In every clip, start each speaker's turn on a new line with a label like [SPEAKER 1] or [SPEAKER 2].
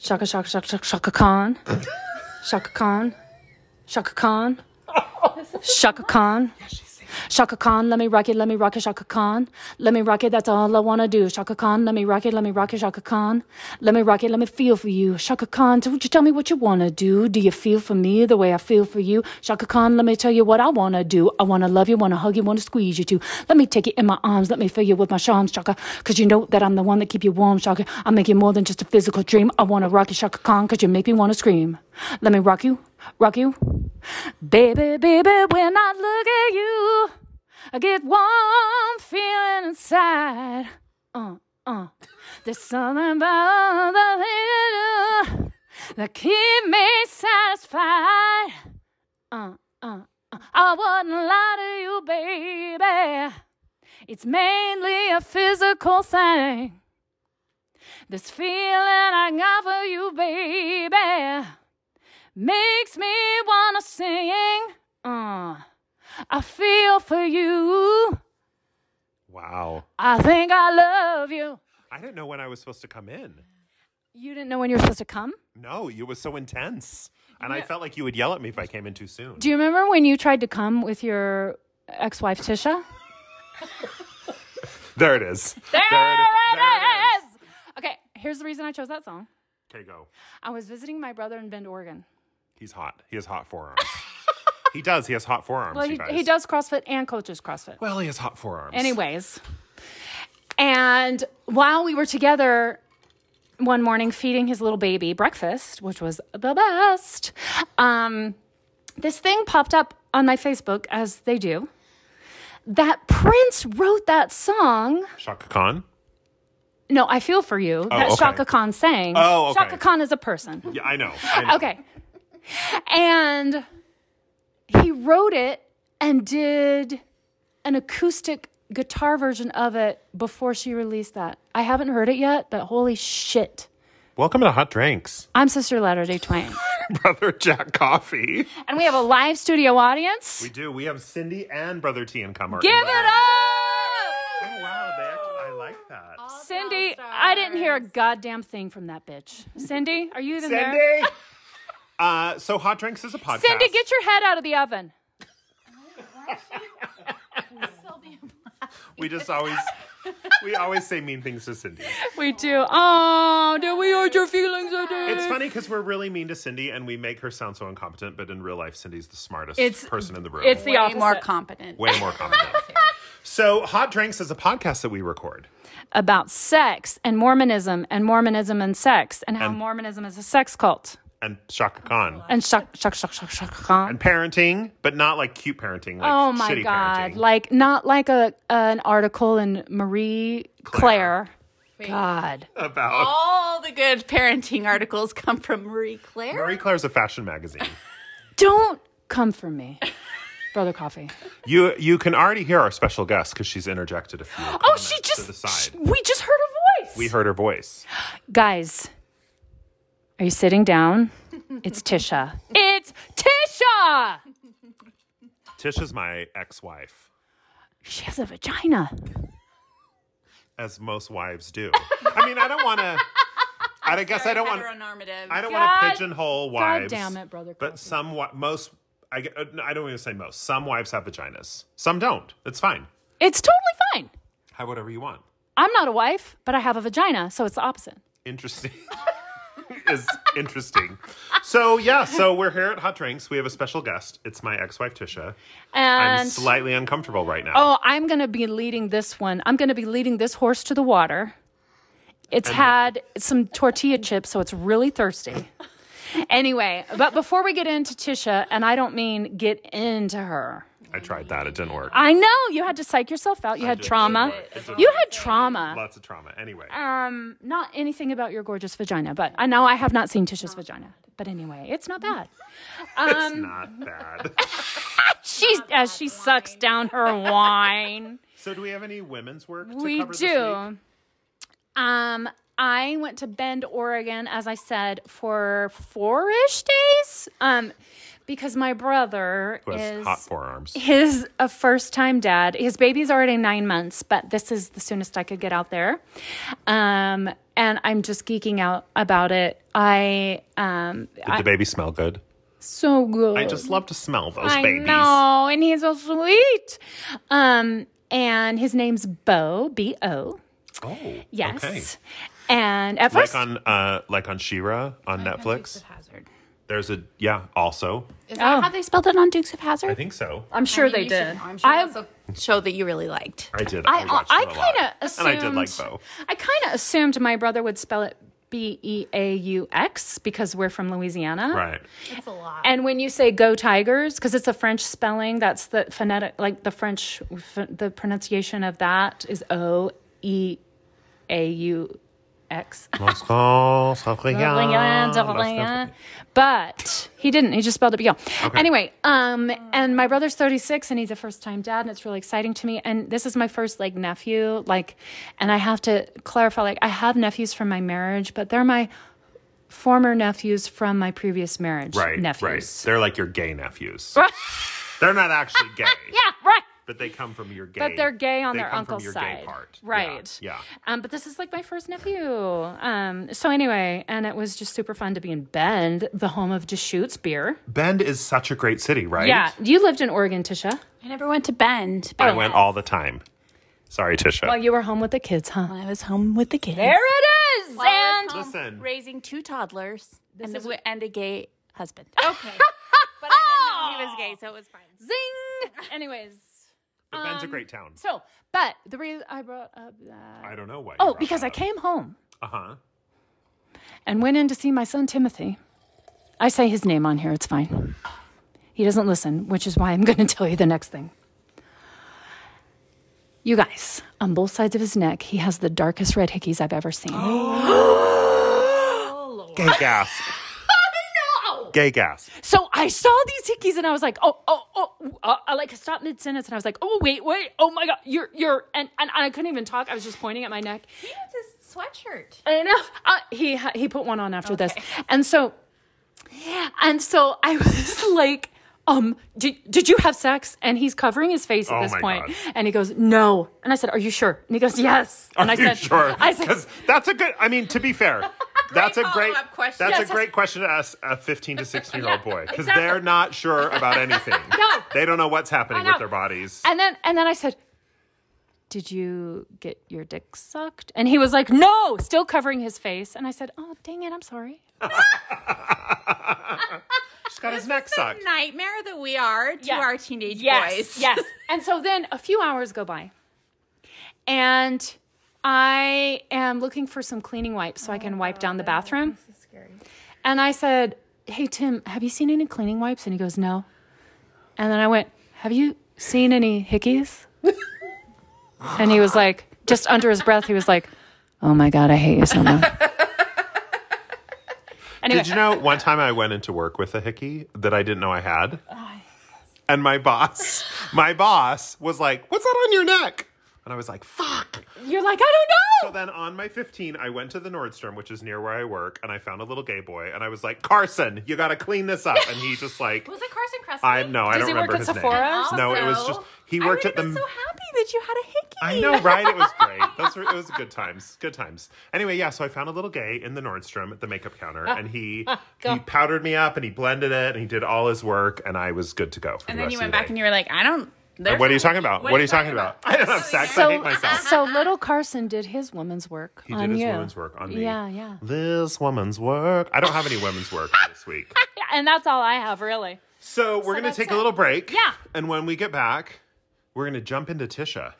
[SPEAKER 1] Shaka Shaka Shaka Shaka Shaka Khan. Shaka Khan. Shaka Khan. Shaka Khan. Shaka Khan, let me rock it, let me rock it, Shaka Khan. Let me rock it, that's all I wanna do. Shaka Khan, let me rock it, let me rock it, Shaka Khan. Let me rock it, let me feel for you. Shaka Khan, so would you tell me what you wanna do? Do you feel for me the way I feel for you? Shaka Khan, let me tell you what I wanna do. I wanna love you, wanna hug you, wanna squeeze you too. Let me take you in my arms, let me fill you with my charms, Shaka. Cause you know that I'm the one that keep you warm, Shaka. I make you more than just a physical dream. I wanna rock you, Shaka Khan, cause you make me wanna scream. Let me rock you, rock you. Baby, baby, when I look at you, I get one feeling inside. Uh, uh. There's something about the thing you do that keep me satisfied. Uh, uh, uh. I wouldn't lie to you, baby. It's mainly a physical thing. This feeling I got for you, baby makes me wanna sing. Uh, I feel for you.
[SPEAKER 2] Wow.
[SPEAKER 1] I think I love you.
[SPEAKER 2] I didn't know when I was supposed to come in.
[SPEAKER 1] You didn't know when you were supposed to come.
[SPEAKER 2] No, it was so intense. And I felt like you would yell at me if I came in too soon.
[SPEAKER 1] Do you remember when you tried to come with your ex-wife Tisha?
[SPEAKER 2] There it is.
[SPEAKER 1] There,
[SPEAKER 2] it- there
[SPEAKER 1] it is. Okay, here's the reason I chose that song.
[SPEAKER 2] Okay, go.
[SPEAKER 1] I was visiting my brother in Bend, Oregon.
[SPEAKER 2] He's hot. He has hot forearms. he does. He has hot forearms,
[SPEAKER 1] Well,
[SPEAKER 2] you
[SPEAKER 1] he,
[SPEAKER 2] guys.
[SPEAKER 1] he does CrossFit and coaches CrossFit.
[SPEAKER 2] Well, he has hot forearms.
[SPEAKER 1] Anyways, and while we were together one morning feeding his little baby breakfast, which was the best, um, this thing popped up on my Facebook, as they do, that Prince wrote that song.
[SPEAKER 2] Shaka Khan?
[SPEAKER 1] No, I Feel For You, that
[SPEAKER 2] Oh, okay.
[SPEAKER 1] Shaka Khan sang.
[SPEAKER 2] Oh, okay.
[SPEAKER 1] Shaka Khan is a person.
[SPEAKER 2] Yeah, I know. I know.
[SPEAKER 1] Okay. And he wrote it and did an acoustic guitar version of it before she released that. I haven't heard it yet, but holy shit.
[SPEAKER 2] Welcome to Hot Drinks,
[SPEAKER 1] I'm Sister Latter day Twain.
[SPEAKER 2] Brother Jack Coffee.
[SPEAKER 1] and we have a live studio audience.
[SPEAKER 2] We do. We have Cindy and Brother T and Cummer.
[SPEAKER 1] Give it
[SPEAKER 2] Oh,
[SPEAKER 1] up!
[SPEAKER 2] wow. They act- I like that.
[SPEAKER 1] Cindy, I didn't hear a goddamn thing from that bitch. Cindy, are you even there?
[SPEAKER 2] Cindy! uh, so, Hot Drinks is a podcast.
[SPEAKER 1] Cindy, get your head out of the oven.
[SPEAKER 2] We just always we always say mean things to Cindy.
[SPEAKER 1] We do. Oh, do we hurt your feelings? oh, Cindy?
[SPEAKER 2] It's funny because we're really mean to Cindy and we make her sound so incompetent, but in real life, Cindy's the smartest
[SPEAKER 3] It's-
[SPEAKER 2] person in the room.
[SPEAKER 1] It's the
[SPEAKER 3] Way
[SPEAKER 1] opposite.
[SPEAKER 3] more competent.
[SPEAKER 2] way more competent. so, Hot Drinks is a podcast that we record.
[SPEAKER 1] about sex and Mormonism and Mormonism and sex and how
[SPEAKER 2] And-
[SPEAKER 1] Mormonism is a sex cult
[SPEAKER 2] And Shaka Khan.
[SPEAKER 1] and shuck shuck shuck shuck shuck Khan.
[SPEAKER 2] And parenting, but not like cute parenting, like
[SPEAKER 1] Oh my
[SPEAKER 2] shitty
[SPEAKER 1] god!
[SPEAKER 2] parenting.
[SPEAKER 1] Like not like a an article in Marie Claire.
[SPEAKER 3] Wait.
[SPEAKER 1] God,
[SPEAKER 2] about
[SPEAKER 3] All the good parenting articles come from Marie Claire.
[SPEAKER 2] Marie Claire's a fashion magazine.
[SPEAKER 1] don't come for me, brother. Coffee.
[SPEAKER 2] You you can already hear our special guest because she's interjected a few.
[SPEAKER 1] Oh, she
[SPEAKER 2] comments to the
[SPEAKER 1] just.
[SPEAKER 2] side.
[SPEAKER 1] sh- we just heard her voice.
[SPEAKER 2] We heard her voice.
[SPEAKER 1] Guys, are you sitting down? It's Tisha. It's Tisha.
[SPEAKER 2] Tisha's my ex-wife,
[SPEAKER 1] She has a vagina.
[SPEAKER 2] as most wives do. I mean, I don't want to. I guess I don't want.
[SPEAKER 3] Heteronormative.
[SPEAKER 2] I don't
[SPEAKER 1] God-
[SPEAKER 2] want to pigeonhole wives.
[SPEAKER 1] damn it, brother
[SPEAKER 2] But
[SPEAKER 1] Coffey.
[SPEAKER 2] some wi- most I g- uh, no, I don't even say most. Some wives have vaginas. Some don't. It's fine.
[SPEAKER 1] It's totally fine.
[SPEAKER 2] Have whatever you want.
[SPEAKER 1] I'm not a wife, but I have a vagina, so it's the opposite.
[SPEAKER 2] Interesting. is interesting. So yeah, so we're here at Hot Drinks. We have a special guest. It's my ex-wife Tisha. I'm
[SPEAKER 1] And
[SPEAKER 2] slightly uncomfortable right now.
[SPEAKER 1] oh, I'm going to be leading this one. I'm going to be leading this horse to the water. It's had some tortilla chips, so it's really thirsty. Anyway, but before we get into Tisha, and I don't mean get into her.
[SPEAKER 2] I tried that. It didn't work.
[SPEAKER 1] I know you had to psych yourself out. You had
[SPEAKER 2] did.
[SPEAKER 1] trauma.
[SPEAKER 2] It's okay.
[SPEAKER 1] You had trauma.
[SPEAKER 2] Lots of trauma. Anyway,
[SPEAKER 1] Um, not anything about your gorgeous vagina, but I know I have not seen Tisha's vagina. But anyway, it's not bad. Um,
[SPEAKER 2] it's not bad.
[SPEAKER 1] She as uh, she sucks down her wine.
[SPEAKER 2] so do we have any women's work? To
[SPEAKER 1] we
[SPEAKER 2] cover this week?
[SPEAKER 1] do. Um, I went to Bend, Oregon, as I said, for four-ish days. Um, because my brother
[SPEAKER 2] Who has
[SPEAKER 1] is
[SPEAKER 2] hot forearms?
[SPEAKER 1] his a first-time dad. His baby's already nine months, but this is the soonest I could get out there. Um, and I'm just geeking out about it. I um
[SPEAKER 2] Did the baby smell good?
[SPEAKER 1] so good.
[SPEAKER 2] I just love to smell those
[SPEAKER 1] I
[SPEAKER 2] babies.
[SPEAKER 1] know, and he's so sweet. Um, and his name's Bo B O.
[SPEAKER 2] Oh,
[SPEAKER 1] Yes.
[SPEAKER 2] Okay.
[SPEAKER 1] And at
[SPEAKER 2] Like
[SPEAKER 1] first, Oh,
[SPEAKER 2] on uh, like on Shira on Netflix.
[SPEAKER 3] Hazard.
[SPEAKER 2] There's a yeah. Also,
[SPEAKER 3] Is that
[SPEAKER 1] Oh.
[SPEAKER 3] how they spelled it on Dukes of Hazard?
[SPEAKER 2] I think so.
[SPEAKER 1] I'm sure they did.
[SPEAKER 3] I'm sure
[SPEAKER 1] I
[SPEAKER 3] that's a show that you really liked.
[SPEAKER 2] I did.
[SPEAKER 1] I,
[SPEAKER 2] watched
[SPEAKER 1] I
[SPEAKER 2] it a lot.
[SPEAKER 1] kind of assumed.
[SPEAKER 2] And I did like Bo.
[SPEAKER 1] I kind of assumed my brother would spell it B E A U X because we're from Louisiana.
[SPEAKER 2] Right.
[SPEAKER 3] It's a lot.
[SPEAKER 1] And when you say "go Tigers," because it's a French spelling, that's the phonetic, like the French, ph- the pronunciation of that is O E A U X.
[SPEAKER 2] Ah,
[SPEAKER 1] But he didn't. He just spelled it Beyond. Anyway, um, and my brother's 36 and he's a first time dad, and it's really exciting to me. And this is my first like nephew, like, and I have to clarify, like, I have nephews from my marriage, but they're my former nephews from my previous marriage.
[SPEAKER 2] Right. Right.
[SPEAKER 1] Nephews.
[SPEAKER 2] They're like your gay nephews. They're not actually gay.
[SPEAKER 1] Yeah, right.
[SPEAKER 2] But they come from your gay.
[SPEAKER 1] But they're gay on
[SPEAKER 2] they
[SPEAKER 1] their
[SPEAKER 2] come
[SPEAKER 1] uncle's
[SPEAKER 2] from your
[SPEAKER 1] side.
[SPEAKER 2] Gay part. Yeah,
[SPEAKER 1] Right.
[SPEAKER 2] Yeah.
[SPEAKER 1] Um, but this is like my first nephew. Um, so anyway, and it was just super fun to be in Bend, the home of Deschutes beer.
[SPEAKER 2] Bend is such a great city, right?
[SPEAKER 1] Yeah. oh, You lived in Oregon, Tisha.
[SPEAKER 3] I never went to Bend, but
[SPEAKER 2] I went all the time. Sorry, Tisha.
[SPEAKER 1] Well, you were home with the kids, huh?
[SPEAKER 3] I was home with the kids.
[SPEAKER 1] There it is.
[SPEAKER 3] I was
[SPEAKER 1] and
[SPEAKER 3] home
[SPEAKER 2] Listen.
[SPEAKER 3] raising two toddlers and,
[SPEAKER 1] is-
[SPEAKER 3] a, and a gay husband. Okay. but I didn't know he was gay, so it was fine.
[SPEAKER 1] zing. Anyways,
[SPEAKER 2] But Bend's
[SPEAKER 1] um,
[SPEAKER 2] a great town.
[SPEAKER 1] so but the reason I brought up that
[SPEAKER 2] I don't know why.
[SPEAKER 1] oh because I came home
[SPEAKER 2] Uh huh.
[SPEAKER 1] and went in to see my son Timothy. I say his name on here. It's fine. He doesn't listen, which is why I'm going to tell you the next thing. You guys, on both sides of his neck, he has the darkest red hickeys I've ever seen.
[SPEAKER 2] Gay gas. Gay gas.
[SPEAKER 1] So I saw these hickeys and I was like, oh, oh, oh, uh, I like stopped mid sentence and I was like, oh, wait, wait, oh my God, you're, you're, and, and I couldn't even talk. I was just pointing at my neck.
[SPEAKER 3] He has his sweatshirt.
[SPEAKER 1] And uh, uh, he, ha- he put one on after this. And so, and so I was like, um, did, did you have sex? And he's covering his face at
[SPEAKER 2] Oh
[SPEAKER 1] this
[SPEAKER 2] my
[SPEAKER 1] point.
[SPEAKER 2] God.
[SPEAKER 1] And he goes, no. And I said, are you sure? And he goes, yes. and I
[SPEAKER 2] Are you
[SPEAKER 1] said,
[SPEAKER 2] sure?
[SPEAKER 1] I said,
[SPEAKER 2] 'Cause that's a good. I mean, to be fair, that's a great.
[SPEAKER 3] follow-up question.
[SPEAKER 2] That's
[SPEAKER 1] Yes,
[SPEAKER 2] a great question to ask a 15 to 16 year old boy because
[SPEAKER 1] exactly.
[SPEAKER 2] they're not sure about anything.
[SPEAKER 1] No.
[SPEAKER 2] they don't know what's happening
[SPEAKER 1] I know.
[SPEAKER 2] with their bodies.
[SPEAKER 1] And then and then I said, "Did you get your dick sucked?" And he was like, "No," still covering his face. And I said, "Oh, dang it, I'm sorry."
[SPEAKER 2] Just got his neck
[SPEAKER 3] The
[SPEAKER 2] sucked.
[SPEAKER 3] nightmare that we are to
[SPEAKER 1] Yeah.
[SPEAKER 3] our teenage boys.
[SPEAKER 1] yes. And so then a few hours go by, and I am looking for some cleaning wipes so I can wipe down the bathroom. And I said, "Hey Tim, have you seen any cleaning wipes?" And he goes, "No." And then I went, "Have you seen any hickeys?" and he was like, just under his breath, he was like, "Oh my god, I hate you so much." anyway,
[SPEAKER 2] Did you know one time I went into work with a hickey that I didn't know I had?
[SPEAKER 1] Oh,
[SPEAKER 2] And my boss, my boss was like, "What's that on your neck?" And I was like, "Fuck."
[SPEAKER 1] you- are like, "I don't
[SPEAKER 2] So
[SPEAKER 1] know."
[SPEAKER 2] then on my 15, I went to the Nordstrom, which is near where I work, and I found a little gay boy, and I was like, "Carson, you got to clean this up." And he just like,
[SPEAKER 3] Was it Carson Kressley?
[SPEAKER 2] "I no, I
[SPEAKER 1] Does
[SPEAKER 2] don't
[SPEAKER 1] he work
[SPEAKER 2] remember
[SPEAKER 1] at
[SPEAKER 2] his
[SPEAKER 1] Sephora?
[SPEAKER 2] name."
[SPEAKER 1] Also-
[SPEAKER 2] No, it was just he worked
[SPEAKER 3] I
[SPEAKER 2] at the.
[SPEAKER 3] so happy that you had a hickey.
[SPEAKER 2] I know, right? It was great. Those were it was good times. Good times. Anyway, yeah, so I found a little gay in the Nordstrom at the makeup counter
[SPEAKER 1] Ah,
[SPEAKER 2] and he he powdered me up and he blended it and he did all his work and I was good to go for
[SPEAKER 3] And
[SPEAKER 2] the
[SPEAKER 3] then
[SPEAKER 2] rest
[SPEAKER 3] you
[SPEAKER 2] of
[SPEAKER 3] went
[SPEAKER 2] the
[SPEAKER 3] back
[SPEAKER 2] day.
[SPEAKER 3] and you were like, I don't. there's
[SPEAKER 2] What are
[SPEAKER 3] no-
[SPEAKER 2] you talking about? What, are you talking about? I don't have sex. I hate myself.
[SPEAKER 1] so little Carson did his woman's work
[SPEAKER 2] he
[SPEAKER 1] on
[SPEAKER 2] did his
[SPEAKER 1] you.
[SPEAKER 2] woman's work on me.
[SPEAKER 1] Yeah, yeah.
[SPEAKER 2] This woman's work. I don't have any women's work this week.
[SPEAKER 1] Yeah, and that's all I have really.
[SPEAKER 2] So we're gonna
[SPEAKER 1] that's
[SPEAKER 2] take
[SPEAKER 1] it.
[SPEAKER 2] a little break.
[SPEAKER 1] Yeah.
[SPEAKER 2] And when we get back, we're gonna jump into Tisha.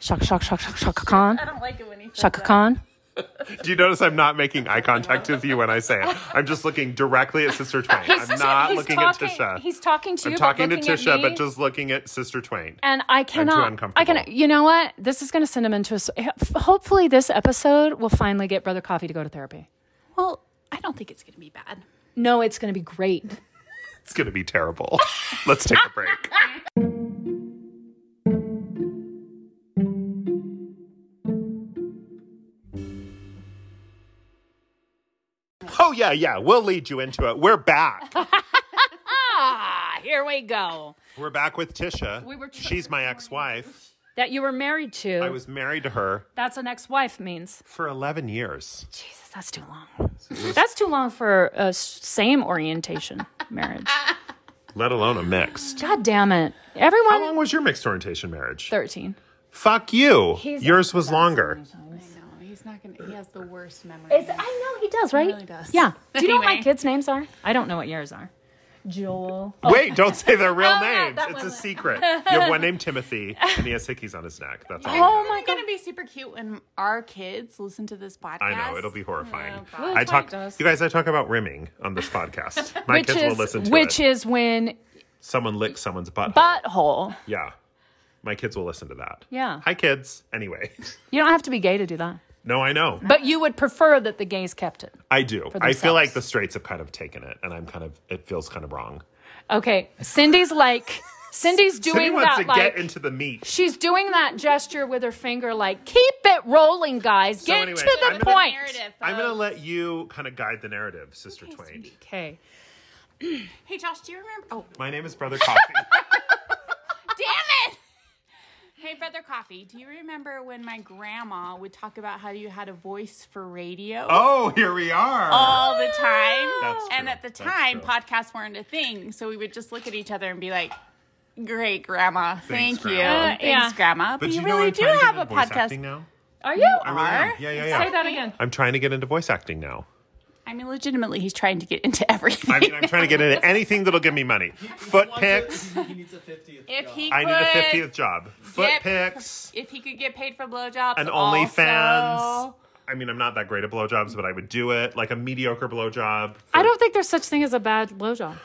[SPEAKER 1] Shock, shock, shock, shock, Shaka Khan,
[SPEAKER 3] I don't like it when he.
[SPEAKER 1] Shaka Khan.
[SPEAKER 2] Do you notice I'm not making eye contact with you when I say it? I'm just looking directly at Sister Twain. I'm not looking
[SPEAKER 1] talking,
[SPEAKER 2] at Tisha.
[SPEAKER 1] He's talking to
[SPEAKER 2] I'm
[SPEAKER 1] you. but
[SPEAKER 2] talking to
[SPEAKER 1] looking at
[SPEAKER 2] Tisha,
[SPEAKER 1] me,
[SPEAKER 2] but just looking at Sister Twain.
[SPEAKER 1] And I cannot. I
[SPEAKER 2] uncomfortable.
[SPEAKER 1] can. You know what? This is going to send him into a. s- Hopefully, this episode will finally get Brother Coffee to go to therapy.
[SPEAKER 3] Well, I don't think it's going to be bad.
[SPEAKER 1] No, it's going to be great.
[SPEAKER 2] It's going to be terrible. Let's take a break. Oh, yeah, yeah. We'll lead you into it. We're back.
[SPEAKER 1] Ah, here we go.
[SPEAKER 2] We're back with Tisha.
[SPEAKER 1] We were tr-
[SPEAKER 2] She's my ex wife.
[SPEAKER 1] that you were married to.
[SPEAKER 2] I was married to her
[SPEAKER 1] that's what ex-wife means.
[SPEAKER 2] for 11 years.
[SPEAKER 1] Jesus, that's too long. That's too long for a s- same orientation marriage.
[SPEAKER 2] let alone a mixed.
[SPEAKER 1] God damn it.
[SPEAKER 2] How
[SPEAKER 1] Everyone
[SPEAKER 2] long was your mixed orientation marriage?
[SPEAKER 1] 13.
[SPEAKER 2] Fuck you.
[SPEAKER 1] He's-
[SPEAKER 2] Yours was longer.
[SPEAKER 4] No, he's not gonna. He has the worst memory.
[SPEAKER 1] Is, I know he does, right?
[SPEAKER 4] really does.
[SPEAKER 1] Yeah. Do you know what my
[SPEAKER 3] Anyway.
[SPEAKER 1] kids' names are? I don't know what yours are. Joel.
[SPEAKER 2] Wait, don't say their real
[SPEAKER 1] Oh,
[SPEAKER 3] yeah,
[SPEAKER 2] names.
[SPEAKER 3] that
[SPEAKER 2] It's a
[SPEAKER 3] one-
[SPEAKER 2] secret. You have one named Timothy, and he has hickeys on his neck. That's all. I know.
[SPEAKER 1] Oh my god.
[SPEAKER 4] gonna be super cute when our kids listen to this podcast.
[SPEAKER 2] I know it'll be horrifying.
[SPEAKER 4] Oh, God.
[SPEAKER 2] I talk,
[SPEAKER 1] Well, it's
[SPEAKER 2] you guys. I talk about rimming on this podcast. My
[SPEAKER 1] Which
[SPEAKER 2] kids
[SPEAKER 1] is
[SPEAKER 2] will listen to
[SPEAKER 1] which
[SPEAKER 2] it.
[SPEAKER 1] is when
[SPEAKER 2] Someone licks someone's butt.
[SPEAKER 1] butthole.
[SPEAKER 2] yeah, my kids will listen to that.
[SPEAKER 1] Yeah.
[SPEAKER 2] Hi, kids. Anyway,
[SPEAKER 1] You don't have to be gay to do that.
[SPEAKER 2] no, I know.
[SPEAKER 1] But you would prefer that the gays kept it.
[SPEAKER 2] I do. I feel
[SPEAKER 1] themselves.
[SPEAKER 2] like the straights have kind of taken it, and I'm kind of. It feels kind of wrong.
[SPEAKER 1] Okay. Cindy's like Cindy's doing
[SPEAKER 2] Cindy wants
[SPEAKER 1] that
[SPEAKER 2] to
[SPEAKER 1] like
[SPEAKER 2] get into the meat.
[SPEAKER 1] she's doing that gesture with her finger like keep it rolling guys. Get
[SPEAKER 2] anyway,
[SPEAKER 1] to the
[SPEAKER 2] I'm gonna-
[SPEAKER 1] point.
[SPEAKER 3] Narrative,
[SPEAKER 2] I'm going to
[SPEAKER 3] folks.
[SPEAKER 2] let you kind of guide the narrative, Sister Twain.
[SPEAKER 1] Okay.
[SPEAKER 4] Hey Josh, do you remember? Oh,
[SPEAKER 2] My name is Brother Coffee.
[SPEAKER 4] damn it! Hey brother Coffee, do you remember when my grandma would talk about how you had a voice for radio?
[SPEAKER 2] oh, here we are.
[SPEAKER 1] Uh,
[SPEAKER 4] All the time,
[SPEAKER 2] That's
[SPEAKER 4] and
[SPEAKER 2] true.
[SPEAKER 4] at the
[SPEAKER 2] That's
[SPEAKER 4] time,
[SPEAKER 2] true.
[SPEAKER 4] podcasts weren't a thing, so we would just look at each other and be like, "Great, Grandma, thank you,
[SPEAKER 2] Grandma." Uh,
[SPEAKER 4] thanks,
[SPEAKER 1] Yeah.
[SPEAKER 4] Grandma." But,
[SPEAKER 2] but
[SPEAKER 4] you
[SPEAKER 2] know
[SPEAKER 4] really
[SPEAKER 2] I'm
[SPEAKER 4] do
[SPEAKER 2] trying to get
[SPEAKER 4] have a
[SPEAKER 2] into voice acting
[SPEAKER 4] podcast.
[SPEAKER 2] now.
[SPEAKER 1] Are you?
[SPEAKER 2] I really am.
[SPEAKER 4] Are?
[SPEAKER 2] Yeah, yeah, yeah.
[SPEAKER 1] Say that again.
[SPEAKER 2] I'm trying to get into voice acting now.
[SPEAKER 4] I mean, legitimately, he's trying to get into everything.
[SPEAKER 2] I mean, I'm trying to get into anything that'll give me money. Foot picks.
[SPEAKER 5] He needs a 50th.
[SPEAKER 4] if
[SPEAKER 5] job.
[SPEAKER 4] he could,
[SPEAKER 2] I need a 50th job. Foot
[SPEAKER 4] Yep.
[SPEAKER 2] picks.
[SPEAKER 4] if he could get paid for blowjobs,
[SPEAKER 2] An
[SPEAKER 4] also-
[SPEAKER 2] OnlyFans. I mean, I'm not that great at blowjobs, but I would do it. Like a mediocre blowjob.
[SPEAKER 1] I don't think there's such thing as a bad blowjob.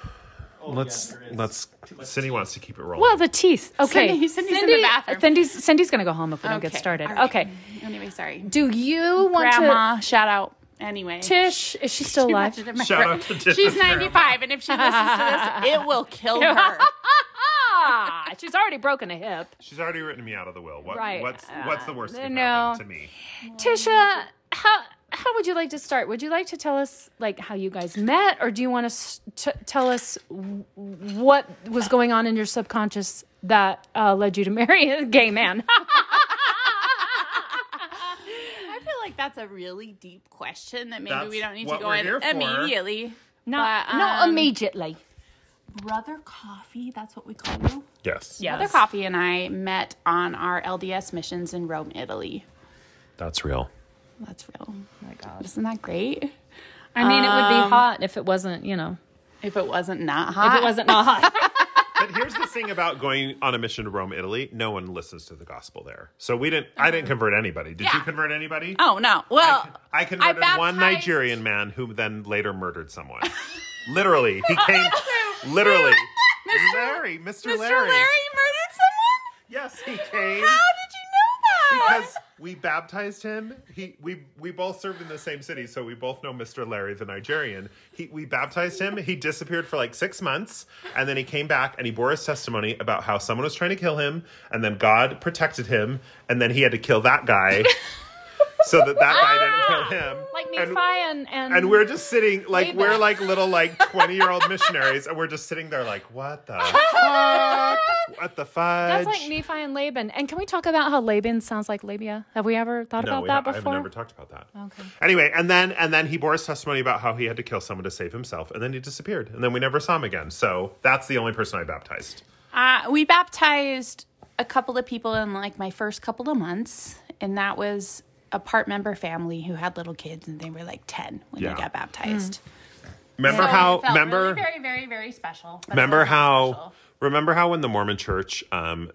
[SPEAKER 5] Oh, yeah,
[SPEAKER 2] Let's
[SPEAKER 5] there is.
[SPEAKER 2] let's. Cindy wants to keep it rolling.
[SPEAKER 1] Well, the teeth. Okay.
[SPEAKER 4] Cindy- Cindy's in the bathroom.
[SPEAKER 1] Cindy's, Cindy's going to go home if we don't get
[SPEAKER 4] Okay.
[SPEAKER 1] started.
[SPEAKER 4] All right.
[SPEAKER 1] Okay.
[SPEAKER 4] Anyway, sorry.
[SPEAKER 1] Do you want
[SPEAKER 4] Grandma, shout out. Anyway.
[SPEAKER 1] to. Tish, is she still
[SPEAKER 4] She
[SPEAKER 1] alive?
[SPEAKER 4] wanted to make
[SPEAKER 2] Shout
[SPEAKER 4] her-
[SPEAKER 2] out to Jenna's
[SPEAKER 4] She's
[SPEAKER 2] grandma.
[SPEAKER 4] 95, and if she listens to this, it will kill her.
[SPEAKER 1] Ah, she's already broken a hip.
[SPEAKER 2] She's already written me out of the will. What,
[SPEAKER 1] Right. uh,
[SPEAKER 2] What's what's the worst that can
[SPEAKER 1] no.
[SPEAKER 2] happen to me?
[SPEAKER 1] Tisha, how how would you like to start? Would you like to tell us like how you guys met, or do you want us to s- t- tell us w- what was going on in your subconscious that uh, led you to marry a gay man?
[SPEAKER 4] I feel like that's a really deep question that maybe we
[SPEAKER 2] That's
[SPEAKER 4] don't need to
[SPEAKER 2] what
[SPEAKER 4] go
[SPEAKER 2] we're
[SPEAKER 4] in
[SPEAKER 2] here for.
[SPEAKER 4] immediately.
[SPEAKER 1] not
[SPEAKER 4] But,
[SPEAKER 1] not
[SPEAKER 4] um,
[SPEAKER 1] immediately.
[SPEAKER 4] Brother Coffee, that's what we call you.
[SPEAKER 2] Yes.
[SPEAKER 4] Brother Coffee and I met on our LDS missions in Rome, Italy.
[SPEAKER 2] That's real.
[SPEAKER 4] That's real. Oh my God. Isn't that great?
[SPEAKER 1] I mean, it
[SPEAKER 4] Um,
[SPEAKER 1] would be hot if it wasn't. You know,
[SPEAKER 4] If it wasn't not
[SPEAKER 1] if
[SPEAKER 4] hot.
[SPEAKER 1] it wasn't not hot.
[SPEAKER 2] But here's the thing about going on a mission to Rome, Italy. No one listens to the gospel there, so we didn't. I didn't convert anybody. Did you
[SPEAKER 4] Yeah.
[SPEAKER 2] convert anybody?
[SPEAKER 4] Oh, no. Well,
[SPEAKER 2] I converted one
[SPEAKER 4] baptized-
[SPEAKER 2] Nigerian man who then later murdered someone. literally, he came. literally, Larry, Mr.
[SPEAKER 4] Mr.
[SPEAKER 2] Larry.
[SPEAKER 4] Larry murdered someone?
[SPEAKER 2] Yes, he came
[SPEAKER 4] How did you know that?
[SPEAKER 2] because we baptized him. He we we both served in the same city, so we both know Mr. Larry the Nigerian. He we baptized him. He disappeared for like six months, and then he came back and he bore his testimony about how someone was trying to kill him, and then God protected him, and then he had to kill that guy. So that that guy didn't kill him.
[SPEAKER 1] Ah! like me,
[SPEAKER 2] and,
[SPEAKER 1] Fi and and,
[SPEAKER 2] and we're just sitting like
[SPEAKER 1] Maybe.
[SPEAKER 2] we're like little like 20 year old missionaries and we're just sitting there like what the fuck what the
[SPEAKER 1] That's
[SPEAKER 2] fudge
[SPEAKER 1] like Nephi and Laban. And can we talk about how Laban sounds like labia? Have we ever thought
[SPEAKER 2] no
[SPEAKER 1] about
[SPEAKER 2] we
[SPEAKER 1] that
[SPEAKER 2] ha- i've
[SPEAKER 1] before?
[SPEAKER 2] never talked about that okay anyway and then and then he bore his testimony about how he had to kill someone to save himself and then he disappeared and then we never saw him again so that's the only person i baptized
[SPEAKER 4] Uh, we baptized a couple of people in like my first couple of months, and that was a part member family who had little kids, and they were like ten when
[SPEAKER 2] Yeah.
[SPEAKER 4] they got baptized.
[SPEAKER 2] remember
[SPEAKER 4] So
[SPEAKER 2] how
[SPEAKER 4] it felt
[SPEAKER 2] remember
[SPEAKER 4] really very very very special. but it
[SPEAKER 2] remember
[SPEAKER 4] wasn't
[SPEAKER 2] how
[SPEAKER 4] special.
[SPEAKER 2] remember how when the mormon church um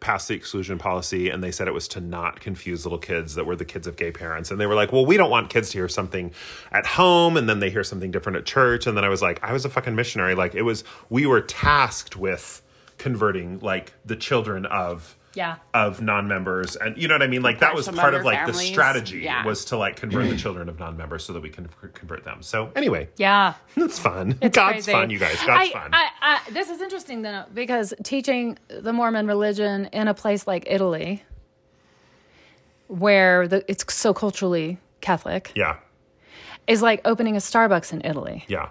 [SPEAKER 2] passed the exclusion policy and they said it was to not confuse little kids that were the kids of gay parents and they were like well we don't want kids to hear something at home and then they hear something different at church and then i was like i was a fucking missionary like it was we were tasked with converting like the children of
[SPEAKER 1] Yeah.
[SPEAKER 2] of non-members and you know what i mean like that was
[SPEAKER 4] Some
[SPEAKER 2] part of
[SPEAKER 4] other
[SPEAKER 2] like the
[SPEAKER 4] families.
[SPEAKER 2] strategy
[SPEAKER 4] Yeah.
[SPEAKER 2] was to like convert the children of non-members so that we can c- convert them so anyway
[SPEAKER 1] yeah.
[SPEAKER 2] that's fun god's
[SPEAKER 1] crazy.
[SPEAKER 2] fun you guys god's
[SPEAKER 1] I,
[SPEAKER 2] fun
[SPEAKER 1] I, I, this is interesting though because teaching the Mormon religion in a place like Italy, where the, it's so culturally Catholic,
[SPEAKER 2] yeah
[SPEAKER 1] is like opening a Starbucks in Italy.
[SPEAKER 2] yeah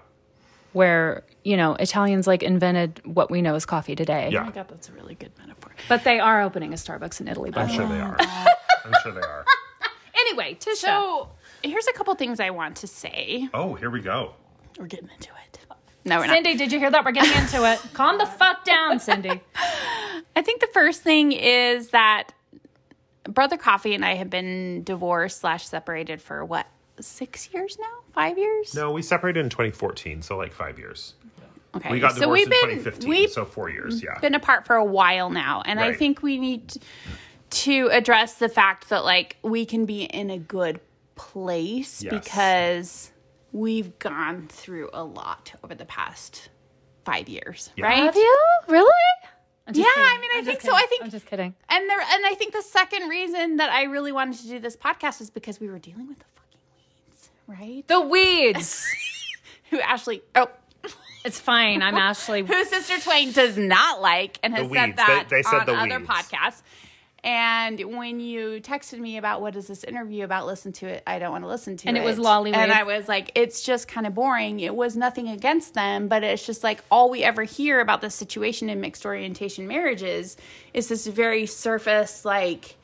[SPEAKER 1] where you know Italians like invented what we know as coffee today.
[SPEAKER 2] Yeah.
[SPEAKER 4] Oh God, that's a really good metaphor.
[SPEAKER 1] But they are opening a Starbucks in Italy. By
[SPEAKER 2] I'm
[SPEAKER 1] the way.
[SPEAKER 2] sure they are. I'm sure they are.
[SPEAKER 1] Anyway, Tisha.
[SPEAKER 4] So here's a couple things I want to say.
[SPEAKER 2] Oh, here we go.
[SPEAKER 4] We're getting into it. No, we're not.
[SPEAKER 1] Cindy, did you hear that? We're getting into it. Calm the fuck down, Cindy.
[SPEAKER 4] I think the first thing is that Brother Coffee and I have been divorced slash separated for what six years now, five years.
[SPEAKER 2] No, we separated in 2014, so like five years.
[SPEAKER 4] okay,
[SPEAKER 2] We got divorced
[SPEAKER 4] so we've
[SPEAKER 2] in
[SPEAKER 4] been
[SPEAKER 2] 2015,
[SPEAKER 4] we've
[SPEAKER 2] so four years. Yeah.
[SPEAKER 4] been apart for a while now, and I
[SPEAKER 2] Right.
[SPEAKER 4] think we need to address the fact that like we can be in a good place
[SPEAKER 2] Yes.
[SPEAKER 4] because we've gone through a lot over the past five years,
[SPEAKER 2] Yeah.
[SPEAKER 4] right?
[SPEAKER 1] Have you really?
[SPEAKER 4] Yeah, I mean, I think so. I think
[SPEAKER 1] I'm just kidding.
[SPEAKER 4] And there, and I think the second reason that I really wanted to do this podcast is because we were dealing with the fucking weeds, right?
[SPEAKER 1] The weeds.
[SPEAKER 4] Who Ashley, oh,
[SPEAKER 1] it's fine. I'm Ashley.
[SPEAKER 4] who Sister Twain does not like, and has
[SPEAKER 2] The
[SPEAKER 4] said
[SPEAKER 2] weeds. They-
[SPEAKER 4] that
[SPEAKER 2] they said
[SPEAKER 4] on
[SPEAKER 2] the
[SPEAKER 4] other
[SPEAKER 2] weeds.
[SPEAKER 4] podcasts. And when you texted me about what is this interview about, listen to it. I don't want to listen to it.
[SPEAKER 1] And it was Lollywood.
[SPEAKER 4] And I was like, it's just kind of boring. It was nothing against them, but it's just like all we ever hear about the situation in mixed orientation marriages is this very surface, like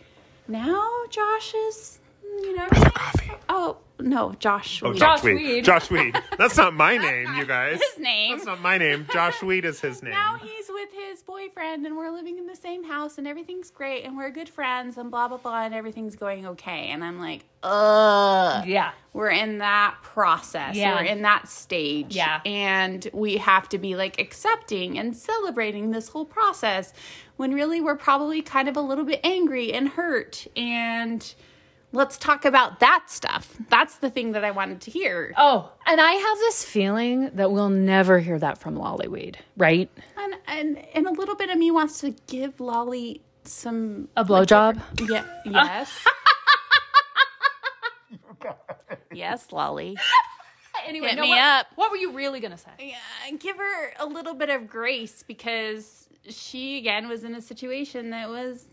[SPEAKER 4] now Josh is, you know,
[SPEAKER 2] Coffee.
[SPEAKER 4] oh no, Josh.
[SPEAKER 2] Oh,
[SPEAKER 4] Weed.
[SPEAKER 1] Josh
[SPEAKER 2] Josh Weed.
[SPEAKER 1] Weed.
[SPEAKER 2] Josh Weed. That's not my name, you guys.
[SPEAKER 4] his name.
[SPEAKER 2] That's not my name. Josh Weed is his name.
[SPEAKER 4] now he's with his boyfriend and we're living in the same house and everything's great and we're good friends and blah blah blah and everything's going okay and i'm like ugh
[SPEAKER 1] Yeah.
[SPEAKER 4] we're in that process
[SPEAKER 1] Yeah.
[SPEAKER 4] we're in that stage
[SPEAKER 1] Yeah.
[SPEAKER 4] and we have to be like accepting and celebrating this whole process when really we're probably kind of a little bit angry and hurt and let's talk about that stuff that's the thing that i wanted to hear
[SPEAKER 1] Oh, and I have this feeling that we'll never hear that from Lollyweed, right?
[SPEAKER 4] and and, and a little bit of me wants to give lolly some
[SPEAKER 1] A blowjob.
[SPEAKER 4] Yeah. Yes. yes, Lolly.
[SPEAKER 1] Anyway,
[SPEAKER 4] Hit
[SPEAKER 1] no,
[SPEAKER 4] me
[SPEAKER 1] what,
[SPEAKER 4] up.
[SPEAKER 1] What were you really gonna say?
[SPEAKER 4] Yeah, Uh, give her a little bit of grace because she again was in a situation that was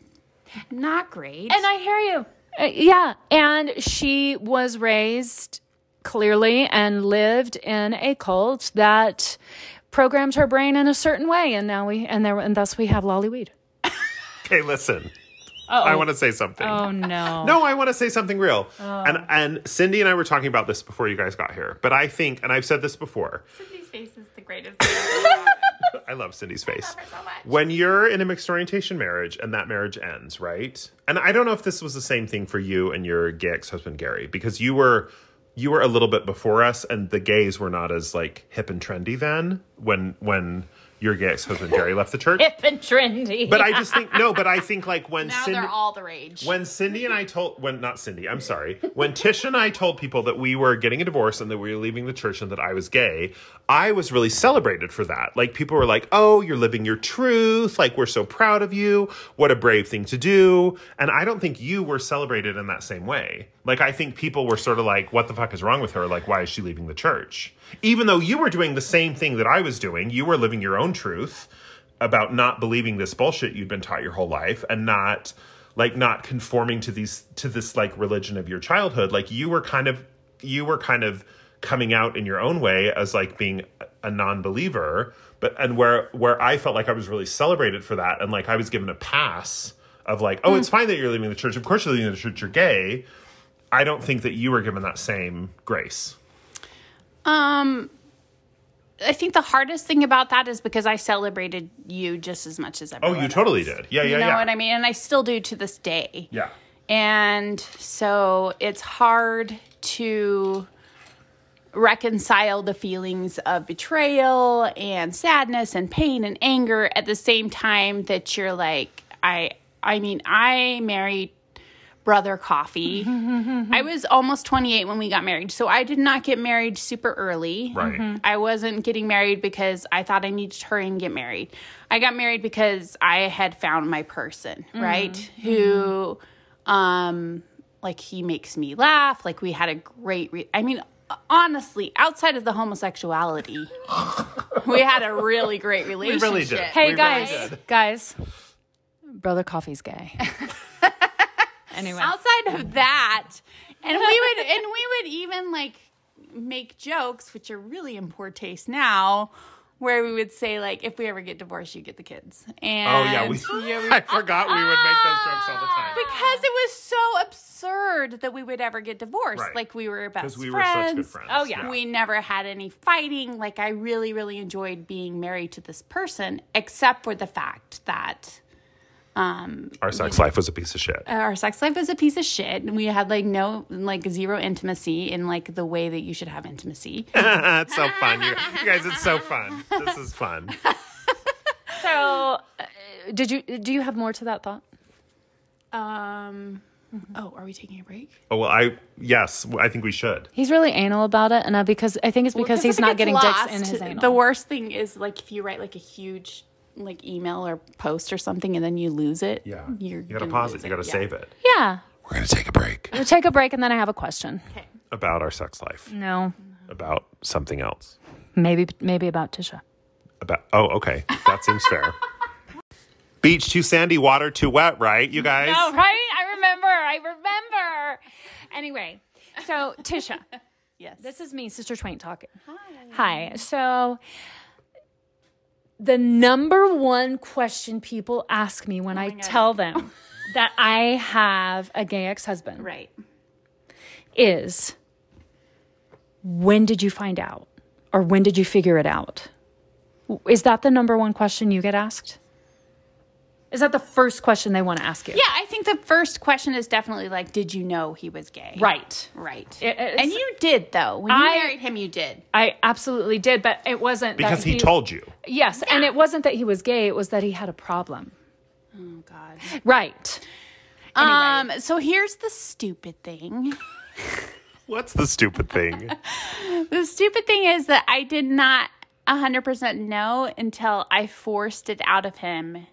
[SPEAKER 4] not great.
[SPEAKER 1] And I hear you. Uh, yeah. And she was raised clearly and lived in a cult that programmed her brain in a certain way. And now we, and there, and thus we have Lollyweed.
[SPEAKER 2] Okay, listen. I want to say something.
[SPEAKER 1] Oh, no.
[SPEAKER 2] No, I want to say something real.
[SPEAKER 4] Oh.
[SPEAKER 2] And and Cindy and I were talking about this before you guys got here. But I think, and I've said this before,
[SPEAKER 4] Cindy's face is the greatest.
[SPEAKER 2] I love Cindy's face. When you're in a mixed orientation marriage and that marriage ends, right? And I don't know if this was the same thing for you and your gay ex-husband Gary, because you were you were a little bit before us and the gays were not as like hip and trendy then when when your gay ex-husband Gary left the church.
[SPEAKER 1] Hip and trendy.
[SPEAKER 2] But I just think no, but I think like when
[SPEAKER 4] now
[SPEAKER 2] Cindy
[SPEAKER 4] they're all the rage.
[SPEAKER 2] when Cindy and I told when not Cindy, I'm sorry. When Tish and I told people that we were getting a divorce and that we were leaving the church and that I was gay, I was really celebrated for that. Like people were like, "Oh, you're living your truth. Like we're so proud of you. What a brave thing to do." And I don't think you were celebrated in that same way. Like I think people were sort of like, "What the fuck is wrong with her? Like why is she leaving the church?" Even though you were doing the same thing that I was doing, you were living your own truth about not believing this bullshit you've been taught your whole life and not like not conforming to these to this like religion of your childhood like you were kind of you were kind of coming out in your own way as like being a non-believer but and where where I felt like I was really celebrated for that and like I was given a pass of like oh
[SPEAKER 4] Hmm.
[SPEAKER 2] it's fine that you're leaving the church of course you're leaving the church you're gay I don't think that you were given that same grace
[SPEAKER 4] Um, I think the hardest thing about that is because I celebrated you just as much as
[SPEAKER 2] oh
[SPEAKER 4] everyone.
[SPEAKER 2] you totally
[SPEAKER 4] else.
[SPEAKER 2] did yeah yeah
[SPEAKER 4] you know
[SPEAKER 2] yeah
[SPEAKER 4] what I mean, and I still do to this day.
[SPEAKER 2] yeah
[SPEAKER 4] And so it's hard to reconcile the feelings of betrayal and sadness and pain and anger at the same time that you're like I I mean I married brother coffee. I was almost 28 when we got married. So I did not get married super early.
[SPEAKER 2] Right. Mhm.
[SPEAKER 4] I wasn't getting married because I thought I needed to hurry and get married. I got married because I had found my person, right? Who um like he makes me laugh like we had a great re- i mean honestly outside of the homosexuality we had a really great
[SPEAKER 2] we
[SPEAKER 4] relationship
[SPEAKER 2] really did
[SPEAKER 1] hey,
[SPEAKER 2] We really
[SPEAKER 1] guys,
[SPEAKER 2] did.
[SPEAKER 1] guys, brother coffee's gay. anyway.
[SPEAKER 4] outside of that and we would and we would even like make jokes, which are really in poor taste now, where we would say like, if we ever get divorced, you get the kids. And Ah.
[SPEAKER 2] Oh yeah, we, I forgot we would make those jokes all the time.
[SPEAKER 4] because it was so absurd that we would ever get divorced.
[SPEAKER 2] Right.
[SPEAKER 4] Like we were best
[SPEAKER 2] Because we were
[SPEAKER 4] friends.
[SPEAKER 2] such good friends.
[SPEAKER 3] Oh, yeah.
[SPEAKER 4] We never had any fighting. Like I really, really enjoyed being married to this person, except for the fact that um,
[SPEAKER 2] Our sex life was a piece of shit.
[SPEAKER 4] our sex life was a piece of shit, and we had like no, like zero intimacy in like the way that you should have intimacy.
[SPEAKER 2] it's so fun. You, you guys, it's so fun. This is fun.
[SPEAKER 1] So, uh, did you do you have more to that thought?
[SPEAKER 4] um. Oh, are we taking a break?
[SPEAKER 2] Oh well, I yes, I think we should.
[SPEAKER 1] He's really anal about it, and I, because I think it's because he's
[SPEAKER 4] if it
[SPEAKER 1] not
[SPEAKER 4] gets
[SPEAKER 1] getting
[SPEAKER 4] lost,
[SPEAKER 1] dicks in his anal.
[SPEAKER 4] The worst thing is like if you write like a huge like email or post or something and then you lose it.
[SPEAKER 2] Yeah,
[SPEAKER 4] you're
[SPEAKER 2] you gotta
[SPEAKER 4] gonna
[SPEAKER 2] pause it.
[SPEAKER 4] lose
[SPEAKER 2] You gotta
[SPEAKER 4] Yeah.
[SPEAKER 2] save it.
[SPEAKER 1] yeah.
[SPEAKER 2] We're gonna take a break
[SPEAKER 1] We'll take a break, and then I have a question.
[SPEAKER 2] about our sex life,
[SPEAKER 1] No,
[SPEAKER 2] about something else.
[SPEAKER 1] maybe maybe about Tisha.
[SPEAKER 2] About oh, okay, that seems fair. Beach too sandy, water too wet, right? You guys.
[SPEAKER 1] Oh, right? I remember. I remember. Anyway, so Tisha.
[SPEAKER 4] Yes.
[SPEAKER 1] This is me, Sister Twain talking. Hi. Hi. So the number one question people ask me
[SPEAKER 4] Oh
[SPEAKER 1] when I tell them that I have a gay ex-husband
[SPEAKER 4] right.
[SPEAKER 1] is when did you find out or when did you figure it out? W- Is that the number one question you get asked? Is that the first question they want to ask you?
[SPEAKER 4] Yeah, I think the first question is definitely like, did you know he was gay?
[SPEAKER 1] Right.
[SPEAKER 4] Right.
[SPEAKER 1] It- it's-
[SPEAKER 4] and you did though. When you
[SPEAKER 1] I-
[SPEAKER 4] married him, you did.
[SPEAKER 1] I absolutely did, but it wasn't
[SPEAKER 2] Because
[SPEAKER 1] that
[SPEAKER 2] he told you.
[SPEAKER 1] Yes, and it wasn't that he was gay; it was that he had a problem.
[SPEAKER 4] Oh God.
[SPEAKER 1] Right.
[SPEAKER 4] Um. So here's the stupid thing.
[SPEAKER 2] What's the stupid thing?
[SPEAKER 4] The stupid thing is that I did not 100% know until I forced it out of him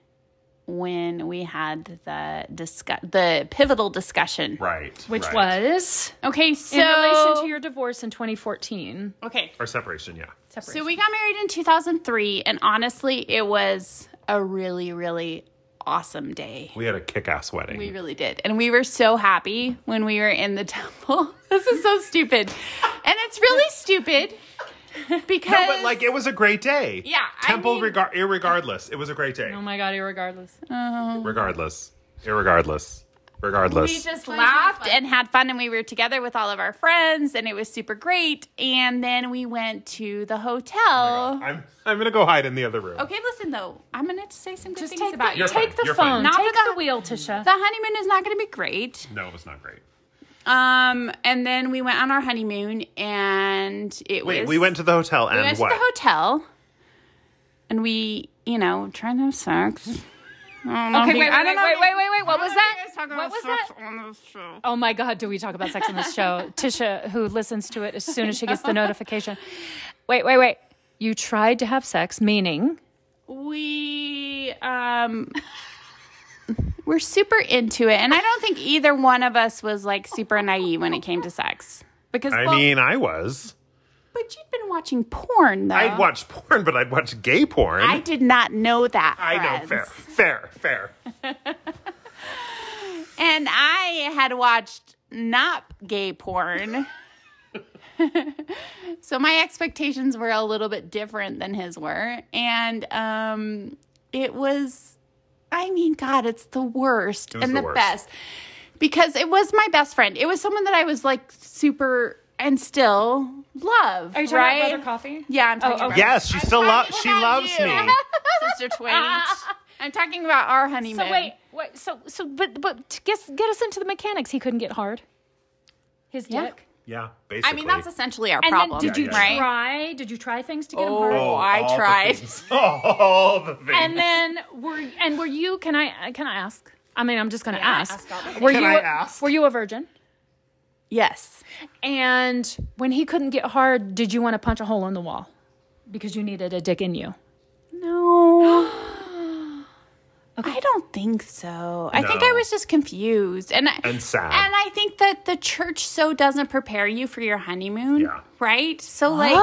[SPEAKER 4] when we had the discuss the pivotal discussion.
[SPEAKER 2] right.
[SPEAKER 1] Which
[SPEAKER 2] right.
[SPEAKER 1] was
[SPEAKER 4] Okay, so
[SPEAKER 1] in relation to your divorce in 2014.
[SPEAKER 4] Okay.
[SPEAKER 2] our separation? Yeah.
[SPEAKER 4] So we got married in 2003 and honestly, it was a really really awesome day.
[SPEAKER 2] We had a kick-ass wedding.
[SPEAKER 4] We really did. And we were so happy when we were in the temple. this is so stupid. And it's really stupid because
[SPEAKER 2] No, but like it was a great day.
[SPEAKER 4] Yeah, I
[SPEAKER 2] Temple,
[SPEAKER 4] mean-
[SPEAKER 2] regar- irregardless, it was a great day.
[SPEAKER 1] Oh my god! Irregardless.
[SPEAKER 2] Regardless, irregardless, regardless.
[SPEAKER 4] we just laughed and had fun and we were together with all of our friends and it was super great and then we went to the hotel
[SPEAKER 2] I'm I'm gonna go hide in the other room.
[SPEAKER 4] okay listen though i'm gonna say some good
[SPEAKER 1] Just
[SPEAKER 4] things
[SPEAKER 1] take
[SPEAKER 4] about
[SPEAKER 1] the,
[SPEAKER 4] you
[SPEAKER 2] You're
[SPEAKER 1] take
[SPEAKER 2] fine,
[SPEAKER 1] the
[SPEAKER 2] you're
[SPEAKER 1] phone.
[SPEAKER 2] fine.
[SPEAKER 1] Not
[SPEAKER 4] Not
[SPEAKER 1] take
[SPEAKER 4] the-
[SPEAKER 1] the wheel, Tisha.
[SPEAKER 4] the honeymoon is not gonna be great
[SPEAKER 2] No, it was not great.
[SPEAKER 4] um and then we went on our honeymoon and it
[SPEAKER 2] Wait,
[SPEAKER 4] was
[SPEAKER 2] we went to the hotel and
[SPEAKER 4] we went
[SPEAKER 2] what?
[SPEAKER 4] to the hotel and we you know trying to have sex
[SPEAKER 1] okay, wait, wait,
[SPEAKER 4] I
[SPEAKER 1] wait,
[SPEAKER 4] don't know
[SPEAKER 1] wait,
[SPEAKER 4] if-
[SPEAKER 1] wait, wait, wait. What was that? What was that? Oh my God, do we talk about sex on this show? Tisha, who listens to it as soon as she gets the notification. Wait, wait, wait. You tried to have sex, meaning
[SPEAKER 4] we um we're super into it and i don't think either one of us was like super naive when it came to sex because
[SPEAKER 2] I
[SPEAKER 4] well,
[SPEAKER 2] mean, I was.
[SPEAKER 4] but you'd been watching porn though
[SPEAKER 2] I'd watch porn, but I'd watch gay porn.
[SPEAKER 4] I did not know that
[SPEAKER 2] I know, fair,
[SPEAKER 4] friends.
[SPEAKER 2] fair, fair.
[SPEAKER 4] and i had watched not gay porn so my expectations were a little bit different than his were and um it was i mean god it's the worst
[SPEAKER 2] It was
[SPEAKER 4] and
[SPEAKER 2] the
[SPEAKER 4] the,
[SPEAKER 2] worst.
[SPEAKER 4] best because it was my best friend it was someone that i was like super and still love
[SPEAKER 1] Are you talking
[SPEAKER 4] right?
[SPEAKER 1] about Brother Coffee? Oh,
[SPEAKER 4] yeah i'm talking
[SPEAKER 1] okay.
[SPEAKER 4] about
[SPEAKER 2] Yes, she still loves.
[SPEAKER 4] talking
[SPEAKER 2] She
[SPEAKER 4] about
[SPEAKER 2] loves
[SPEAKER 4] you.
[SPEAKER 2] me.
[SPEAKER 4] sister twain i'm talking about our honeymoon
[SPEAKER 1] So wait, wait, so so but but to guess, get us into the mechanics. He couldn't get hard. His
[SPEAKER 4] Yeah.
[SPEAKER 1] dick.
[SPEAKER 2] Yeah, basically.
[SPEAKER 4] i mean that's essentially our
[SPEAKER 1] And
[SPEAKER 4] problem
[SPEAKER 1] then did you
[SPEAKER 2] yeah, yeah.
[SPEAKER 4] right
[SPEAKER 1] try? Did you try things to get him hard?
[SPEAKER 4] Oh, I
[SPEAKER 2] all the
[SPEAKER 4] tried.
[SPEAKER 2] things. all the things.
[SPEAKER 1] And then were and were you? Can I can I ask? I mean, I'm just gonna ask. Were
[SPEAKER 2] Can
[SPEAKER 1] you?
[SPEAKER 2] I
[SPEAKER 1] a-
[SPEAKER 2] ask?
[SPEAKER 1] Were you a virgin?
[SPEAKER 4] yes
[SPEAKER 1] And when he couldn't get hard, did you want to punch a hole in the wall because you needed a dick in you?
[SPEAKER 4] No. I don't think so. I think
[SPEAKER 2] No.
[SPEAKER 4] I was just confused and I,
[SPEAKER 2] And sad.
[SPEAKER 4] And I think that the church so doesn't prepare you for your honeymoon,
[SPEAKER 2] Yeah.
[SPEAKER 4] right? So like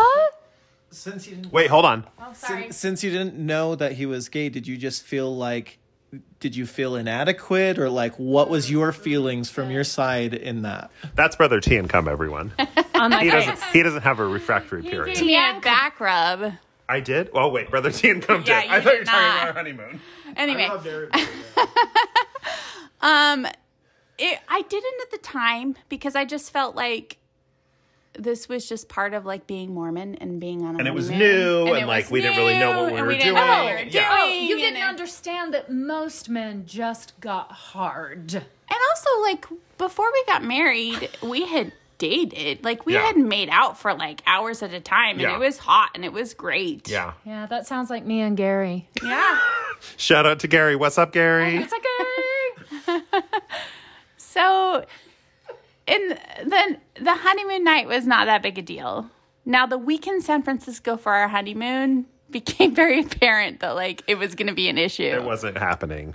[SPEAKER 5] Since you didn't,
[SPEAKER 2] Wait, hold on.
[SPEAKER 4] Oh,
[SPEAKER 5] since, you didn't know that he was gay, did you just feel like did you feel inadequate or like what was your feelings from your side in that?
[SPEAKER 2] That's Brother T and come, everyone.
[SPEAKER 1] on my
[SPEAKER 2] He
[SPEAKER 1] face.
[SPEAKER 2] doesn't, he doesn't have a refractory period.
[SPEAKER 4] me a back rub.
[SPEAKER 2] I did? Oh, wait, Brother T and come
[SPEAKER 4] Yeah,
[SPEAKER 2] did.
[SPEAKER 4] you
[SPEAKER 2] I thought you were
[SPEAKER 4] did
[SPEAKER 2] talking
[SPEAKER 4] not.
[SPEAKER 2] about our honeymoon.
[SPEAKER 4] Anyway, it, I didn't at the time because I just felt like this was just part of like being Mormon and being on a
[SPEAKER 2] And it was
[SPEAKER 4] honeymoon.
[SPEAKER 2] new, and,
[SPEAKER 4] it
[SPEAKER 2] like,
[SPEAKER 4] was
[SPEAKER 2] we didn't really know what
[SPEAKER 4] new,
[SPEAKER 2] we
[SPEAKER 4] and
[SPEAKER 2] were
[SPEAKER 4] didn't know what
[SPEAKER 2] doing.
[SPEAKER 4] we were
[SPEAKER 2] Yeah.
[SPEAKER 1] Oh, you
[SPEAKER 4] doing,
[SPEAKER 1] didn't
[SPEAKER 4] and-
[SPEAKER 1] understand that most men just got hard.
[SPEAKER 4] And also, like, before we got married, we had dated. Like, we
[SPEAKER 2] Yeah.
[SPEAKER 4] had made out for like hours at a time, and
[SPEAKER 2] Yeah.
[SPEAKER 4] it was hot and it was great.
[SPEAKER 2] Yeah.
[SPEAKER 1] Yeah, that sounds like me and Gary.
[SPEAKER 4] Yeah.
[SPEAKER 2] Shout out to Gary. What's up, Gary?
[SPEAKER 1] It's like Gary.
[SPEAKER 4] so, and then the honeymoon night was not that big a deal. Now, the week in San Francisco for our honeymoon became very apparent that, like, it was going to be an issue.
[SPEAKER 2] It wasn't happening.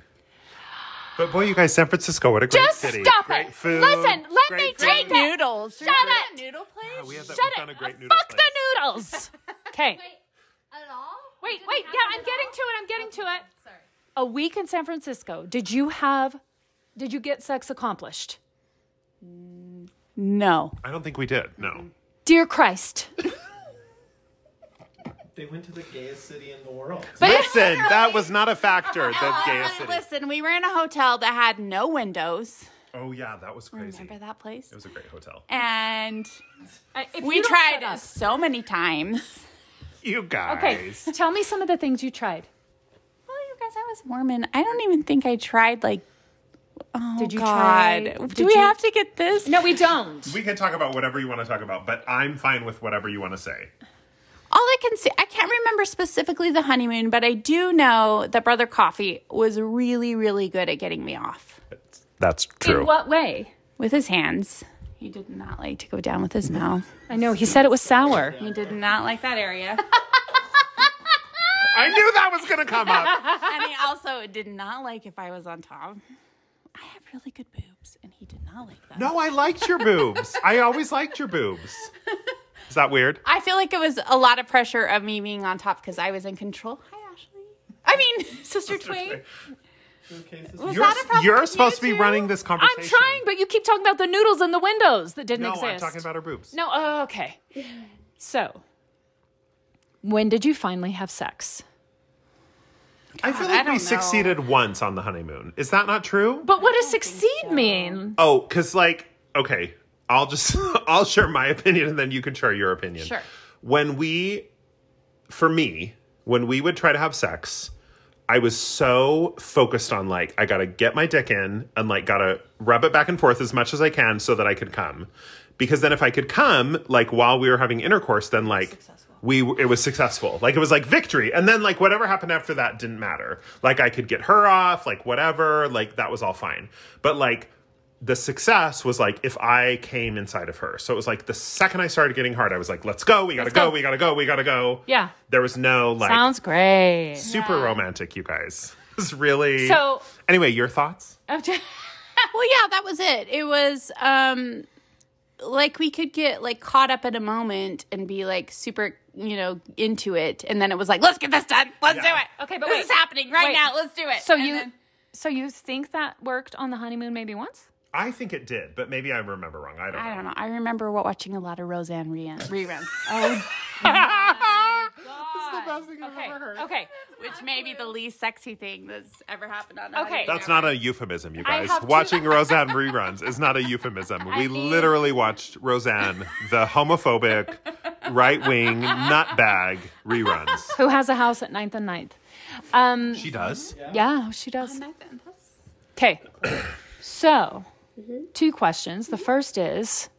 [SPEAKER 2] But boy, you guys, San Francisco, what a great
[SPEAKER 4] Just
[SPEAKER 2] city.
[SPEAKER 4] stop
[SPEAKER 2] great
[SPEAKER 4] it.
[SPEAKER 2] Food,
[SPEAKER 1] Listen, let
[SPEAKER 2] great
[SPEAKER 1] me
[SPEAKER 2] food.
[SPEAKER 1] take it.
[SPEAKER 4] Noodles.
[SPEAKER 1] Shut up.
[SPEAKER 4] Noodle place?
[SPEAKER 2] We had that,
[SPEAKER 1] Shut
[SPEAKER 2] we
[SPEAKER 1] it.
[SPEAKER 2] found a great noodle
[SPEAKER 1] Fuck
[SPEAKER 2] place.
[SPEAKER 1] the noodles. Okay.
[SPEAKER 3] At all?
[SPEAKER 1] Wait, wait. Yeah, I'm getting to it. I'm getting to it.
[SPEAKER 3] Sorry.
[SPEAKER 1] A week in San Francisco. Did you have? Did you get sex accomplished?
[SPEAKER 4] No.
[SPEAKER 2] I don't think we did. No.
[SPEAKER 1] Dear Christ.
[SPEAKER 5] They went to the gayest city in the world.
[SPEAKER 2] Listen, that was Oh, not a factor. The gayest
[SPEAKER 4] But
[SPEAKER 2] city.
[SPEAKER 4] Oh, listen, we were in a hotel that had no windows.
[SPEAKER 2] Oh yeah, that was crazy.
[SPEAKER 4] Remember that place?
[SPEAKER 2] It was a great hotel.
[SPEAKER 4] And
[SPEAKER 1] I- Uh, if
[SPEAKER 4] we
[SPEAKER 1] you don't
[SPEAKER 4] tried
[SPEAKER 1] shut up-
[SPEAKER 4] so many times.
[SPEAKER 2] You guys.
[SPEAKER 1] Okay. Tell me some of the things you tried.
[SPEAKER 4] Well, you guys, I was Mormon. I don't even think I tried. Like, oh
[SPEAKER 1] Did you
[SPEAKER 4] God,
[SPEAKER 1] try-
[SPEAKER 4] do
[SPEAKER 1] did
[SPEAKER 4] we
[SPEAKER 1] you-
[SPEAKER 4] have to get this?
[SPEAKER 1] No, we don't.
[SPEAKER 2] We can talk about whatever you want to talk about, but I'm fine with whatever you want to say.
[SPEAKER 4] All I can say, I can't remember specifically the honeymoon, but I do know that Brother Coffee was really, really good at getting me off
[SPEAKER 2] That's
[SPEAKER 1] In what way?
[SPEAKER 4] with his hands. He did not like to go down with his mouth.
[SPEAKER 1] I know he said it was sour.
[SPEAKER 4] He did not like that area,
[SPEAKER 2] I knew that was gonna come up.
[SPEAKER 4] and he also did not like if I was on top. I have really good boobs, and he did not like that.
[SPEAKER 2] No, I liked your boobs. I always liked your boobs. Is that weird?
[SPEAKER 4] I feel like it was a lot of pressure of me being on top because I was in control. Hi, Ashley. I mean, Sister Twain. Was
[SPEAKER 2] You're,
[SPEAKER 4] that a problem
[SPEAKER 2] you're
[SPEAKER 4] with
[SPEAKER 2] supposed to
[SPEAKER 4] you
[SPEAKER 2] be
[SPEAKER 4] two?
[SPEAKER 2] running this conversation.
[SPEAKER 1] I'm trying, but you keep talking about the noodles and the windows that didn't
[SPEAKER 2] No,
[SPEAKER 1] exist.
[SPEAKER 2] I'm talking about her boobs.
[SPEAKER 1] No, oh, okay. So, when did you finally have sex?
[SPEAKER 2] I feel
[SPEAKER 4] I
[SPEAKER 2] like
[SPEAKER 4] don't
[SPEAKER 2] we
[SPEAKER 4] know.
[SPEAKER 2] succeeded once on the honeymoon. Is that not true?
[SPEAKER 1] But what does succeed mean?
[SPEAKER 2] Oh, because like, okay, I'll just I'll share my opinion and then you can share your opinion.
[SPEAKER 4] Sure.
[SPEAKER 2] When we, for me, when we would try to have sex, I was so focused on like I gotta get my dick in and like gotta rub it back and forth as much as I can so that I could come, because then if I could come like while we were having intercourse, then like. We it was successful, like it was like victory, and then like whatever happened after that didn't matter. Like I could get her off, like whatever, like that was all fine. But like the success was like if I came inside of her. So it was like the second I started getting hard, I was like, let's go, we gotta go.
[SPEAKER 1] go.
[SPEAKER 2] we gotta go, we gotta go.
[SPEAKER 1] Yeah.
[SPEAKER 2] There was no like
[SPEAKER 1] Sounds great.
[SPEAKER 2] super romantic, you guys. It's really
[SPEAKER 1] So-
[SPEAKER 2] anyway, your thoughts?
[SPEAKER 1] I'm just-
[SPEAKER 4] Well, yeah, that was it. It was um like we could get like caught up in a moment and be like super, you know, into it, and then it was like, let's get this done, let's
[SPEAKER 2] Yeah.
[SPEAKER 4] do it.
[SPEAKER 1] Okay, but
[SPEAKER 4] this
[SPEAKER 1] wait.
[SPEAKER 4] is happening right
[SPEAKER 1] Wait.
[SPEAKER 4] now. Let's do it.
[SPEAKER 1] so
[SPEAKER 4] And
[SPEAKER 1] you,
[SPEAKER 4] then-
[SPEAKER 1] so you think that worked on the honeymoon maybe once?
[SPEAKER 2] I think it did, but maybe I remember wrong. I don't
[SPEAKER 4] I
[SPEAKER 2] know.
[SPEAKER 4] don't know. I remember wa- watching a lot of Roseanne re- reruns,
[SPEAKER 1] Okay. Okay.
[SPEAKER 4] which may be the least sexy thing that's ever happened on. a
[SPEAKER 1] Okay.
[SPEAKER 4] honeymoon.
[SPEAKER 2] That's not a euphemism, you
[SPEAKER 1] I
[SPEAKER 2] guys.
[SPEAKER 1] have two-
[SPEAKER 2] Watching Roseanne reruns is not a euphemism. we
[SPEAKER 1] mean-
[SPEAKER 2] literally watched Roseanne, the homophobic, right wing nutbag reruns.
[SPEAKER 1] Who has a house at 9th and 9th? Um,
[SPEAKER 2] She does?
[SPEAKER 1] yeah, she does. Okay. So, two questions. The first is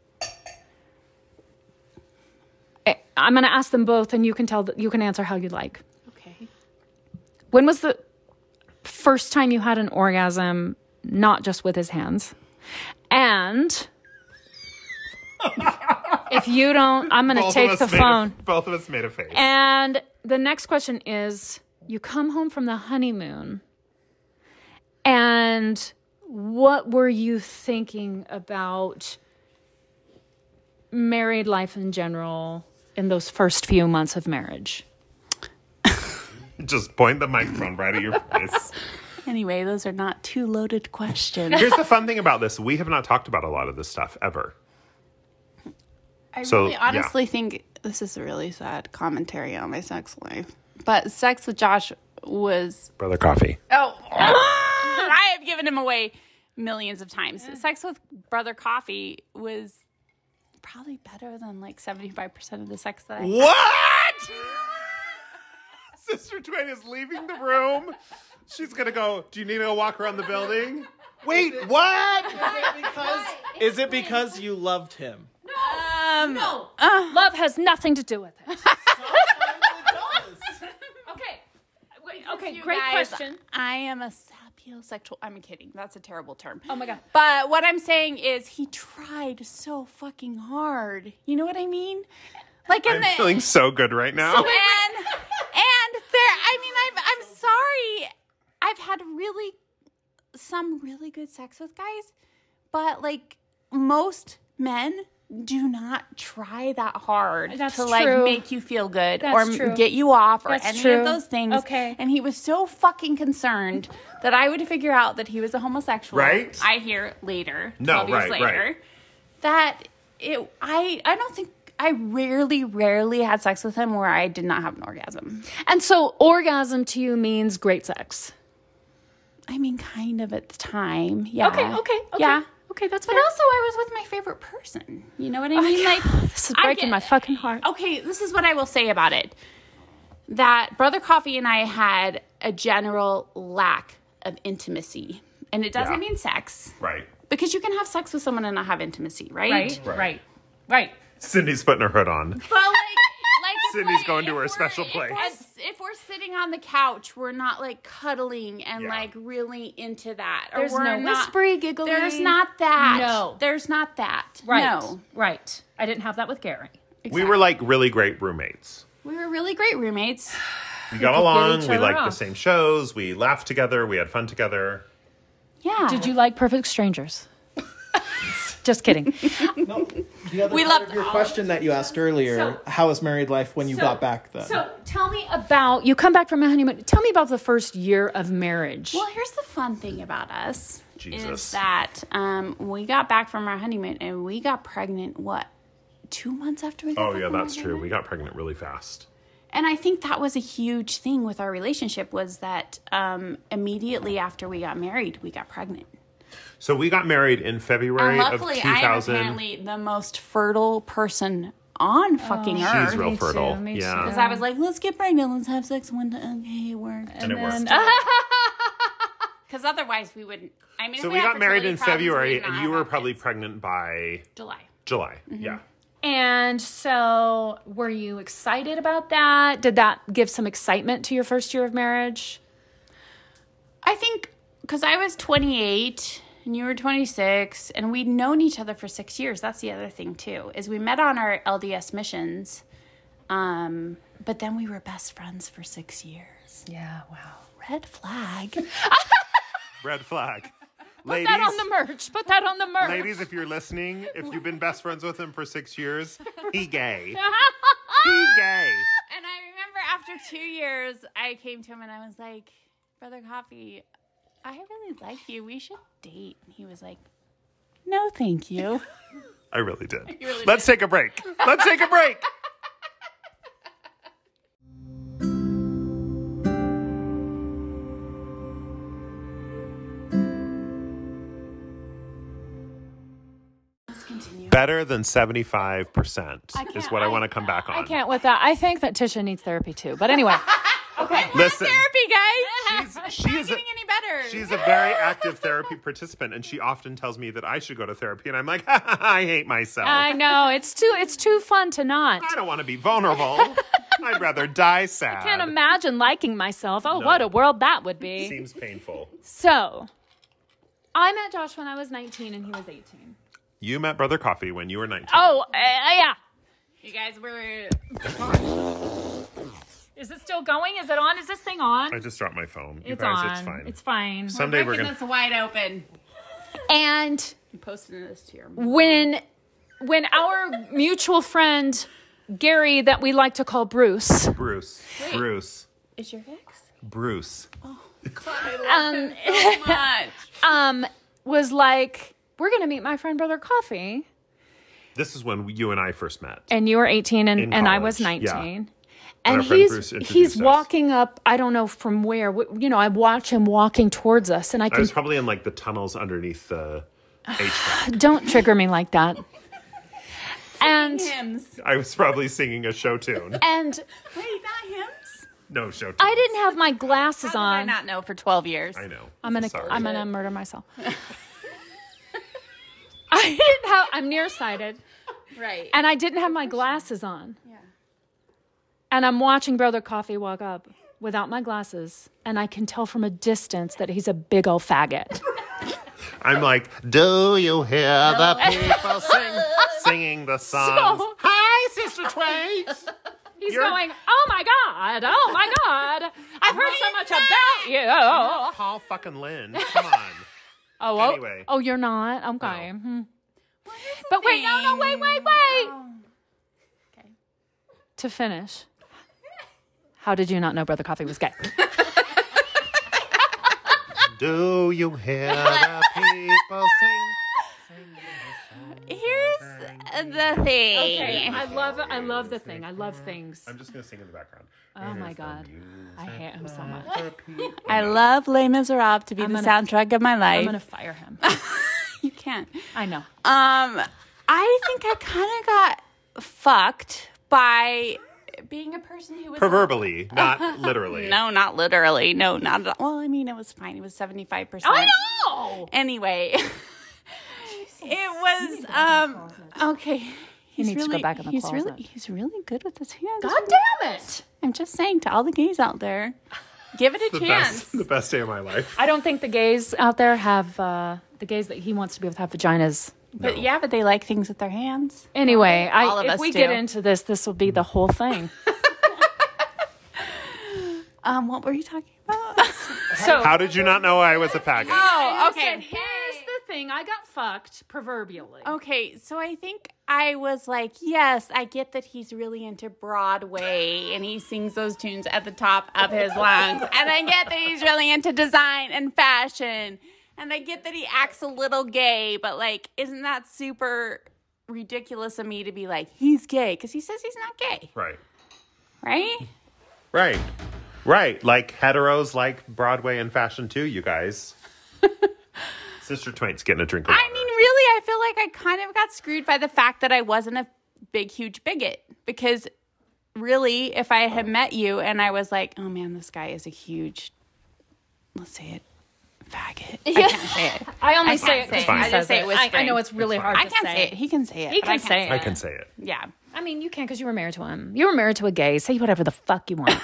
[SPEAKER 1] Eh, I'm going to ask them both and you can tell you can answer how you like.
[SPEAKER 4] Okay.
[SPEAKER 1] When was the first time you had an orgasm not just with his hands? And if you don't, I'm going to
[SPEAKER 2] Both of
[SPEAKER 1] take
[SPEAKER 2] us
[SPEAKER 1] the
[SPEAKER 2] made a-
[SPEAKER 1] phone.
[SPEAKER 2] both of us made a face.
[SPEAKER 1] And the next question is you come home from the honeymoon and what were you thinking about married life in general in those first few months of marriage?
[SPEAKER 2] Just point the microphone right at your face.
[SPEAKER 4] Anyway, those are not too loaded questions.
[SPEAKER 2] Here's the fun thing about this: we have not talked about a lot of this stuff ever.
[SPEAKER 4] I
[SPEAKER 2] So,
[SPEAKER 4] really
[SPEAKER 2] yeah.
[SPEAKER 4] honestly think this is a really sad commentary on my sex life. But sex with Josh was
[SPEAKER 2] Brother Coffee.
[SPEAKER 4] oh, I have given him away millions of times. Sex with brother Coffee was probably better than like seventy five percent of the sex that I.
[SPEAKER 2] What? Sister Twain is leaving the room. She's gonna go. Do you need to go walk around the building? Wait, what?
[SPEAKER 5] Is it because you loved him?
[SPEAKER 1] Love has nothing to do with it. Okay. Wait, okay,
[SPEAKER 4] You
[SPEAKER 1] great
[SPEAKER 4] guys,
[SPEAKER 1] question.
[SPEAKER 4] I am a sapiosexual. I'm kidding. That's a terrible term.
[SPEAKER 1] Oh my God.
[SPEAKER 4] But what I'm saying is he tried so fucking hard. You know what I mean? Like in
[SPEAKER 2] I'm
[SPEAKER 4] the
[SPEAKER 2] feeling so good right now.
[SPEAKER 4] and and there i mean I've, i'm sorry i've had really some really good sex with guys but like most men do not try that hard
[SPEAKER 1] That's
[SPEAKER 4] to like
[SPEAKER 1] true.
[SPEAKER 4] make you feel good
[SPEAKER 1] That's
[SPEAKER 4] or m-
[SPEAKER 1] true.
[SPEAKER 4] get you off or
[SPEAKER 1] That's
[SPEAKER 4] any
[SPEAKER 1] true.
[SPEAKER 4] of those things
[SPEAKER 1] Okay.
[SPEAKER 4] and he was so fucking concerned that i would figure out that he was a homosexual
[SPEAKER 2] Right?
[SPEAKER 4] i hear later
[SPEAKER 2] No,
[SPEAKER 4] 12 years
[SPEAKER 2] right,
[SPEAKER 4] later
[SPEAKER 2] right.
[SPEAKER 4] that it I I don't think I rarely rarely had sex with him where I did not have an orgasm.
[SPEAKER 1] And so orgasm to you means great sex.
[SPEAKER 4] I mean, kind of at the time, yeah.
[SPEAKER 1] Okay, okay, okay.
[SPEAKER 4] yeah.
[SPEAKER 1] Okay, that's
[SPEAKER 4] But
[SPEAKER 1] fair.
[SPEAKER 4] also, I was with my favorite person. You know what I mean? like
[SPEAKER 1] This is
[SPEAKER 4] I
[SPEAKER 1] breaking
[SPEAKER 4] get-
[SPEAKER 1] my fucking heart.
[SPEAKER 4] Okay, this is what I will say about it. That Brother Coffee and I had a general lack of intimacy. And it doesn't
[SPEAKER 2] Yeah.
[SPEAKER 4] mean sex,
[SPEAKER 2] Right.
[SPEAKER 4] because you can have sex with someone and not have intimacy, right?
[SPEAKER 2] Right. Right. Cindy's putting her hood on.
[SPEAKER 4] But like, like if
[SPEAKER 2] Cindy's
[SPEAKER 4] we're-
[SPEAKER 2] going to
[SPEAKER 4] if
[SPEAKER 2] her
[SPEAKER 4] we're-
[SPEAKER 2] special
[SPEAKER 4] if
[SPEAKER 2] place.
[SPEAKER 4] we're- If we're sitting on the couch, we're not like cuddling and
[SPEAKER 2] Yeah.
[SPEAKER 4] like really into that. Or
[SPEAKER 1] There's
[SPEAKER 4] we're
[SPEAKER 1] no
[SPEAKER 4] not,
[SPEAKER 1] whispery, giggling.
[SPEAKER 4] There's not that.
[SPEAKER 1] No.
[SPEAKER 4] There's not that. No.
[SPEAKER 1] Right. I didn't have that with Gary.
[SPEAKER 2] We were like really great roommates.
[SPEAKER 4] We were really great roommates.
[SPEAKER 2] We got along.
[SPEAKER 1] each
[SPEAKER 2] We
[SPEAKER 1] other
[SPEAKER 2] liked the
[SPEAKER 1] off.
[SPEAKER 2] same shows. We laughed together. We had fun together.
[SPEAKER 4] Yeah.
[SPEAKER 1] Did you like Perfect Strangers? Just kidding.
[SPEAKER 5] The other
[SPEAKER 4] We
[SPEAKER 5] part
[SPEAKER 4] loved
[SPEAKER 5] of your
[SPEAKER 4] all
[SPEAKER 5] question that you asked earlier. how was married life when you got back then?
[SPEAKER 1] So tell me about you come back from a honeymoon. Tell me about the first year of marriage.
[SPEAKER 4] Well, here's the fun thing about us
[SPEAKER 2] Jesus.
[SPEAKER 4] is that um, we got back from our honeymoon and we got pregnant. What? Two months after we got
[SPEAKER 2] Oh
[SPEAKER 4] back
[SPEAKER 2] yeah,
[SPEAKER 4] from our
[SPEAKER 2] that's true.
[SPEAKER 4] honeymoon?
[SPEAKER 2] We got pregnant really fast.
[SPEAKER 4] and i think that was a huge thing with our relationship was that um, immediately after we got married we got pregnant
[SPEAKER 2] So we got married in February
[SPEAKER 4] and
[SPEAKER 2] of
[SPEAKER 4] luckily i am
[SPEAKER 2] 2000.
[SPEAKER 4] apparently the most fertile person on fucking earth
[SPEAKER 2] She's real
[SPEAKER 1] Me too,
[SPEAKER 2] fertile.
[SPEAKER 1] me
[SPEAKER 2] yeah.
[SPEAKER 4] because i was like let's get pregnant let's have sex one time okay it worked
[SPEAKER 2] And it worked.
[SPEAKER 4] uh,
[SPEAKER 1] uh-huh.
[SPEAKER 4] because otherwise we wouldn't i mean
[SPEAKER 2] So
[SPEAKER 4] if
[SPEAKER 2] we
[SPEAKER 4] had
[SPEAKER 2] got married
[SPEAKER 4] fertility
[SPEAKER 2] in
[SPEAKER 4] problems, we
[SPEAKER 2] February,
[SPEAKER 4] would not
[SPEAKER 2] and you
[SPEAKER 4] have
[SPEAKER 2] were
[SPEAKER 4] had
[SPEAKER 2] probably
[SPEAKER 4] kids. Mm-hmm.
[SPEAKER 2] pregnant by
[SPEAKER 4] july
[SPEAKER 2] July. Yeah.
[SPEAKER 1] And so, were you excited about that? Did that give some excitement to your first year of marriage?
[SPEAKER 4] I think because I was 28 and you were 26, and we'd known each other for six years. That's the other thing too is we met on our LDS missions, um, but then we were best friends for six years.
[SPEAKER 1] Yeah, wow.
[SPEAKER 4] Red flag.
[SPEAKER 2] Red flag. Ladies,
[SPEAKER 1] Put that on the merch. Put that on the merch.
[SPEAKER 2] ladies, if you're listening, if you've been best friends with him for six years, he gay. He gay.
[SPEAKER 4] And I remember after two years, I came to him and I was like, Brother Coffee, I really like you. We should date. And he was like, No, thank you.
[SPEAKER 2] I really did. Let's take a break. Let's take a break. Better than 75% is what I want to come back on.
[SPEAKER 1] I can't with that. I think that Tisha needs therapy too. But anyway,
[SPEAKER 2] Listen,
[SPEAKER 4] Therapy, guys.
[SPEAKER 2] she's- she is a,
[SPEAKER 4] getting any better.
[SPEAKER 2] she's a very active therapy participant, and she often tells me that I should go to therapy, and I'm like, I hate myself.
[SPEAKER 1] I know it's too it's too fun to not.
[SPEAKER 2] I don't want to be vulnerable. I'd rather die sad.
[SPEAKER 1] I can't imagine liking myself. Oh, what a world that would be.
[SPEAKER 2] Seems painful.
[SPEAKER 1] So, I met Josh when I was 19 and he was 18.
[SPEAKER 2] You met Brother Coffee when you were 19.
[SPEAKER 1] Oh, uh, yeah.
[SPEAKER 4] you guys were.
[SPEAKER 1] Is it still going? Is it on? Is this thing on?
[SPEAKER 2] I just dropped my phone. you
[SPEAKER 1] it's
[SPEAKER 2] guys,
[SPEAKER 1] on.
[SPEAKER 2] it's fine.
[SPEAKER 1] fine.
[SPEAKER 2] Someday we're
[SPEAKER 4] Freaking
[SPEAKER 2] gonna.
[SPEAKER 4] this wide open.
[SPEAKER 1] and
[SPEAKER 4] You posted this to your
[SPEAKER 1] when when our mutual friend Gary that we like to call Bruce
[SPEAKER 2] Bruce. Bruce.
[SPEAKER 4] Is your ex?
[SPEAKER 2] Bruce.
[SPEAKER 1] um, um, was like, we're going to meet my friend Brother Coffee.
[SPEAKER 2] This is when you and I first met.
[SPEAKER 1] And you were 18 and,
[SPEAKER 2] In
[SPEAKER 1] and I was
[SPEAKER 2] college, yeah.
[SPEAKER 1] 19.
[SPEAKER 2] our
[SPEAKER 1] And
[SPEAKER 2] friend
[SPEAKER 1] he's
[SPEAKER 2] Bruce introduced
[SPEAKER 1] he's
[SPEAKER 2] us.
[SPEAKER 1] walking up. I don't know from where. wh- You know, I watch him walking towards us, and I
[SPEAKER 2] I
[SPEAKER 1] can
[SPEAKER 2] was probably in like the tunnels underneath the HVAC.
[SPEAKER 1] don't trigger me like that. And
[SPEAKER 4] Hymns.
[SPEAKER 2] I was probably singing a show tune.
[SPEAKER 1] and
[SPEAKER 4] Wait, not hymns?
[SPEAKER 2] No show tune.
[SPEAKER 1] I didn't have my glasses
[SPEAKER 4] How did I
[SPEAKER 1] on.
[SPEAKER 4] not know for 12 years?
[SPEAKER 2] I know.
[SPEAKER 1] I'm gonna
[SPEAKER 2] Sorry.
[SPEAKER 1] I'm gonna murder myself. I didn't have I'm nearsighted
[SPEAKER 4] Right.
[SPEAKER 1] and I didn't have my glasses on. Yeah. And I'm watching Brother Coffee walk up without my glasses and I can tell from a distance that he's a big old faggot. Uh,
[SPEAKER 2] I'm like, do you hear the people sing, singing the songs?
[SPEAKER 1] So-
[SPEAKER 2] Hi, Sister Twain.
[SPEAKER 1] He's
[SPEAKER 2] You're-
[SPEAKER 1] going, "Oh my god. Oh my god. I've heard so much about you."
[SPEAKER 2] Paul fucking Lynn. Come on.
[SPEAKER 1] Oh, oh,
[SPEAKER 2] Anyway.
[SPEAKER 1] oh, you're not. Okay. hmm. But wait, no, no, wait, wait, wait. Oh.
[SPEAKER 4] Okay.
[SPEAKER 1] To finish, how did you not know Brother Coffee was gay?
[SPEAKER 2] Do you hear the people sing?
[SPEAKER 3] Here's the thing.
[SPEAKER 1] I love, I love the thing. I love things.
[SPEAKER 2] I'm just gonna sing in the background.
[SPEAKER 1] Oh my god, I hate him so much.
[SPEAKER 4] I love Les Miserables to be the
[SPEAKER 1] gonna-
[SPEAKER 4] soundtrack of my
[SPEAKER 1] I'm
[SPEAKER 4] life.
[SPEAKER 1] gonna fire him.
[SPEAKER 4] You can't.
[SPEAKER 1] I know.
[SPEAKER 4] Um, I think I kind of got fucked by being a person who was
[SPEAKER 2] Proverbially, not literally.
[SPEAKER 4] no, not literally. No, not at all. Well, I mean, it was fine. It was seventy five percent.
[SPEAKER 1] Oh, I know.
[SPEAKER 4] Anyway, it was um okay. He's
[SPEAKER 1] needs to go back in the
[SPEAKER 4] he's really
[SPEAKER 1] closet.
[SPEAKER 4] he's really good with his hands.
[SPEAKER 1] God damn it!
[SPEAKER 4] I'm just saying to all the gays out there, give it a
[SPEAKER 2] The
[SPEAKER 4] chance.
[SPEAKER 2] best, the best day of my life.
[SPEAKER 1] I don't think the gays out there have uh, the gays that he wants to be with have vaginas.
[SPEAKER 4] But yeah, but they like things with their hands.
[SPEAKER 1] Anyway, I,
[SPEAKER 4] All of
[SPEAKER 1] if
[SPEAKER 4] us
[SPEAKER 1] we
[SPEAKER 4] do.
[SPEAKER 1] get into this, this will be the whole thing.
[SPEAKER 4] Um, what were you talking
[SPEAKER 1] Oh,
[SPEAKER 4] about?
[SPEAKER 1] So
[SPEAKER 2] How did you not know I was a faggot?
[SPEAKER 4] oh,
[SPEAKER 1] And here's the thing: I got fucked proverbially.
[SPEAKER 4] Okay, so I think I was like, yes, I get that he's really into Broadway and he sings those tunes at the top of his lungs. And I get that he's really into design and fashion. And I get that he acts a little gay, but like, isn't that super ridiculous of me to be like, he's gay? Because he says he's not gay,
[SPEAKER 2] Right.
[SPEAKER 4] right?
[SPEAKER 2] Right. Right. Like heteros like Broadway and fashion too, you guys. Sister Twain's getting a drink of water.
[SPEAKER 4] I mean, really, I feel like I kind of got screwed by the fact that I wasn't a big, huge bigot because really, if I had met you and I was like, oh man, this guy is a huge, let's say it, faggot. I can't say it.
[SPEAKER 1] I only
[SPEAKER 4] I
[SPEAKER 1] say it.
[SPEAKER 4] can't say it.
[SPEAKER 1] 'cause
[SPEAKER 4] I
[SPEAKER 1] he
[SPEAKER 4] just
[SPEAKER 1] says
[SPEAKER 4] say
[SPEAKER 1] I,
[SPEAKER 4] it
[SPEAKER 1] I
[SPEAKER 4] whispering.
[SPEAKER 1] know it's really hard.
[SPEAKER 4] I
[SPEAKER 1] to
[SPEAKER 4] can't
[SPEAKER 1] say.
[SPEAKER 4] say it. He can say it.
[SPEAKER 1] He
[SPEAKER 4] but
[SPEAKER 1] can
[SPEAKER 4] I
[SPEAKER 1] say it.
[SPEAKER 2] I can say it.
[SPEAKER 4] Yeah.
[SPEAKER 1] I mean, you can because you were married to him. You were married to a gay. Say whatever the fuck you want.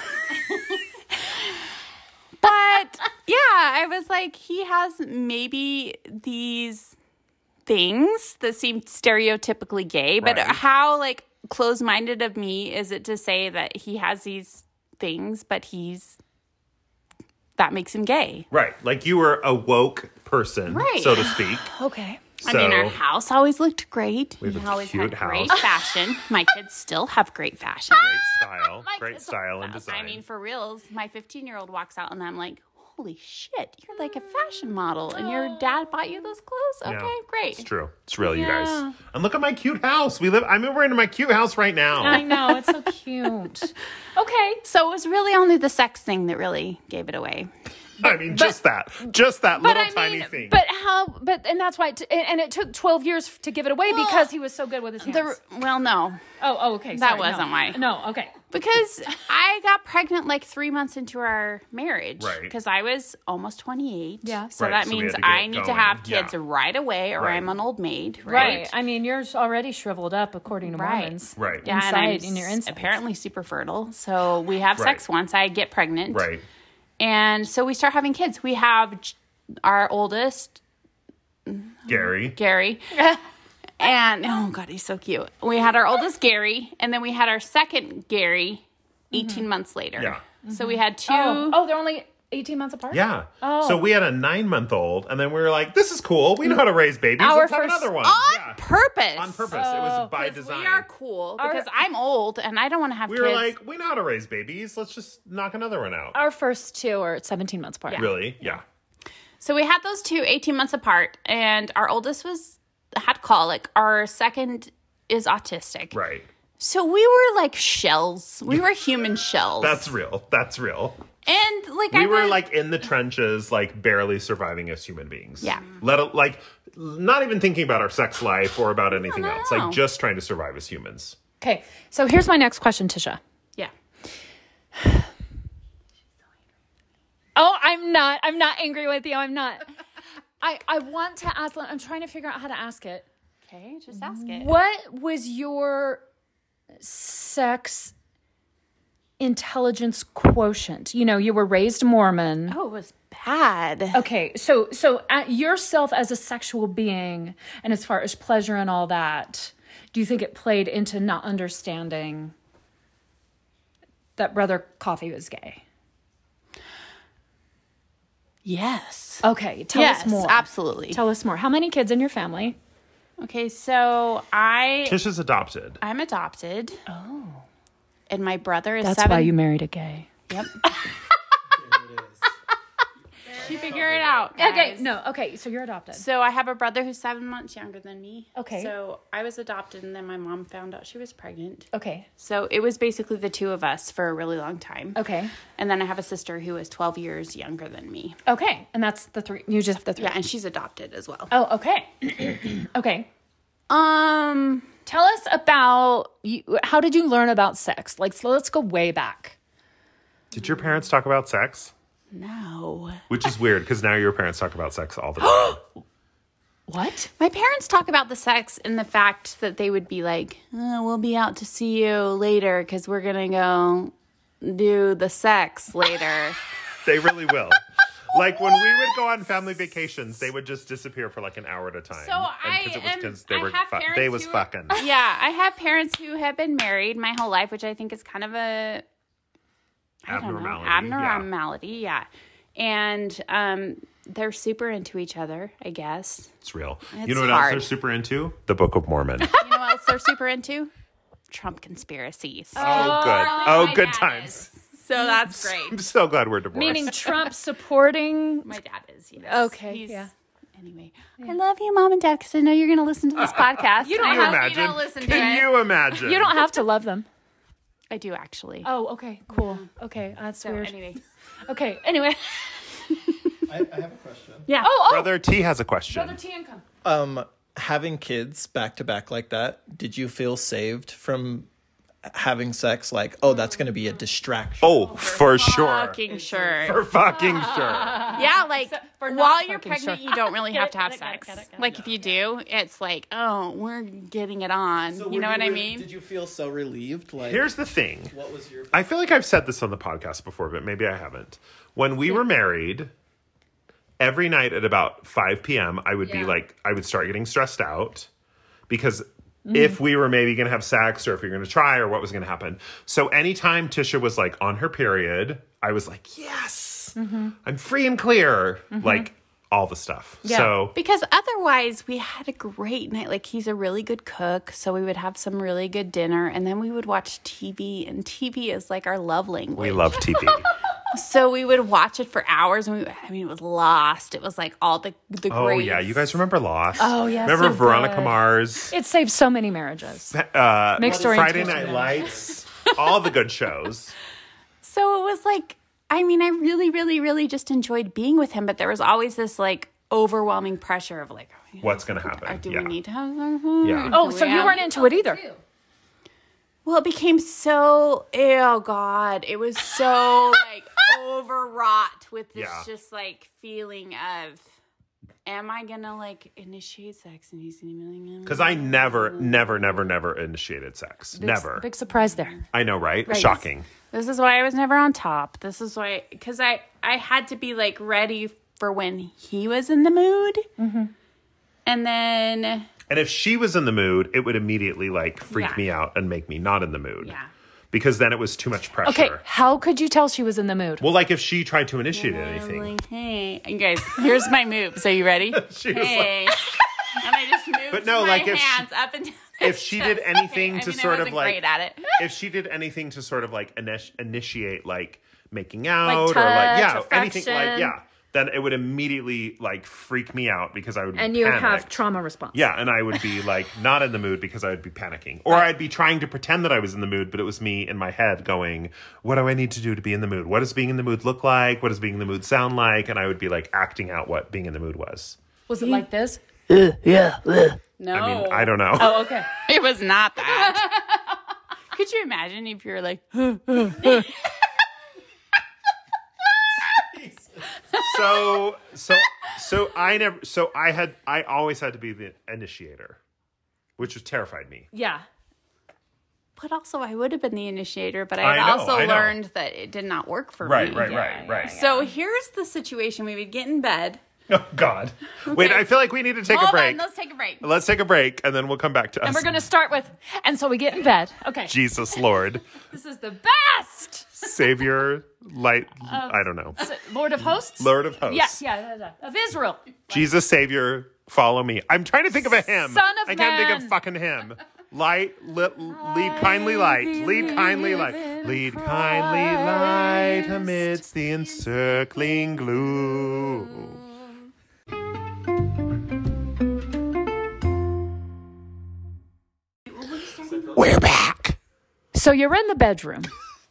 [SPEAKER 4] But yeah, I was like, he has maybe these things that seem stereotypically gay, but
[SPEAKER 2] Right.
[SPEAKER 4] how like close minded of me is it to say that he has these things, but he's that makes him gay?
[SPEAKER 2] Right. Like you were a woke person,
[SPEAKER 4] Right.
[SPEAKER 2] so to speak.
[SPEAKER 1] okay.
[SPEAKER 2] So
[SPEAKER 4] I mean, our house always looked great.
[SPEAKER 2] We have
[SPEAKER 4] He
[SPEAKER 2] a
[SPEAKER 4] always
[SPEAKER 2] cute
[SPEAKER 4] had great
[SPEAKER 2] house.
[SPEAKER 4] fashion. My kids still have great fashion.
[SPEAKER 2] great style. great style and design.
[SPEAKER 4] I mean, for reals, my 15 year old walks out and I'm like, holy shit, you're like a fashion model and your dad bought you those clothes?
[SPEAKER 2] Yeah.
[SPEAKER 4] Okay,
[SPEAKER 2] It's
[SPEAKER 4] great.
[SPEAKER 2] true. It's real, you
[SPEAKER 1] Yeah.
[SPEAKER 2] guys. And look at my cute house. We live. I'm we're in my cute house right
[SPEAKER 1] I
[SPEAKER 2] now.
[SPEAKER 1] know it's so cute. Okay.
[SPEAKER 4] So it was really only the sex thing that really gave it away.
[SPEAKER 2] I mean, just that, just that
[SPEAKER 1] But
[SPEAKER 2] little
[SPEAKER 1] I mean,
[SPEAKER 2] tiny thing.
[SPEAKER 1] but how? But and that's why. It t- and- and it took twelve years f- to give it away because he was so good with his hands.
[SPEAKER 4] The, well, no,
[SPEAKER 1] oh, oh, okay.
[SPEAKER 4] that
[SPEAKER 1] sorry, no.
[SPEAKER 4] wasn't why.
[SPEAKER 1] No, okay.
[SPEAKER 4] because I got pregnant like three months into our marriage.
[SPEAKER 2] Right.
[SPEAKER 4] Because I was almost 28.
[SPEAKER 1] Yeah.
[SPEAKER 4] So
[SPEAKER 2] Right,
[SPEAKER 4] that
[SPEAKER 2] so we
[SPEAKER 4] means
[SPEAKER 2] had to get
[SPEAKER 4] I need to
[SPEAKER 2] going.
[SPEAKER 4] have kids
[SPEAKER 2] Yeah.
[SPEAKER 4] right away or
[SPEAKER 2] Right.
[SPEAKER 4] I'm an old maid. Right.
[SPEAKER 1] Right. I mean, you're already shriveled up according to
[SPEAKER 4] Right.
[SPEAKER 1] Mormons.
[SPEAKER 2] right.
[SPEAKER 4] Yeah, and
[SPEAKER 1] Inside,
[SPEAKER 4] I'm
[SPEAKER 1] in your
[SPEAKER 4] s-
[SPEAKER 1] insides.
[SPEAKER 4] apparently super fertile. So we have
[SPEAKER 2] Right.
[SPEAKER 4] sex once I get pregnant.
[SPEAKER 2] Right.
[SPEAKER 4] And so we start having kids. We have J- our oldest,
[SPEAKER 2] Gary.
[SPEAKER 4] Gary. and oh god, he's so cute. We had our oldest Gary and then we had our second Gary 18 months later.
[SPEAKER 2] Yeah.
[SPEAKER 4] So we had two.
[SPEAKER 1] Oh, oh, they're only 18 months apart?
[SPEAKER 2] Yeah.
[SPEAKER 1] Oh.
[SPEAKER 2] So we had a nine month old, and then we were like, this is cool. We know how to raise babies.
[SPEAKER 1] Our
[SPEAKER 2] Let's have
[SPEAKER 1] first-
[SPEAKER 2] another one.
[SPEAKER 4] on
[SPEAKER 2] yeah.
[SPEAKER 4] purpose.
[SPEAKER 2] On purpose. it was by
[SPEAKER 4] Because
[SPEAKER 2] design.
[SPEAKER 4] we are cool
[SPEAKER 1] Our-
[SPEAKER 4] because I'm old and I don't want to have
[SPEAKER 2] We
[SPEAKER 4] kids.
[SPEAKER 2] were like, we know how to raise babies. Let's just knock another one out.
[SPEAKER 1] Our first two are 17 months apart.
[SPEAKER 2] Really? Yeah.
[SPEAKER 4] so we had those two 18 months apart and our oldest was had colic. Our second is autistic.
[SPEAKER 2] Right.
[SPEAKER 4] So we were like shells. We were human shells.
[SPEAKER 2] That's real. That's real.
[SPEAKER 4] and like I
[SPEAKER 2] We were
[SPEAKER 4] would-
[SPEAKER 2] like in the trenches, like barely surviving as human beings.
[SPEAKER 4] Yeah.
[SPEAKER 2] Let al- like not even thinking about our sex life or about anything else.
[SPEAKER 4] no.
[SPEAKER 2] Like just trying to survive as humans.
[SPEAKER 1] Okay. So here's my next question, Tisha.
[SPEAKER 4] yeah.
[SPEAKER 1] Oh, I'm not. I'm not angry with you. I'm not. I, I want to ask, I'm trying to figure out how to ask it.
[SPEAKER 4] Okay, just ask it.
[SPEAKER 1] What was your sex intelligence quotient? You know, you were raised Mormon.
[SPEAKER 4] Oh, it was bad.
[SPEAKER 1] Okay, so so at yourself as a sexual being, and as far as pleasure and all that, do you think it played into not understanding that brother Coffee was gay?
[SPEAKER 4] Yes.
[SPEAKER 1] Okay, tell
[SPEAKER 4] yes,
[SPEAKER 1] us more.
[SPEAKER 4] absolutely.
[SPEAKER 1] Tell us more. How many kids in your family?
[SPEAKER 4] okay, so I
[SPEAKER 2] Tish is adopted.
[SPEAKER 4] I'm adopted. Oh. And my brother is
[SPEAKER 1] That's
[SPEAKER 4] seven.
[SPEAKER 1] why you married a gay.
[SPEAKER 4] Yep. you figure it out.
[SPEAKER 1] Okay,
[SPEAKER 4] guys.
[SPEAKER 1] no, okay, so you're adopted.
[SPEAKER 4] So I have a brother who's seven months younger than me.
[SPEAKER 1] Okay.
[SPEAKER 4] So I was adopted, and then my mom found out she was pregnant.
[SPEAKER 1] Okay,
[SPEAKER 4] So it was basically the two of us for a really long time.
[SPEAKER 1] okay,
[SPEAKER 4] And then I have a sister who is 12 years younger than me.
[SPEAKER 1] okay, and that's the three. You just have the three.
[SPEAKER 4] Yeah, and she's adopted as well.
[SPEAKER 1] Oh, okay, okay.
[SPEAKER 4] Um,
[SPEAKER 1] Tell us about you, how did you learn about sex? Like, so let's go way back.
[SPEAKER 2] Did your parents talk about sex?
[SPEAKER 4] no.
[SPEAKER 2] Which is weird because now your parents talk about sex all the time.
[SPEAKER 1] What?
[SPEAKER 4] My parents talk about the sex and the fact that they would be like, "Uh, "We'll be out to see you later because we're gonna go do the sex later."
[SPEAKER 2] they really will. Like when we would go on family vacations, they would just disappear for like an hour at a time.
[SPEAKER 4] So
[SPEAKER 2] And 'cause
[SPEAKER 4] I
[SPEAKER 2] it was
[SPEAKER 4] am-
[SPEAKER 2] 'cause they
[SPEAKER 4] I
[SPEAKER 2] were
[SPEAKER 4] have
[SPEAKER 2] fu- they
[SPEAKER 4] parents
[SPEAKER 2] was
[SPEAKER 4] who-
[SPEAKER 2] fucking.
[SPEAKER 4] yeah, I have parents who have been married my whole life, which I think is kind of a I don't know,
[SPEAKER 2] Abnormality. Yeah.
[SPEAKER 4] abnormality. Yeah. and um, they're super into each other, I guess.
[SPEAKER 2] It's real. you
[SPEAKER 4] It's
[SPEAKER 2] know what else
[SPEAKER 4] hard.
[SPEAKER 2] they're super into? The Book of Mormon. Oh,
[SPEAKER 4] You know what else they're super into? Trump conspiracies.
[SPEAKER 2] Oh, good. Oh, good times.
[SPEAKER 4] So that's
[SPEAKER 2] I'm
[SPEAKER 4] great.
[SPEAKER 2] so glad we're divorced.
[SPEAKER 1] Meaning Trump supporting.
[SPEAKER 4] My dad is. Yes.
[SPEAKER 1] Okay,
[SPEAKER 4] He's,
[SPEAKER 1] yeah.
[SPEAKER 4] Anyway, I love you, mom and dad, because I know you're going to listen to this podcast.
[SPEAKER 1] You don't
[SPEAKER 4] and I
[SPEAKER 2] Can
[SPEAKER 1] have-
[SPEAKER 2] you
[SPEAKER 4] hope
[SPEAKER 2] imagine?
[SPEAKER 4] You don't listen to
[SPEAKER 2] Can
[SPEAKER 4] it.
[SPEAKER 2] you imagine?
[SPEAKER 1] You don't have to love them.
[SPEAKER 4] I do actually.
[SPEAKER 1] Oh, okay, cool. Okay, that's
[SPEAKER 4] so
[SPEAKER 1] weird.
[SPEAKER 4] anyway,
[SPEAKER 1] Okay, anyway.
[SPEAKER 5] I, I have a question.
[SPEAKER 4] yeah.
[SPEAKER 1] Oh, oh,
[SPEAKER 2] Brother T has a question.
[SPEAKER 1] brother T income.
[SPEAKER 5] Um, having kids back to back like that, did you feel saved from having sex? Like, oh, that's going to be a distraction.
[SPEAKER 2] oh, for sure.
[SPEAKER 4] Fucking sure.
[SPEAKER 2] For fucking sure.
[SPEAKER 4] yeah, like
[SPEAKER 1] for not
[SPEAKER 4] while you're
[SPEAKER 1] fucking
[SPEAKER 4] pregnant,
[SPEAKER 1] sure.
[SPEAKER 4] you don't really
[SPEAKER 1] Get
[SPEAKER 4] have
[SPEAKER 1] it,
[SPEAKER 4] to have
[SPEAKER 1] get it, get it,
[SPEAKER 4] sex.
[SPEAKER 1] get it, get it.
[SPEAKER 4] Like if you do, it's like, oh, we're getting it on. you know what I mean?
[SPEAKER 5] Did you feel so relieved? Like,
[SPEAKER 2] Here's the thing.
[SPEAKER 5] what was your
[SPEAKER 2] I feel like I've said this on the podcast before, but maybe I haven't. When we were married, every night at about 5 p.m., I would be like, I would start getting stressed out because
[SPEAKER 1] Mm-hmm.
[SPEAKER 2] if we were maybe going to have sex or if we were going to try or what was going to happen. So anytime Tisha was like on her period, I was like, yes,
[SPEAKER 1] Mm-hmm.
[SPEAKER 2] I'm free and clear. Like all the stuff. So
[SPEAKER 4] Because otherwise, we had a great night. Like, he's a really good cook. So, we would have some really good dinner and then we would watch TV. And TV is like our love language.
[SPEAKER 2] we love TV.
[SPEAKER 4] So, we would watch it for hours. And we, I mean, it was lost. It was like all the, the
[SPEAKER 2] oh,
[SPEAKER 4] greats.
[SPEAKER 2] yeah. You guys remember Lost?
[SPEAKER 1] Oh, yeah,
[SPEAKER 2] Remember
[SPEAKER 1] so
[SPEAKER 2] Veronica
[SPEAKER 1] good.
[SPEAKER 2] Mars?
[SPEAKER 1] It saved so many marriages.
[SPEAKER 2] uh,
[SPEAKER 1] Mixed
[SPEAKER 2] Friday
[SPEAKER 1] orientation.
[SPEAKER 2] Night Lights, all the good shows.
[SPEAKER 4] So, it was like, I mean, I really, really, really just enjoyed being with him. But there was always this like overwhelming pressure of like, oh,
[SPEAKER 2] What's going to happen?
[SPEAKER 4] do
[SPEAKER 2] yeah.
[SPEAKER 4] we need to have
[SPEAKER 2] Yeah.
[SPEAKER 1] Oh, so you
[SPEAKER 4] Yeah.
[SPEAKER 1] weren't into it either.
[SPEAKER 4] Well, it became so oh god, it was so like overwrought with this
[SPEAKER 2] Yeah.
[SPEAKER 4] just like feeling of am I gonna like initiate sex and he's gonna be like "Mm,
[SPEAKER 2] Because I never, never, never, never initiated sex. never.
[SPEAKER 1] Big surprise there.
[SPEAKER 2] I know, right? Shocking.
[SPEAKER 4] this is why I was never on top. This is why because I I had to be like ready for when he was in the mood, and then
[SPEAKER 2] And if she was in the mood, it would immediately like freak
[SPEAKER 4] Yeah.
[SPEAKER 2] me out and make me not in the mood.
[SPEAKER 4] yeah.
[SPEAKER 2] because then it was too much pressure.
[SPEAKER 1] Okay, how could you tell she was in the mood?
[SPEAKER 2] Well, like if she tried to initiate anything,
[SPEAKER 4] Like, hey, you guys, here's my move. So you ready?
[SPEAKER 2] she was like-
[SPEAKER 4] Hey. and I just moved
[SPEAKER 2] But no,
[SPEAKER 4] my
[SPEAKER 2] like, if she-
[SPEAKER 4] hands up and down.
[SPEAKER 2] if she did anything
[SPEAKER 4] I
[SPEAKER 2] to
[SPEAKER 4] mean, I
[SPEAKER 2] sort of
[SPEAKER 4] wasn't
[SPEAKER 2] like
[SPEAKER 4] great at it.
[SPEAKER 2] if she did anything to sort of like init- initiate like making out
[SPEAKER 3] touch,
[SPEAKER 2] or like yeah anything like
[SPEAKER 3] affection.
[SPEAKER 2] yeah then it would immediately like freak me out because I would
[SPEAKER 1] And you would
[SPEAKER 2] panic.
[SPEAKER 1] have trauma response.
[SPEAKER 2] yeah and I would be like not in the mood because I would be panicking or I'd be trying to pretend that I was in the mood but it was me in my head going what do I need to do to be in the mood what does being in the mood look like what does being in the mood sound like and I would be like acting out what being in the mood was
[SPEAKER 1] Was it like this?
[SPEAKER 4] No.
[SPEAKER 2] I mean I don't know
[SPEAKER 4] Oh,
[SPEAKER 1] Okay.
[SPEAKER 4] It was not that. Could you imagine if you were like,
[SPEAKER 2] so so so I never so I had I always had to be the initiator, which was terrified me.
[SPEAKER 1] Yeah.
[SPEAKER 4] but also I would have been the initiator, but I had
[SPEAKER 2] I know,
[SPEAKER 4] also
[SPEAKER 2] I know.
[SPEAKER 4] learned that it did not work for me.
[SPEAKER 2] right, right.
[SPEAKER 4] So here's the situation we would get in bed.
[SPEAKER 2] Oh God. Wait, I feel like we need to take a
[SPEAKER 4] Hold
[SPEAKER 2] break.
[SPEAKER 4] on, let's take a break.
[SPEAKER 2] let's take a break and then we'll come back to
[SPEAKER 1] And
[SPEAKER 2] us.
[SPEAKER 1] we're going to start with, and so we get in bed. Okay.
[SPEAKER 2] Jesus Lord,
[SPEAKER 1] This is the best.
[SPEAKER 2] Savior, light I don't know.
[SPEAKER 1] Lord of hosts?
[SPEAKER 2] Lord of hosts.
[SPEAKER 1] Yes, Um, yeah, yeah, yeah, of Israel.
[SPEAKER 2] Jesus Savior, follow me. I'm trying to think of a hymn.
[SPEAKER 1] Son of
[SPEAKER 2] I can't think
[SPEAKER 1] man.
[SPEAKER 2] of fucking him. Light, li- lead kindly light, lead kindly light, lead kindly light amidst the encircling gloom. We're back.
[SPEAKER 1] So you're in the bedroom.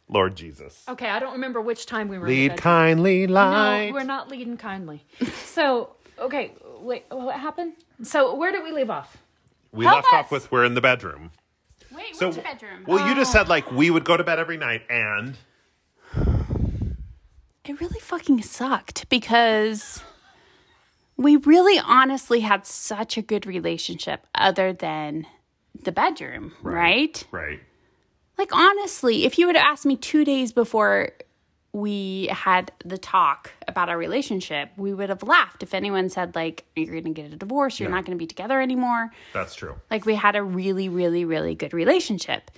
[SPEAKER 2] Lord Jesus.
[SPEAKER 1] Okay, I don't remember which time we were. in the
[SPEAKER 2] Lead
[SPEAKER 1] bedroom.
[SPEAKER 2] kindly light.
[SPEAKER 1] No, we're not leading kindly. So, okay, wait, what happened? So, where did we leave off?
[SPEAKER 2] we
[SPEAKER 1] Help
[SPEAKER 2] left
[SPEAKER 1] us.
[SPEAKER 2] off with we're in the bedroom.
[SPEAKER 4] Wait,
[SPEAKER 2] So,
[SPEAKER 4] which bedroom? Oh.
[SPEAKER 2] well, you just said like we would go to bed every night and.
[SPEAKER 4] it really fucking sucked because we really honestly had such a good relationship other than the bedroom, right?
[SPEAKER 2] Right.
[SPEAKER 4] Like, honestly, if you would have asked me two days before we had the talk about our relationship, we would have laughed if anyone said, like, you're going to get a divorce, you're not going to be together anymore.
[SPEAKER 2] That's true.
[SPEAKER 4] Like, we had a really, really, really good relationship.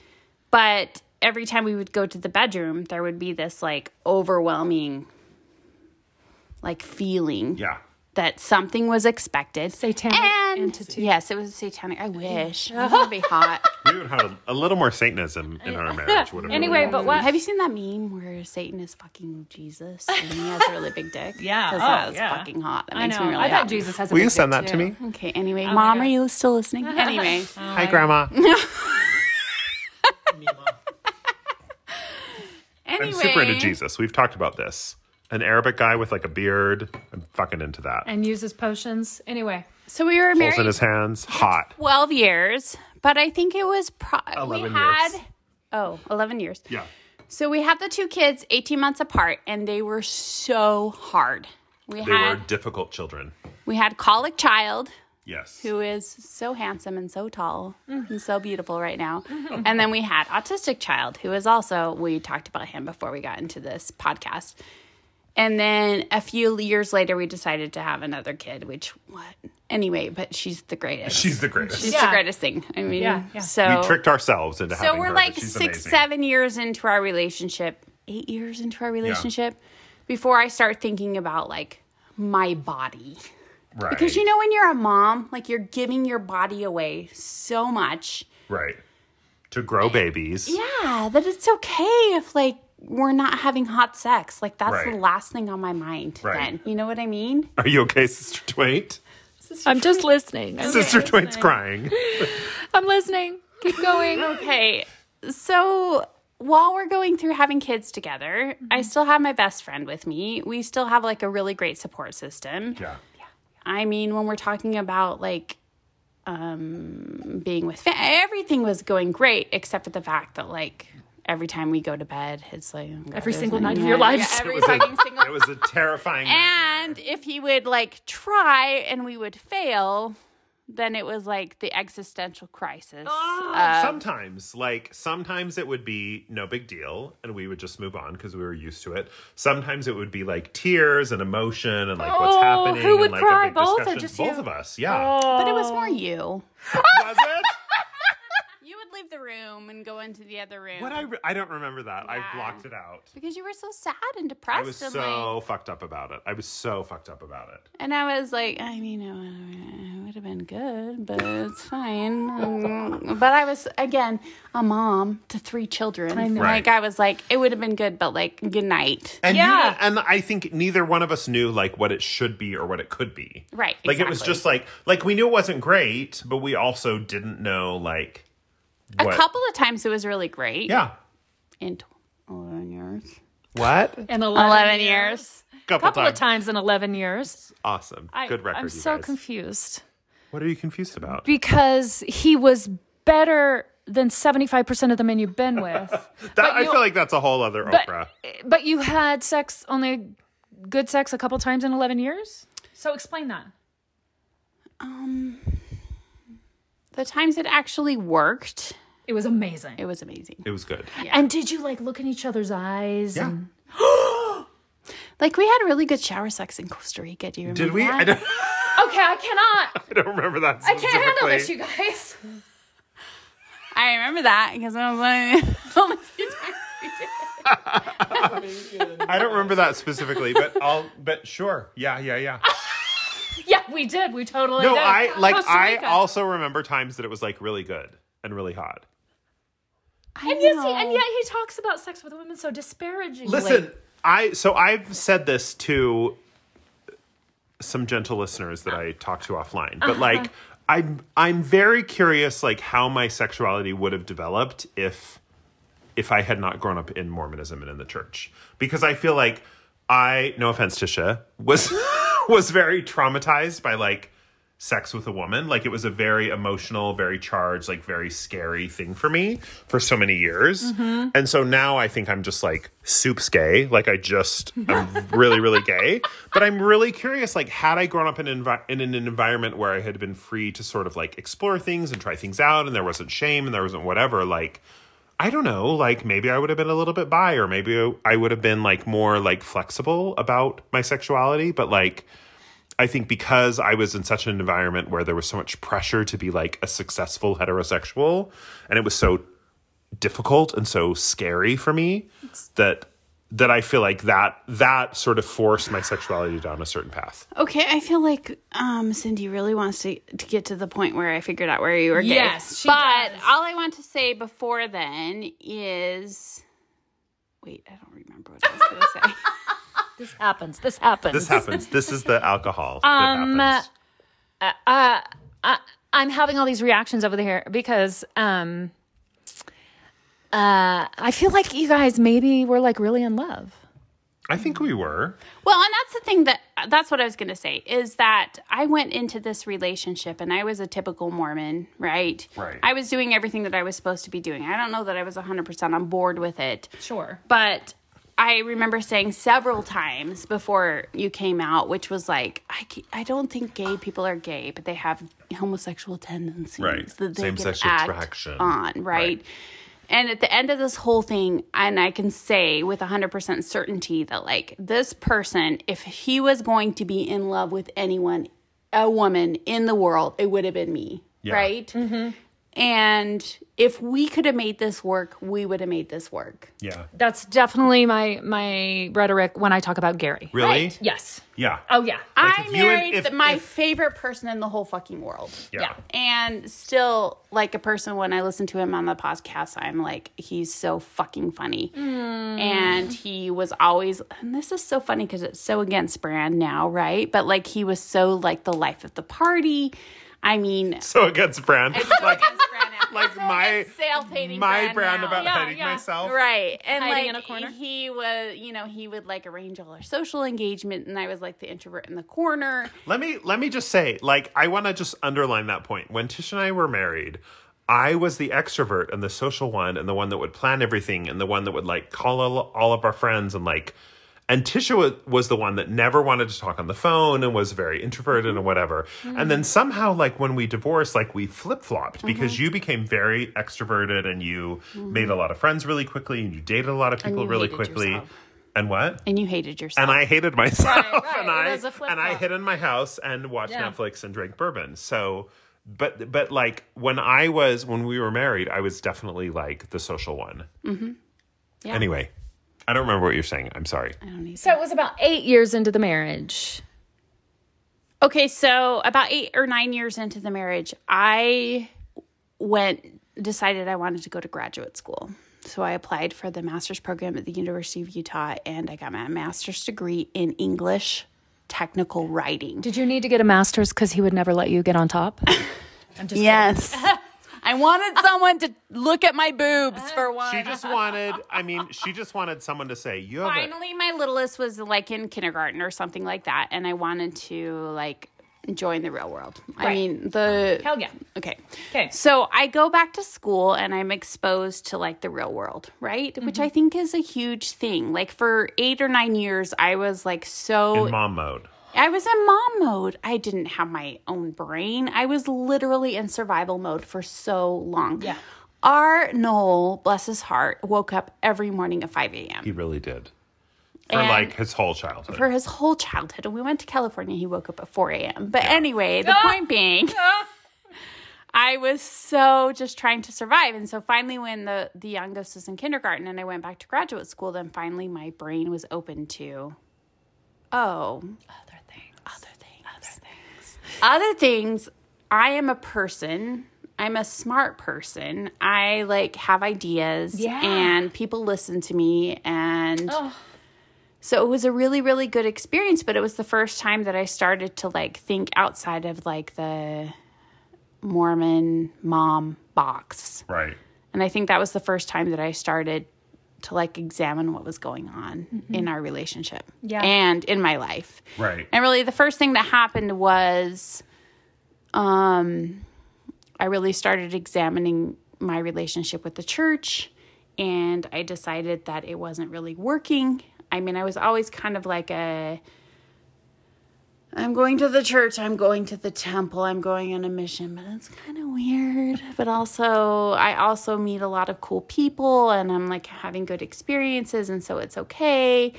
[SPEAKER 4] But every time we would go to the bedroom, there would be this, like, overwhelming, like, feeling
[SPEAKER 2] Yeah.
[SPEAKER 4] that something was expected.
[SPEAKER 1] Satanic
[SPEAKER 4] and,
[SPEAKER 1] entity.
[SPEAKER 4] Yes, it was satanic. I wish. It would be hot.
[SPEAKER 2] We would have a little more Satanism in our marriage. Would have been
[SPEAKER 1] Anyway,
[SPEAKER 2] really
[SPEAKER 1] but what?
[SPEAKER 4] Have you seen that meme where Satan is fucking Jesus and he has a really big dick?
[SPEAKER 1] Yeah,
[SPEAKER 4] because
[SPEAKER 1] oh,
[SPEAKER 4] that was
[SPEAKER 1] yeah.
[SPEAKER 4] fucking hot. That
[SPEAKER 1] I
[SPEAKER 4] makes
[SPEAKER 1] know.
[SPEAKER 4] me really
[SPEAKER 1] I
[SPEAKER 4] hot.
[SPEAKER 1] bet Jesus Oh has a
[SPEAKER 2] Will you
[SPEAKER 1] big
[SPEAKER 2] send
[SPEAKER 1] dick,
[SPEAKER 2] that
[SPEAKER 1] too.
[SPEAKER 2] to me?
[SPEAKER 4] Okay. Anyway, mom, are you still listening? Anyway,
[SPEAKER 2] Hi, Grandma.
[SPEAKER 4] anyway,
[SPEAKER 2] I'm super into Jesus. We've talked about this. An Arabic guy with like a beard. I'm fucking into that.
[SPEAKER 1] And uses potions. Anyway,
[SPEAKER 4] So we were
[SPEAKER 2] Holes in
[SPEAKER 4] married
[SPEAKER 2] his hands. Hot.
[SPEAKER 4] twelve years, but I think it was pro- we
[SPEAKER 2] 11
[SPEAKER 4] had
[SPEAKER 2] years.
[SPEAKER 4] oh, 11 years.
[SPEAKER 2] Yeah.
[SPEAKER 4] So we had the two kids, eighteen months apart, and they were so hard. We
[SPEAKER 2] They
[SPEAKER 4] had
[SPEAKER 2] were difficult children.
[SPEAKER 4] we had colic child.
[SPEAKER 2] Yes.
[SPEAKER 4] who is so handsome and so tall and so beautiful right now. and then we had autistic child who is also we talked about him before we got into this podcast. And then a few years later we decided to have another kid, which what? Anyway, but she's the greatest.
[SPEAKER 2] She's the greatest.
[SPEAKER 4] She's
[SPEAKER 1] Yeah.
[SPEAKER 4] the greatest thing. I mean,
[SPEAKER 1] Yeah, yeah.
[SPEAKER 4] so
[SPEAKER 2] we tricked ourselves into
[SPEAKER 4] so
[SPEAKER 2] having
[SPEAKER 4] we're
[SPEAKER 2] her, but
[SPEAKER 4] like
[SPEAKER 2] she's
[SPEAKER 4] six,
[SPEAKER 2] amazing.
[SPEAKER 4] seven years into our relationship, eight years into our relationship, before I start thinking about like my body.
[SPEAKER 2] Right.
[SPEAKER 4] Because you know, when you're a mom, like you're giving your body away so much.
[SPEAKER 2] Right. To grow babies.
[SPEAKER 4] Yeah, that it's okay if like we're not having hot sex. Like that's the
[SPEAKER 2] Right.
[SPEAKER 4] last thing on my mind.
[SPEAKER 2] Right.
[SPEAKER 4] Then you know what I mean.
[SPEAKER 2] Are you okay, Sister Twain?
[SPEAKER 1] I'm just listening.
[SPEAKER 2] Sister Twain's crying.
[SPEAKER 1] I'm listening. Keep going.
[SPEAKER 4] Okay, so while we're going through having kids together, I still have my best friend with me. We still have like a really great support system.
[SPEAKER 2] Yeah.
[SPEAKER 4] I mean, when we're talking about like um being with fa- everything was going great except for the fact that like every time we go to bed it's like oh, God,
[SPEAKER 1] Every
[SPEAKER 4] there's
[SPEAKER 1] single
[SPEAKER 4] no-
[SPEAKER 1] night of
[SPEAKER 4] yeah,
[SPEAKER 1] your
[SPEAKER 4] yeah,
[SPEAKER 1] lives.
[SPEAKER 4] every
[SPEAKER 2] It was
[SPEAKER 4] fucking single
[SPEAKER 2] a, it was a terrifying nightmare.
[SPEAKER 4] and if he would like try and we would fail then it was like the existential crisis
[SPEAKER 2] sometimes like sometimes it would be no big deal and we would just move on because we were used to it sometimes it would be like tears and emotion and like what's
[SPEAKER 1] Oh,
[SPEAKER 2] happening
[SPEAKER 1] who would
[SPEAKER 2] and like
[SPEAKER 1] cry?
[SPEAKER 2] a big
[SPEAKER 1] Both or
[SPEAKER 2] discussion.
[SPEAKER 1] just
[SPEAKER 2] both
[SPEAKER 1] you?
[SPEAKER 2] of us yeah
[SPEAKER 4] but it was more you
[SPEAKER 2] was it
[SPEAKER 4] Oh. you would leave the room room and go into the other room.
[SPEAKER 2] What I re- I don't remember that.
[SPEAKER 4] Yeah.
[SPEAKER 2] I blocked it out.
[SPEAKER 4] because you were so sad and
[SPEAKER 2] I
[SPEAKER 4] depressed.
[SPEAKER 2] was
[SPEAKER 4] and
[SPEAKER 2] so
[SPEAKER 4] like,
[SPEAKER 2] fucked up about it. I was so fucked up about it.
[SPEAKER 4] and I was like, I mean, it would have been good, but it's fine. Um, but I was again a mom to three children. I
[SPEAKER 1] know.
[SPEAKER 2] Right.
[SPEAKER 4] Like I was like, it would have been good, but like, good night.
[SPEAKER 2] And
[SPEAKER 1] Yeah.
[SPEAKER 2] neither- and I think neither one of us knew like what it should be or what it could be.
[SPEAKER 4] Right,
[SPEAKER 2] Like it was
[SPEAKER 4] exactly.
[SPEAKER 2] just like like we knew it wasn't great, but we also didn't know like what.
[SPEAKER 4] A couple of times it was really great.
[SPEAKER 2] Yeah.
[SPEAKER 4] In tw- eleven years.
[SPEAKER 2] What?
[SPEAKER 1] In 11,
[SPEAKER 4] 11 years.
[SPEAKER 2] couple,
[SPEAKER 1] couple of times in 11 years.
[SPEAKER 2] Awesome. Good record.
[SPEAKER 1] I'm
[SPEAKER 2] you
[SPEAKER 1] so
[SPEAKER 2] guys.
[SPEAKER 1] confused
[SPEAKER 2] What are you confused about?
[SPEAKER 1] because he was better than 75% of the men you've been with.
[SPEAKER 2] That, I
[SPEAKER 1] you-
[SPEAKER 2] feel like that's a whole other
[SPEAKER 1] but,
[SPEAKER 2] Oprah.
[SPEAKER 1] but you had sex, only good sex, a couple times in 11 years? So explain that.
[SPEAKER 4] Um, The times it actually worked,
[SPEAKER 1] It was amazing.
[SPEAKER 4] it was amazing.
[SPEAKER 2] It was good.
[SPEAKER 1] And did you like look in each other's eyes?
[SPEAKER 2] Yeah.
[SPEAKER 1] and-
[SPEAKER 4] Like we had really good shower sex in Costa Rica. Do you remember?
[SPEAKER 2] Did we? I
[SPEAKER 4] that?
[SPEAKER 2] don't,
[SPEAKER 1] okay, I cannot.
[SPEAKER 2] I don't remember that.
[SPEAKER 1] I can't handle this,
[SPEAKER 2] specifically.
[SPEAKER 1] you guys.
[SPEAKER 4] I remember that because I was like, only a few times.
[SPEAKER 2] I don't remember that specifically, but I'll. But sure. Yeah. Yeah. Yeah.
[SPEAKER 1] Yeah, we did. We totally
[SPEAKER 2] No,
[SPEAKER 1] did.
[SPEAKER 2] I like.
[SPEAKER 1] Costa
[SPEAKER 2] I
[SPEAKER 1] Rica.
[SPEAKER 2] also remember times that it was like really good and really hot.
[SPEAKER 4] I
[SPEAKER 1] And, yes, he,
[SPEAKER 4] know.
[SPEAKER 1] and yet he talks about sex with women so disparagingly.
[SPEAKER 2] Listen, I so I've said this to some gentle listeners that I talk to offline, but like I'm I'm very curious like how my sexuality would have developed if if I had not grown up in Mormonism and in the church because I feel like I no offense Tisha was was very traumatized by like sex with a woman like it was a very emotional very charged like very scary thing for me for so many years and so now i think i'm just like soups gay like i just i'm really really gay but i'm really curious like had i grown up in, an envi- in an environment where i had been free to sort of like explore things and try things out and there wasn't shame and there wasn't whatever like I don't know, like maybe I would have been a little bit bi or maybe I would have been like more like flexible about my sexuality, but like I think because I was in such an environment where there was so much pressure to be like a successful heterosexual and it was so difficult and so scary for me that that I feel like that that sort of forced my sexuality down a certain path.
[SPEAKER 4] Okay, I feel like um, Cindy really wants to, to get to the point where I figured out where you were gay.
[SPEAKER 1] Yes, she
[SPEAKER 4] but all I want to say before then is, wait, I don't remember what I was going to say.
[SPEAKER 1] this happens. This happens.
[SPEAKER 2] This happens. This is the alcohol. that
[SPEAKER 1] Um,
[SPEAKER 2] happens.
[SPEAKER 1] uh, I, I'm having all these reactions over here because um, uh, I feel like you guys maybe were like really in love.
[SPEAKER 2] I think we were.
[SPEAKER 4] Well, and that's the thing that that's what I was going to say is that I went into this relationship and I was a typical Mormon, right?
[SPEAKER 2] Right.
[SPEAKER 4] I was doing everything that I was supposed to be doing. I don't know that I was 100% on board with it.
[SPEAKER 1] Sure.
[SPEAKER 4] But I remember saying several times before you came out, which was like, I, ca- I don't think gay people are gay, but they have homosexual tendencies
[SPEAKER 2] Right.
[SPEAKER 4] that they can
[SPEAKER 2] Same-sexual
[SPEAKER 4] act
[SPEAKER 2] attraction.
[SPEAKER 4] on, right?
[SPEAKER 2] Right.
[SPEAKER 4] And at the end of this whole thing, and I can say with 100% certainty that, like, this person, if he was going to be in love with anyone, a woman in the world, it would have been me, right? And if we could have made this work, we would have made this work.
[SPEAKER 2] Yeah.
[SPEAKER 1] That's definitely my my rhetoric when I talk about Gary.
[SPEAKER 2] Really?
[SPEAKER 1] Yes.
[SPEAKER 2] Yeah.
[SPEAKER 1] Oh yeah.
[SPEAKER 2] Like,
[SPEAKER 4] I
[SPEAKER 2] if you had-
[SPEAKER 4] married
[SPEAKER 2] if-
[SPEAKER 4] the, my
[SPEAKER 2] if-
[SPEAKER 4] favorite person in the whole fucking world.
[SPEAKER 1] yeah.
[SPEAKER 4] And still, like a person, when I listen to him on the podcast, I'm like, he's so fucking funny.
[SPEAKER 2] Hmm.
[SPEAKER 4] And he was always, and this is so funny because it's so against brand now, right? But like, he was so like the life of the party. I mean,
[SPEAKER 2] So against brand. like like my
[SPEAKER 4] self hating.
[SPEAKER 2] my brand about
[SPEAKER 1] Yeah,
[SPEAKER 2] hiding
[SPEAKER 1] yeah.
[SPEAKER 2] myself.
[SPEAKER 4] Right. And
[SPEAKER 1] Hiding in
[SPEAKER 4] like
[SPEAKER 1] a corner?
[SPEAKER 4] he was, you know, he would like arrange all our social engagement and I was like the introvert in the corner.
[SPEAKER 2] Let me let me just say, like, I want to just underline that point. When Tish and I were married, I was the extrovert and the social one, and the one that would plan everything, and the one that would like call all, all of our friends and like. And Tisha was, was the one that never wanted to talk on the phone and was very introverted and
[SPEAKER 4] Mm-hmm.
[SPEAKER 2] whatever. And then somehow, like when we divorced, like we flip flopped
[SPEAKER 4] Mm-hmm.
[SPEAKER 2] because you became very extroverted and you made a lot of friends really quickly and you dated a lot of people
[SPEAKER 4] Mm-hmm. you
[SPEAKER 2] really
[SPEAKER 4] hated
[SPEAKER 2] quickly.
[SPEAKER 4] yourself.
[SPEAKER 2] And what?
[SPEAKER 4] And you hated yourself.
[SPEAKER 2] and I hated myself,
[SPEAKER 1] right.
[SPEAKER 2] and
[SPEAKER 1] It
[SPEAKER 2] I
[SPEAKER 1] was a flip
[SPEAKER 2] and I
[SPEAKER 1] flop.
[SPEAKER 2] hid in my house and watched
[SPEAKER 1] Yeah.
[SPEAKER 2] Netflix and drank bourbon. So But but like when I was when we were married, I was definitely like the social one. Mm-hmm.
[SPEAKER 4] Yeah.
[SPEAKER 2] Anyway, I don't remember what you're saying. I'm sorry.
[SPEAKER 1] So it was about eight years into the marriage.
[SPEAKER 4] Okay, so about eight or nine years into the marriage, I went decided I wanted to go to graduate school. So I applied for the master's program at the University of Utah and I got my master's degree in English technical writing.
[SPEAKER 1] Did you need to get a master's because he would never let you get on top?
[SPEAKER 4] Yes. I wanted someone to look at my boobs for one.
[SPEAKER 2] She just wanted. I mean, she just wanted someone to say you have. a-"
[SPEAKER 4] Finally, my littlest was like in kindergarten or something like that, and I wanted to like join the real world. I mean, the
[SPEAKER 1] Hell yeah.
[SPEAKER 4] Okay.
[SPEAKER 1] Okay.
[SPEAKER 4] So I go back to school and I'm exposed to like the real world, right? Which I think is a huge thing. Like for eight or nine years, I was like so
[SPEAKER 2] in mom mode.
[SPEAKER 4] I was in mom mode. I didn't have my own brain. I was literally in survival mode for so long. Yeah. Our Noel, bless his heart, woke up every morning at 5 a.m.
[SPEAKER 2] He really did. For
[SPEAKER 4] And-
[SPEAKER 2] like his whole childhood.
[SPEAKER 4] for his whole childhood. And we went to California. He woke up at 4 a.m. But anyway, the point being, I was so just trying to survive. And so finally, when the, the youngest was in kindergarten and I went back to graduate school, then finally my brain was open to, oh, other things, other things, other things. Other things, I am a person. I'm a smart person. I like have ideas
[SPEAKER 1] Yeah.
[SPEAKER 4] and people listen to me and so it was a really, really good experience, but it was the first time that I started to like think outside of like the Mormon mom box.
[SPEAKER 2] right.
[SPEAKER 4] And I think that was the first time that I started to like examine what was going on in our relationship
[SPEAKER 1] Yeah.
[SPEAKER 4] and in my life.
[SPEAKER 2] Right.
[SPEAKER 4] And really, the first thing that happened was um, I really started examining my relationship with the church, and I decided that it wasn't really working. I mean, I was always kind of like a I'm going to the church, I'm going to the temple, I'm going on a mission, but it's kind of weird. But also, I also meet a lot of cool people and I'm like having good experiences, and so it's okay.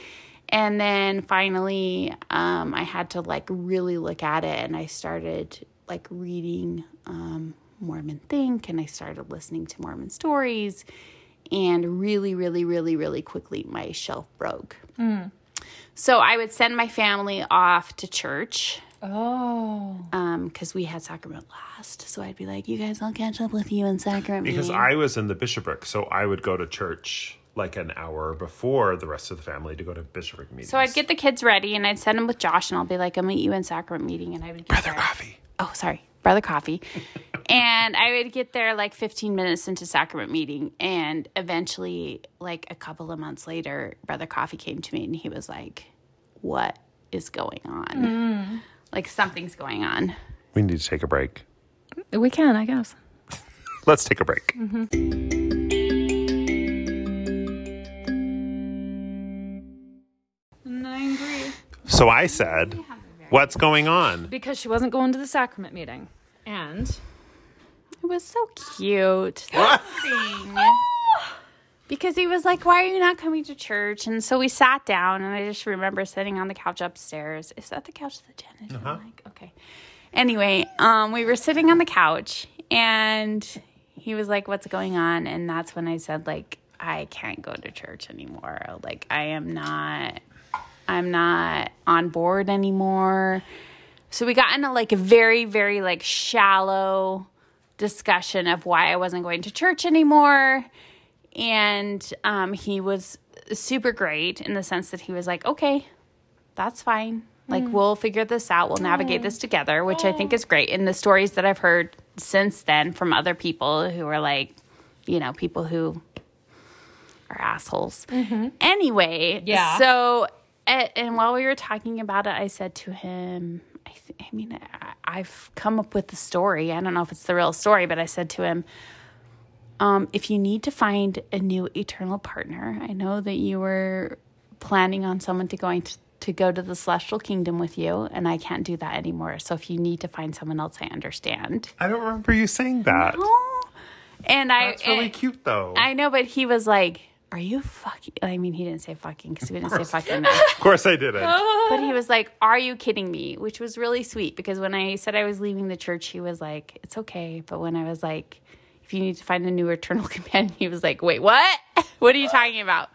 [SPEAKER 4] And then finally, um, I had to like really look at it and I started like reading um, Mormon Think and I started listening to Mormon stories. And really, really, really, really quickly, my shelf broke. So I would send my family off to church
[SPEAKER 1] Oh.
[SPEAKER 4] because we had sacrament last. So I'd be like, you guys, I'll catch up with you in sacrament.
[SPEAKER 2] Because I was in the bishopric, so I would go to church like an hour before the rest of the family to go to bishopric meetings.
[SPEAKER 4] so I'd get the kids ready and I'd send them with Josh and I'll be like, I'll meet you in sacrament meeting. And I would get
[SPEAKER 2] their
[SPEAKER 4] there.
[SPEAKER 2] coffee.
[SPEAKER 4] Oh, sorry. Brother Coffee. and I would get there like 15 minutes into sacrament meeting. And eventually, like a couple of months later, Brother Coffee came to me and he was like, what is going on? Like something's going on.
[SPEAKER 2] We need to take a break.
[SPEAKER 1] We can, I guess.
[SPEAKER 2] Let's take a break. So I said, What's going on?
[SPEAKER 1] Because she wasn't going to the sacrament meeting. And
[SPEAKER 4] It was so cute. That thing. Because he was like, Why are you not coming to church? And so we sat down, and I just remember sitting on the couch upstairs. Is that the couch that Jen is on? like? Okay. Anyway, um, we were sitting on the couch, and he was like, What's going on? And that's when I said, like, I can't go to church anymore. Like, I am not, I'm not on board anymore. So we got into like a very, very like shallow discussion of why I wasn't going to church anymore. And um, he was super great in the sense that he was like, okay, that's fine. Like, we'll figure this out. We'll navigate this together, which I think is great. And the stories that I've heard since then from other people who are like, you know, people who are assholes.
[SPEAKER 2] Mm-hmm.
[SPEAKER 4] Anyway,
[SPEAKER 1] Yeah.
[SPEAKER 4] So, and, and while we were talking about it, I said to him, I, th- I mean, I, I've come up with the story. I don't know if it's the real story, but I said to him, um, if you need to find a new eternal partner, I know that you were planning on someone to going to, to go to the celestial kingdom with you, and I can't do that anymore. So if you need to find someone else, I understand.
[SPEAKER 2] I don't remember you saying that.
[SPEAKER 4] Oh, and I
[SPEAKER 2] That's really
[SPEAKER 4] and-
[SPEAKER 2] cute, though.
[SPEAKER 4] I know, but he was like, Are you fucking? I mean, he didn't say fucking because we didn't say fucking.
[SPEAKER 2] Of course I didn't.
[SPEAKER 4] But he was like, Are you kidding me? Which was really sweet because when I said I was leaving the church, he was like, It's okay. But when I was like, If you need to find a new eternal companion, he was like, Wait, what? What are you talking about?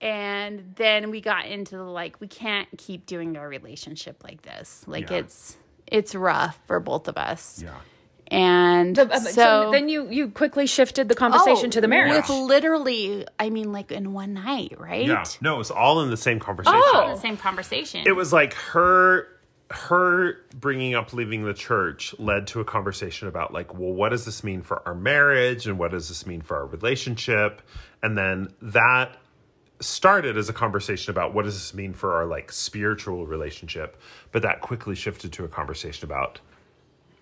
[SPEAKER 4] And then we got into the like, we can't keep doing our relationship like this. Like
[SPEAKER 2] Yeah.
[SPEAKER 4] it's it's rough for both of us.
[SPEAKER 2] yeah.
[SPEAKER 4] And
[SPEAKER 1] The- uh,
[SPEAKER 4] so,
[SPEAKER 1] so, then you you quickly shifted the conversation
[SPEAKER 4] Oh,
[SPEAKER 1] to the marriage.
[SPEAKER 4] With literally, I mean, like in one night, right?
[SPEAKER 2] Yeah. No, it was all in the same
[SPEAKER 1] Oh.
[SPEAKER 2] conversation.
[SPEAKER 4] All in the same conversation.
[SPEAKER 2] It was like her her bringing up leaving the church led to a conversation about like, well, what does this mean for our marriage and what does this mean for our relationship? And then that started as a conversation about what does this mean for our like spiritual relationship, but that quickly shifted to a conversation about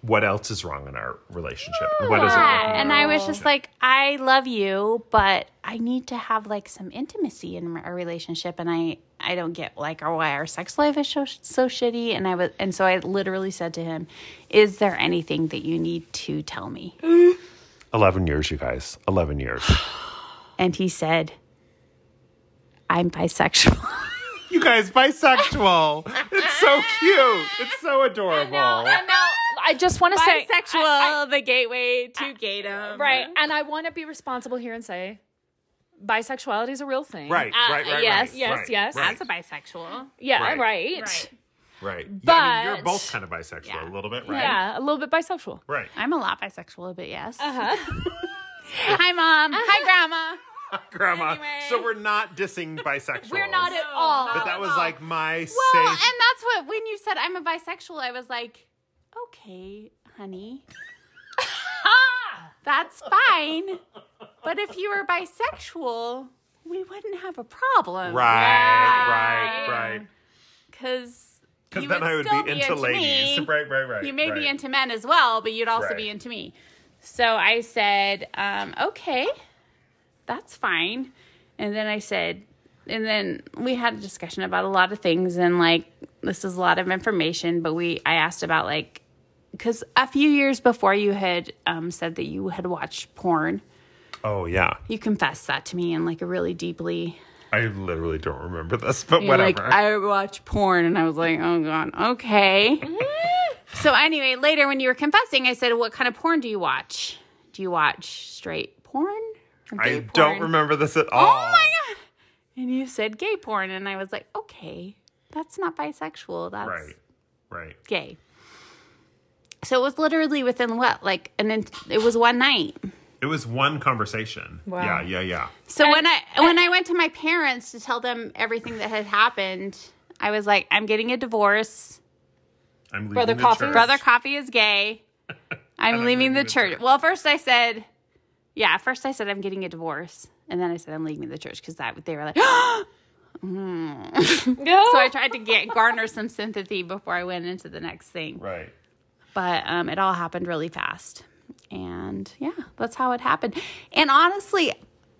[SPEAKER 2] what else is wrong in our relationship? and What is it?
[SPEAKER 4] Yeah, and I was
[SPEAKER 2] Oh.
[SPEAKER 4] just like, I love you, but I need to have like some intimacy in our relationship, and I I don't get like why our sex life is so, so shitty, and I was and so I literally said to him, "Is there anything that you need to tell me?"
[SPEAKER 2] 11 years, you guys. 11 years.
[SPEAKER 4] And he said, "I'm bisexual."
[SPEAKER 2] you guys, bisexual. it's so cute. It's so adorable.
[SPEAKER 1] I just want to say
[SPEAKER 4] bisexual, the gateway to gaydom.
[SPEAKER 1] right, and I want to be responsible here and say bisexuality is a real thing.
[SPEAKER 2] Right, right, right.
[SPEAKER 4] Uh, yes,
[SPEAKER 2] right,
[SPEAKER 1] yes,
[SPEAKER 2] right,
[SPEAKER 1] yes.
[SPEAKER 2] Right,
[SPEAKER 3] That's a bisexual.
[SPEAKER 1] Yeah.
[SPEAKER 2] Right.
[SPEAKER 1] Right.
[SPEAKER 3] Right.
[SPEAKER 2] right. Yeah, I mean, you're
[SPEAKER 1] But-
[SPEAKER 2] both kind of bisexual a little bit, right?
[SPEAKER 1] Yeah, a little bit bisexual.
[SPEAKER 2] Right.
[SPEAKER 4] I'm a lot bisexual, but yes. Uh-huh. Hi, mom.
[SPEAKER 1] Uh-huh.
[SPEAKER 4] Hi, grandma.
[SPEAKER 2] Grandma. So we're not dissing bisexuals. We're
[SPEAKER 1] Not at all.
[SPEAKER 2] But that was like my
[SPEAKER 4] Well, and
[SPEAKER 2] safe.
[SPEAKER 4] that's what when you said I'm a bisexual, I was like, okay, honey, that's fine. But if you were bisexual, we wouldn't have a problem,
[SPEAKER 2] Right, right, right.
[SPEAKER 4] Because
[SPEAKER 2] Because then I would be
[SPEAKER 4] still
[SPEAKER 2] into, ladies.
[SPEAKER 4] me.
[SPEAKER 2] Right, right, right.
[SPEAKER 4] You may
[SPEAKER 2] right.
[SPEAKER 4] be into men as well, but you'd also
[SPEAKER 2] Right.
[SPEAKER 4] be into me. So I said, um, okay, that's fine. And then I said, and then we had a discussion about a lot of things and like this is a lot of information, but we I asked about like because a few years before you had um, said that you had watched porn,
[SPEAKER 2] Oh, yeah.
[SPEAKER 4] you confessed that to me and like really deeply
[SPEAKER 2] I literally don't remember this, but
[SPEAKER 4] you're
[SPEAKER 2] whatever.
[SPEAKER 4] Like I watch porn, and I was like, oh god, okay. so anyway, later when you were confessing, I said, what kind of porn do you watch? Do you watch straight porn? Or
[SPEAKER 2] I
[SPEAKER 4] gay
[SPEAKER 2] don't
[SPEAKER 4] porn?"
[SPEAKER 2] remember this at all.
[SPEAKER 4] Oh my god! And you said gay porn, and I was like, okay, that's not bisexual. That's
[SPEAKER 2] Right, right.
[SPEAKER 4] gay. So it was literally within what, like, and then it was one night.
[SPEAKER 2] It was one conversation. Yeah, yeah, yeah.
[SPEAKER 4] So when I when I went to my parents to tell them everything that had happened, I was like, I'm getting a divorce.
[SPEAKER 2] I'm leaving
[SPEAKER 1] Brother
[SPEAKER 2] the
[SPEAKER 1] Coffee?
[SPEAKER 2] church.
[SPEAKER 4] Brother Coffee is gay. I'm leaving the church. Well, first I said, yeah, first I said I'm getting a divorce. And then I said I'm leaving the church because that they were like, Mm. so I tried to get garner some sympathy before I went into the next thing.
[SPEAKER 2] Right.
[SPEAKER 4] But um, it all happened really fast, and yeah, that's how it happened. And honestly,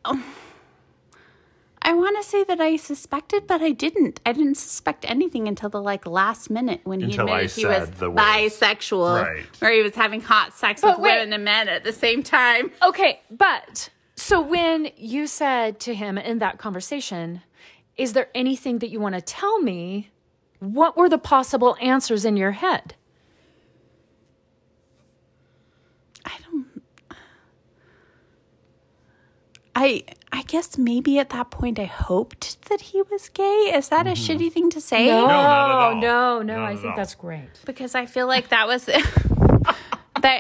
[SPEAKER 4] um, I want to say that I suspected, but I didn't. I didn't suspect anything until the like last minute when he
[SPEAKER 2] Until I
[SPEAKER 4] admitted he
[SPEAKER 2] said
[SPEAKER 4] was
[SPEAKER 2] the words.
[SPEAKER 4] bisexual,
[SPEAKER 2] Right.
[SPEAKER 4] or he was having hot sex
[SPEAKER 1] But
[SPEAKER 4] with
[SPEAKER 1] wait.
[SPEAKER 4] women and men at the same time.
[SPEAKER 1] Okay, but so when you said to him in that conversation, is there anything that you want to tell me? What were the possible answers in your head?
[SPEAKER 4] I don't. I I guess maybe at that point I hoped that he was gay. Is that a
[SPEAKER 2] Mm-hmm.
[SPEAKER 4] shitty thing to say?
[SPEAKER 2] No, not at all.
[SPEAKER 1] no, no,
[SPEAKER 2] Not
[SPEAKER 1] I
[SPEAKER 2] at
[SPEAKER 1] think
[SPEAKER 2] all.
[SPEAKER 1] that's great.
[SPEAKER 4] because I feel like that was the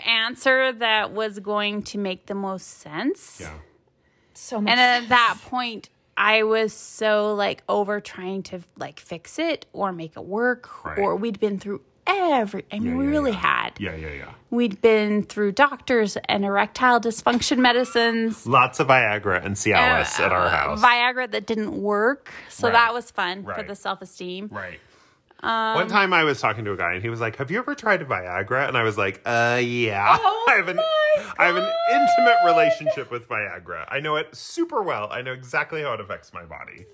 [SPEAKER 4] answer that was going to make the most sense.
[SPEAKER 2] Yeah.
[SPEAKER 1] So much.
[SPEAKER 4] And then at that point, I was so like over trying to like fix it or make it work,
[SPEAKER 2] Right.
[SPEAKER 4] or we'd been through every. I mean, we
[SPEAKER 2] yeah,
[SPEAKER 4] really
[SPEAKER 2] yeah.
[SPEAKER 4] had.
[SPEAKER 2] Yeah, yeah, yeah.
[SPEAKER 4] We'd been through doctors and erectile dysfunction medicines,
[SPEAKER 2] Lots of Viagra and Cialis at our house.
[SPEAKER 4] Uh, Viagra that didn't work. So
[SPEAKER 2] Right.
[SPEAKER 4] that was fun for
[SPEAKER 2] Right.
[SPEAKER 4] the self esteem.
[SPEAKER 2] right.
[SPEAKER 4] Um,
[SPEAKER 2] One time I was talking to a guy and he was like, "Have you ever tried Viagra?" And I was like, "Uh, yeah.
[SPEAKER 4] Oh
[SPEAKER 2] I have an I have an intimate relationship with Viagra. I know it super well. I know exactly how it affects my body."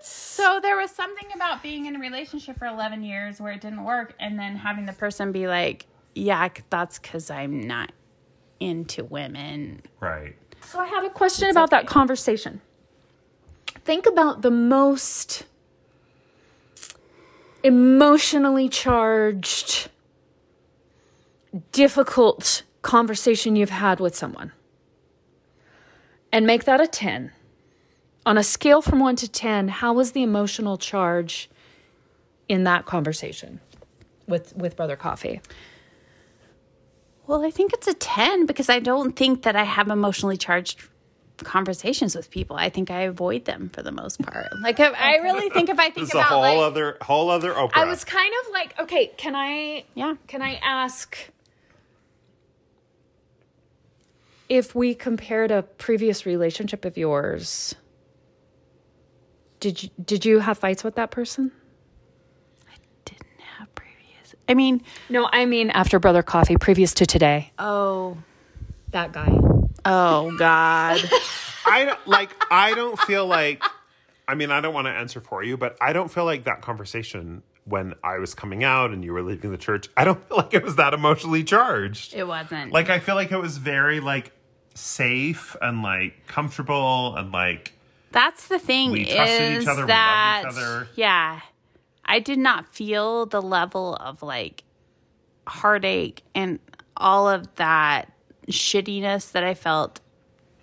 [SPEAKER 4] So there was something about being in a relationship for 11 years where it didn't work, and then having the person be like, "Yeah, c- that's because I'm not into women."
[SPEAKER 2] Right.
[SPEAKER 1] so I have a question about that conversation.
[SPEAKER 6] think about the most emotionally charged, difficult conversation you've had with someone and make that a 10. On a scale from 1 to 10, how was the emotional charge in that conversation with with brother coffee?
[SPEAKER 4] Well, I think it's a 10 because I don't think that I have emotionally charged conversations with people. I think I avoid them for the most part. Like, if, I really think if I think
[SPEAKER 2] This is a
[SPEAKER 4] about
[SPEAKER 2] whole
[SPEAKER 4] like,
[SPEAKER 2] other whole other Oprah.
[SPEAKER 6] I was kind of like, okay, can I
[SPEAKER 4] yeah,
[SPEAKER 6] Can I ask if we compared a previous relationship of yours? Did you, did you have fights with that person?
[SPEAKER 4] didn't have previous. I mean,
[SPEAKER 6] No, I mean after Brother Coffee, previous to today.
[SPEAKER 4] oh,
[SPEAKER 6] That guy.
[SPEAKER 4] oh God.
[SPEAKER 2] I don't- like I don't feel like I mean I don't want to answer for you, but I don't feel like that conversation when I was coming out and you were leaving the church, I don't feel like it was that emotionally charged.
[SPEAKER 4] it wasn't.
[SPEAKER 2] Like I feel like it was very like safe and like comfortable and like
[SPEAKER 4] That's the thing
[SPEAKER 2] We trusted each
[SPEAKER 4] is
[SPEAKER 2] other, we loved each
[SPEAKER 4] that
[SPEAKER 2] other.
[SPEAKER 4] yeah, I did not feel the level of like heartache and all of that shittiness that I felt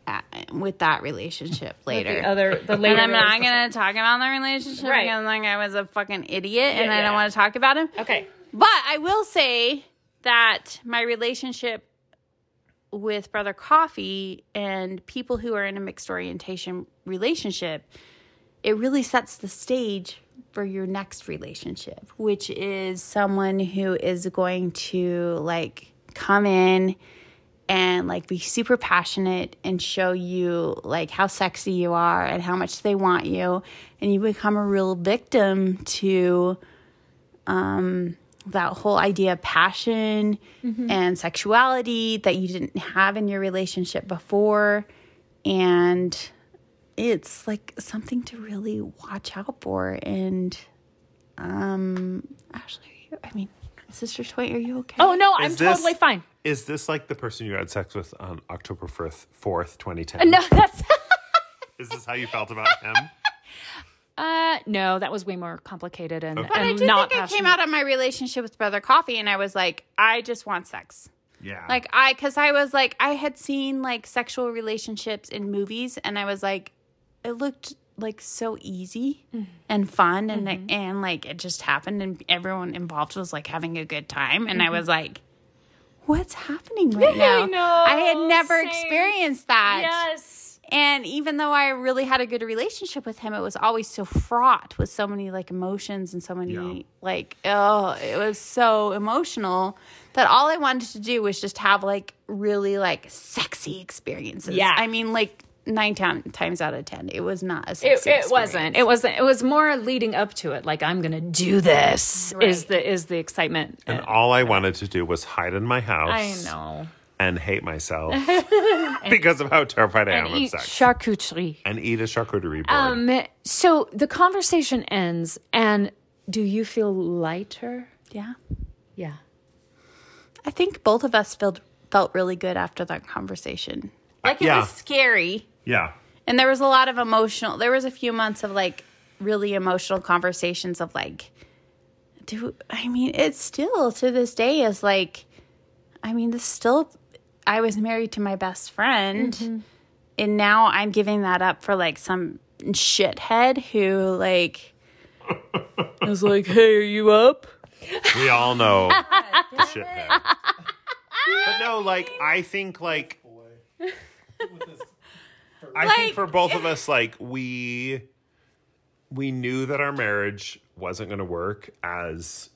[SPEAKER 4] at, with that relationship later.
[SPEAKER 6] Other the
[SPEAKER 4] and
[SPEAKER 6] later.
[SPEAKER 4] I'm not gonna talk about the relationship
[SPEAKER 6] Right.
[SPEAKER 4] because like I was a fucking idiot and I
[SPEAKER 6] yeah.
[SPEAKER 4] don't want to talk about him.
[SPEAKER 6] okay.
[SPEAKER 4] But I will say that my relationship with Brother Coffee and people who are in a mixed orientation relationship, it really sets the stage for your next relationship, which is someone who is going to like come in and like be super passionate and show you like how sexy you are and how much they want you and you become a real victim to um, that whole idea of passion and sexuality that you didn't have in your relationship before and it's like something to really watch out for and um ashley i mean sister toy are you okay
[SPEAKER 1] Oh no, I'm
[SPEAKER 2] Is this-
[SPEAKER 1] totally fine.
[SPEAKER 2] is this like the person you had sex with on October 4th, 4th, 2010?
[SPEAKER 1] No, that's
[SPEAKER 2] Is this how you felt about him?
[SPEAKER 1] uh no, that was way more complicated and,
[SPEAKER 2] But
[SPEAKER 4] but i
[SPEAKER 1] and
[SPEAKER 4] do
[SPEAKER 1] not
[SPEAKER 4] think i
[SPEAKER 1] passionate.
[SPEAKER 4] came out of my relationship with brother coffee and i was like i just want sex
[SPEAKER 2] Yeah.
[SPEAKER 4] Like I, because I was like, I had seen like sexual relationships in movies, and I was like, it looked like so easy and fun, and and like it just happened, and everyone involved was like having a good time, and I was like, what's happening right now? I
[SPEAKER 6] know,
[SPEAKER 4] had never
[SPEAKER 6] same.
[SPEAKER 4] experienced that.
[SPEAKER 6] Yes.
[SPEAKER 4] And even though I really had a good relationship with him, it was always so fraught with so many like emotions and so many
[SPEAKER 2] Yeah.
[SPEAKER 4] like oh, it was so emotional that all I wanted to do was just have like really like sexy experiences.
[SPEAKER 6] Yeah.
[SPEAKER 4] I mean like nine ti- times out of ten, it was not a
[SPEAKER 6] It,
[SPEAKER 4] sexy.
[SPEAKER 6] it wasn't. It wasn't. It was more leading up to it. Like I'm gonna do this. Is
[SPEAKER 4] Right.
[SPEAKER 6] the is the excitement?
[SPEAKER 2] and all I wanted to do was hide in my house
[SPEAKER 6] I know.
[SPEAKER 2] and hate myself because of how terrified I am of
[SPEAKER 1] Eat
[SPEAKER 2] sex.
[SPEAKER 1] charcuterie.
[SPEAKER 2] and eat a charcuterie board.
[SPEAKER 1] Um so the conversation ends and do you feel lighter?
[SPEAKER 4] Yeah,
[SPEAKER 1] Yeah.
[SPEAKER 4] I think both of us felt felt really good after that conversation. Like it
[SPEAKER 2] yeah.
[SPEAKER 4] was scary.
[SPEAKER 2] yeah.
[SPEAKER 4] And there was a lot of emotional. There was a few months of like really emotional conversations of like, do I mean it's still to this day is like, I mean this still. I was married to my best friend, and now I'm giving that up for like some shithead who like
[SPEAKER 6] I was like, hey, are you up?
[SPEAKER 2] We all know the shithead. But no, like I think like I think for both of us, like we we knew that our marriage wasn't gonna work as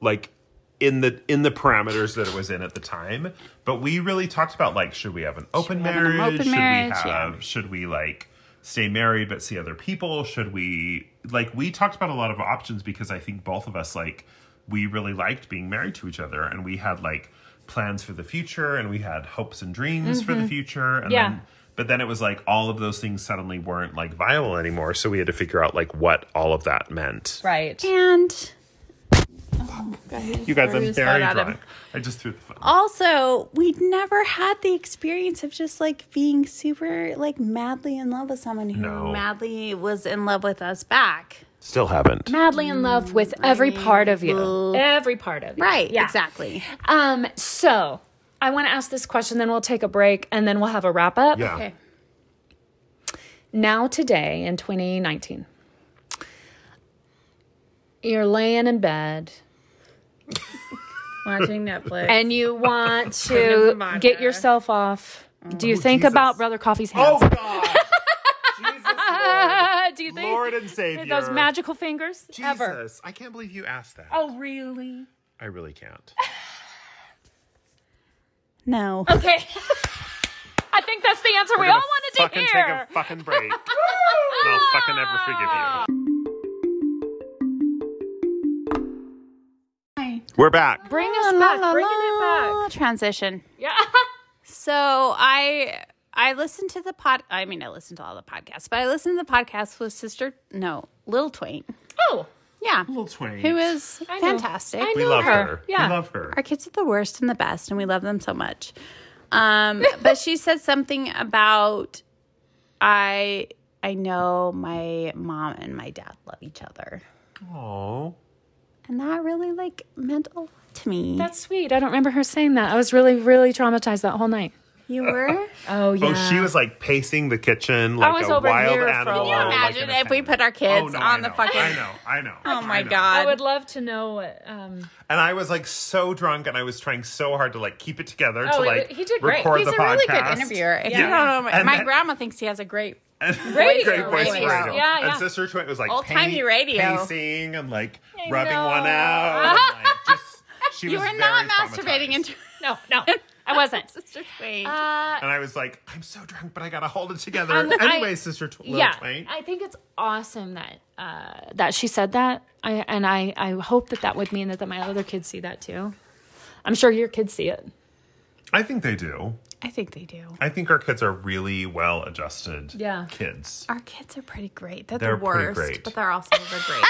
[SPEAKER 2] like in the in the parameters that it was in at the time. But we really talked about like should we have an open
[SPEAKER 4] we have an
[SPEAKER 2] marriage?
[SPEAKER 4] open
[SPEAKER 2] should
[SPEAKER 4] marriage?
[SPEAKER 2] we
[SPEAKER 4] Yeah.
[SPEAKER 2] have should we like stay married but see other people? Should we like we talked about a lot of options because I think both of us like we really liked being married to each other and we had like plans for the future and we had hopes and dreams for
[SPEAKER 4] Mm-hmm.
[SPEAKER 2] the future and
[SPEAKER 6] Yeah.
[SPEAKER 2] then but then it was like all of those things suddenly weren't like viable anymore so we had to figure out like what all of that meant
[SPEAKER 6] Right.
[SPEAKER 4] and. Oh
[SPEAKER 2] You guys, I'm
[SPEAKER 4] Bruise
[SPEAKER 2] very
[SPEAKER 4] out at him.
[SPEAKER 2] drunk. I just threw the phone.
[SPEAKER 4] Also, we'd never had the experience of just like being super like madly in love with someone who
[SPEAKER 2] No.
[SPEAKER 4] madly was in love with us back.
[SPEAKER 2] Still haven't.
[SPEAKER 1] madly in love with every
[SPEAKER 6] Mm,
[SPEAKER 1] part of you. Every part of you.
[SPEAKER 4] Right.
[SPEAKER 1] Yeah.
[SPEAKER 4] Exactly.
[SPEAKER 1] Um, so I want to ask this question, then we'll take a break and then we'll have a wrap up.
[SPEAKER 2] Yeah.
[SPEAKER 4] Okay.
[SPEAKER 1] Now, today in 2019, you're laying in bed
[SPEAKER 4] Watching Netflix.
[SPEAKER 1] and you want to
[SPEAKER 7] vodka.
[SPEAKER 1] get yourself off. Do you think
[SPEAKER 2] Oh, Jesus.
[SPEAKER 1] about Brother Coffee's
[SPEAKER 2] Oh
[SPEAKER 1] hands?
[SPEAKER 2] God. Jesus Lord.
[SPEAKER 1] Uh, do you think
[SPEAKER 2] Lord and Savior.
[SPEAKER 1] those magical fingers
[SPEAKER 2] Jesus,
[SPEAKER 1] ever?
[SPEAKER 2] I can't believe you asked that.
[SPEAKER 1] Oh, really?
[SPEAKER 2] I really can't.
[SPEAKER 4] no.
[SPEAKER 1] Okay. I think that's the answer we all
[SPEAKER 2] We're gonna
[SPEAKER 1] wanted to
[SPEAKER 2] fucking
[SPEAKER 1] hear.
[SPEAKER 2] take a fucking break. and I'll fucking never forgive you. We're back.
[SPEAKER 1] Bring us back. bringing it back.
[SPEAKER 4] La Transition.
[SPEAKER 1] Yeah.
[SPEAKER 4] So I I listened to the pod. I mean, I listened to all the podcasts, but I listened to the podcast with Sister No Little Twain.
[SPEAKER 1] Oh,
[SPEAKER 4] Yeah,
[SPEAKER 2] Little Twain.
[SPEAKER 4] who is
[SPEAKER 1] know.
[SPEAKER 4] fantastic.
[SPEAKER 1] I
[SPEAKER 2] We
[SPEAKER 1] know
[SPEAKER 2] love her.
[SPEAKER 1] Yeah.
[SPEAKER 2] We love her.
[SPEAKER 4] Our kids are the worst and the best, and we love them so much. Um, but she said something about I I know my mom and my dad love each other,
[SPEAKER 2] Oh.
[SPEAKER 4] and that really like meant a lot to me.
[SPEAKER 1] That's sweet. I don't remember her saying that. I was really, really traumatized that whole night.
[SPEAKER 4] you were.
[SPEAKER 1] Oh yeah.
[SPEAKER 2] Oh, she was like pacing the kitchen like
[SPEAKER 1] was
[SPEAKER 2] a
[SPEAKER 1] over
[SPEAKER 2] wild
[SPEAKER 1] here for a
[SPEAKER 2] animal.
[SPEAKER 1] while. Can you
[SPEAKER 2] like, in
[SPEAKER 4] Imagine
[SPEAKER 2] a
[SPEAKER 4] if we
[SPEAKER 2] pen.
[SPEAKER 4] put our kids
[SPEAKER 2] Oh, no, I
[SPEAKER 4] on the
[SPEAKER 2] know.
[SPEAKER 4] fucking.
[SPEAKER 2] I know, I know.
[SPEAKER 4] Oh my
[SPEAKER 2] I know.
[SPEAKER 4] god!
[SPEAKER 1] I would love to know. what, Um,
[SPEAKER 2] And I was like so drunk, and I was trying so hard to like keep it together
[SPEAKER 1] Oh,
[SPEAKER 2] to
[SPEAKER 1] he-
[SPEAKER 2] like
[SPEAKER 1] he did great.
[SPEAKER 2] record
[SPEAKER 4] He's
[SPEAKER 2] the
[SPEAKER 4] a
[SPEAKER 2] podcast.
[SPEAKER 4] really good interviewer. If you
[SPEAKER 2] Yeah.
[SPEAKER 4] don't know,
[SPEAKER 2] And
[SPEAKER 4] my
[SPEAKER 2] that-
[SPEAKER 4] grandma thinks he has a great.
[SPEAKER 2] And
[SPEAKER 1] Radio,
[SPEAKER 2] great voice
[SPEAKER 1] radio.
[SPEAKER 2] radio.
[SPEAKER 1] Yeah, yeah.
[SPEAKER 2] And Sister Twain was like
[SPEAKER 4] Old-timey
[SPEAKER 2] paint-
[SPEAKER 4] radio.
[SPEAKER 2] pacing and like rubbing
[SPEAKER 1] know.
[SPEAKER 2] one out. and, like, just, she
[SPEAKER 4] You
[SPEAKER 2] was
[SPEAKER 4] were not
[SPEAKER 2] very
[SPEAKER 4] masturbating
[SPEAKER 2] traumatized.
[SPEAKER 4] into
[SPEAKER 1] no, no, I wasn't.
[SPEAKER 4] Sister Twain.
[SPEAKER 1] Uh,
[SPEAKER 2] And I was like, I'm so drunk, but I gotta hold it together.
[SPEAKER 1] Um, I-
[SPEAKER 2] anyway, Sister Tw- Little
[SPEAKER 1] yeah,
[SPEAKER 2] Twain.
[SPEAKER 1] I think it's awesome that uh, that she said that. I and I, I hope that that would mean that, that my other kids see that too. I'm sure your kids see it.
[SPEAKER 2] I think they do.
[SPEAKER 4] I think they do.
[SPEAKER 2] I think our kids are really well adjusted.
[SPEAKER 1] Yeah.
[SPEAKER 2] kids.
[SPEAKER 4] Our kids are pretty great. They're,
[SPEAKER 2] They're
[SPEAKER 4] the
[SPEAKER 2] pretty
[SPEAKER 4] worst,
[SPEAKER 2] great.
[SPEAKER 4] but they're also the great.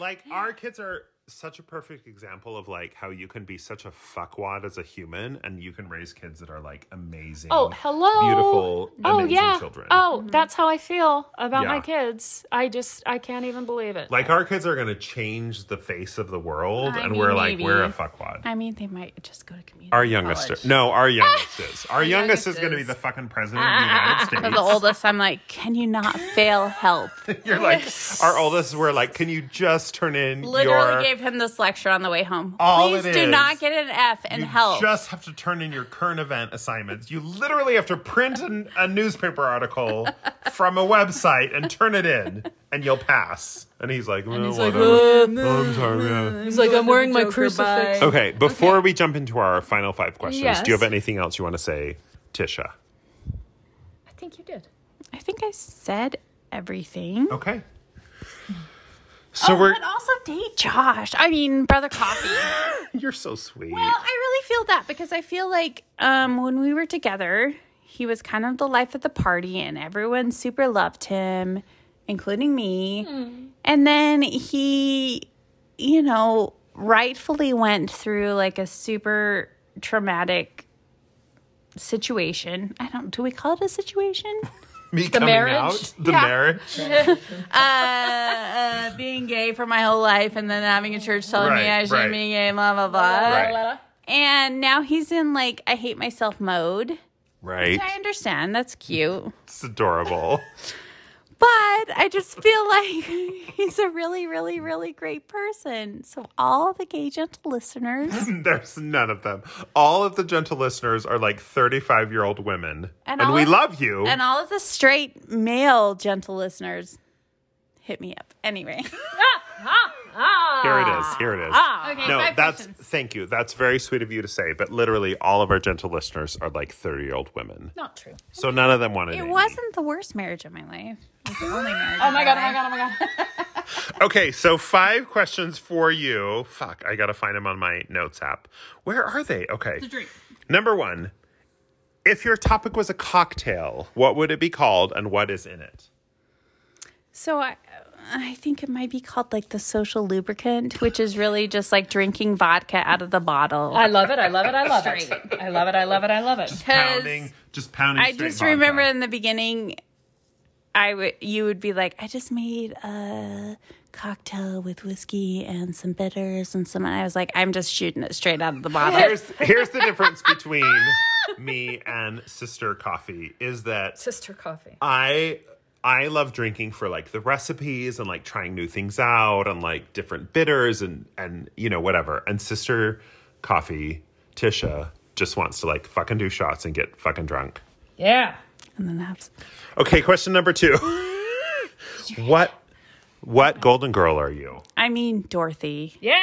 [SPEAKER 2] like our kids are such a perfect example of like how you can be such a fuckwad as a human and you can raise kids that are like amazing
[SPEAKER 1] Oh, hello.
[SPEAKER 2] beautiful
[SPEAKER 1] Oh
[SPEAKER 2] amazing
[SPEAKER 1] yeah.
[SPEAKER 2] children
[SPEAKER 1] Oh, that's how I feel about my
[SPEAKER 2] Yeah.
[SPEAKER 1] kids. I just I can't even believe it.
[SPEAKER 2] like our kids are gonna change the face of the world
[SPEAKER 4] I
[SPEAKER 2] and
[SPEAKER 4] mean,
[SPEAKER 2] we're like
[SPEAKER 4] maybe.
[SPEAKER 2] we're a fuckwad
[SPEAKER 4] I mean, they might just go to community.
[SPEAKER 2] our youngest
[SPEAKER 4] college.
[SPEAKER 2] is- no our youngest is our youngest,
[SPEAKER 4] youngest
[SPEAKER 2] is gonna be
[SPEAKER 4] is-
[SPEAKER 2] the fucking president of the united
[SPEAKER 4] For
[SPEAKER 2] states
[SPEAKER 4] the oldest, I'm like, can you not fail help?
[SPEAKER 2] you're like our oldest we're like can you just turn in
[SPEAKER 4] Literally
[SPEAKER 2] your
[SPEAKER 4] gave him this lecture on the way home.
[SPEAKER 2] All
[SPEAKER 4] Please
[SPEAKER 2] it
[SPEAKER 4] do
[SPEAKER 2] is,
[SPEAKER 4] not get an F and
[SPEAKER 2] you
[SPEAKER 4] help.
[SPEAKER 2] just have to turn in your current event assignments. You literally have to print an, a newspaper article from a website and turn it in, and you'll pass. And he's like, well, whatever. Oh, I'm sorry, yeah."
[SPEAKER 1] He's like, I'm wearing my crucifix.
[SPEAKER 2] Okay, before we jump into our final five questions,
[SPEAKER 1] Yes.
[SPEAKER 2] do you have anything else you want to say, Tisha?
[SPEAKER 1] I think you did.
[SPEAKER 4] I think I said everything.
[SPEAKER 2] Okay. So we're.
[SPEAKER 4] But also date Josh. I mean, brother coffee.
[SPEAKER 2] You're so sweet.
[SPEAKER 4] Well, I really feel that because I feel like um, when we were together, he was kind of the life of the party and everyone super loved him, including me. And then he, you know, rightfully went through like a super traumatic situation. I don't, do we call it a situation?
[SPEAKER 2] Me coming
[SPEAKER 1] marriage?
[SPEAKER 2] out, the
[SPEAKER 4] Yeah.
[SPEAKER 2] marriage.
[SPEAKER 4] uh, being gay for my whole life and then having a church telling me
[SPEAKER 2] Right,
[SPEAKER 4] I shouldn't
[SPEAKER 2] right.
[SPEAKER 4] be gay, blah, blah, blah.
[SPEAKER 2] Right.
[SPEAKER 4] And now he's in like I hate myself mode.
[SPEAKER 2] Right.
[SPEAKER 4] I understand. That's cute.
[SPEAKER 2] It's adorable.
[SPEAKER 4] But I just feel like he's a really, really, really great person. So, all the gay gentle listeners,
[SPEAKER 2] There's none of them. All of the gentle listeners are like 35 year old women.
[SPEAKER 4] And
[SPEAKER 2] And,
[SPEAKER 4] all
[SPEAKER 2] we
[SPEAKER 4] of-
[SPEAKER 2] love you.
[SPEAKER 4] and all of the straight male gentle listeners, hit me up. Anyway,
[SPEAKER 2] Here it
[SPEAKER 4] ah,
[SPEAKER 2] is. Here it is.
[SPEAKER 4] okay,
[SPEAKER 2] no, that's thank you. That's very sweet of you to say, but literally all of our gentle listeners are like 30 year old women.
[SPEAKER 1] Not true.
[SPEAKER 2] So none of them wanted
[SPEAKER 4] It
[SPEAKER 2] Amy.
[SPEAKER 4] wasn't the worst marriage of my life. It was the only marriage.
[SPEAKER 1] Oh my god! Oh my god! Oh my god!
[SPEAKER 2] Okay, so five questions for you. Fuck, I gotta find them on my notes app. Where are they? Okay. Number one If your topic was a cocktail, what would it be called and what is in it?
[SPEAKER 4] So I, I think it might be called like the social lubricant, which is really just like drinking vodka out of the bottle.
[SPEAKER 6] I love it. I love it. I love it. I love it. I love it. I love it.
[SPEAKER 2] Pounding, just pounding.
[SPEAKER 4] I
[SPEAKER 2] straight
[SPEAKER 4] just remember
[SPEAKER 2] vodka.
[SPEAKER 4] in the beginning, I would you would be like, I just made a cocktail with whiskey and some bitters and some. And I was like, I'm just shooting it straight out of the bottle.
[SPEAKER 2] Here's here's the difference between me and sister coffee is that
[SPEAKER 6] Sister coffee.
[SPEAKER 2] Uh, I I love drinking for like the recipes and like trying new things out and like different bitters and and you know whatever. And sister coffee Tisha just wants to like fucking do shots and get fucking drunk.
[SPEAKER 6] Yeah.
[SPEAKER 4] and then that's
[SPEAKER 2] Okay, question number 2. what what golden girl are you?
[SPEAKER 4] I mean Dorothy.
[SPEAKER 6] Yeah.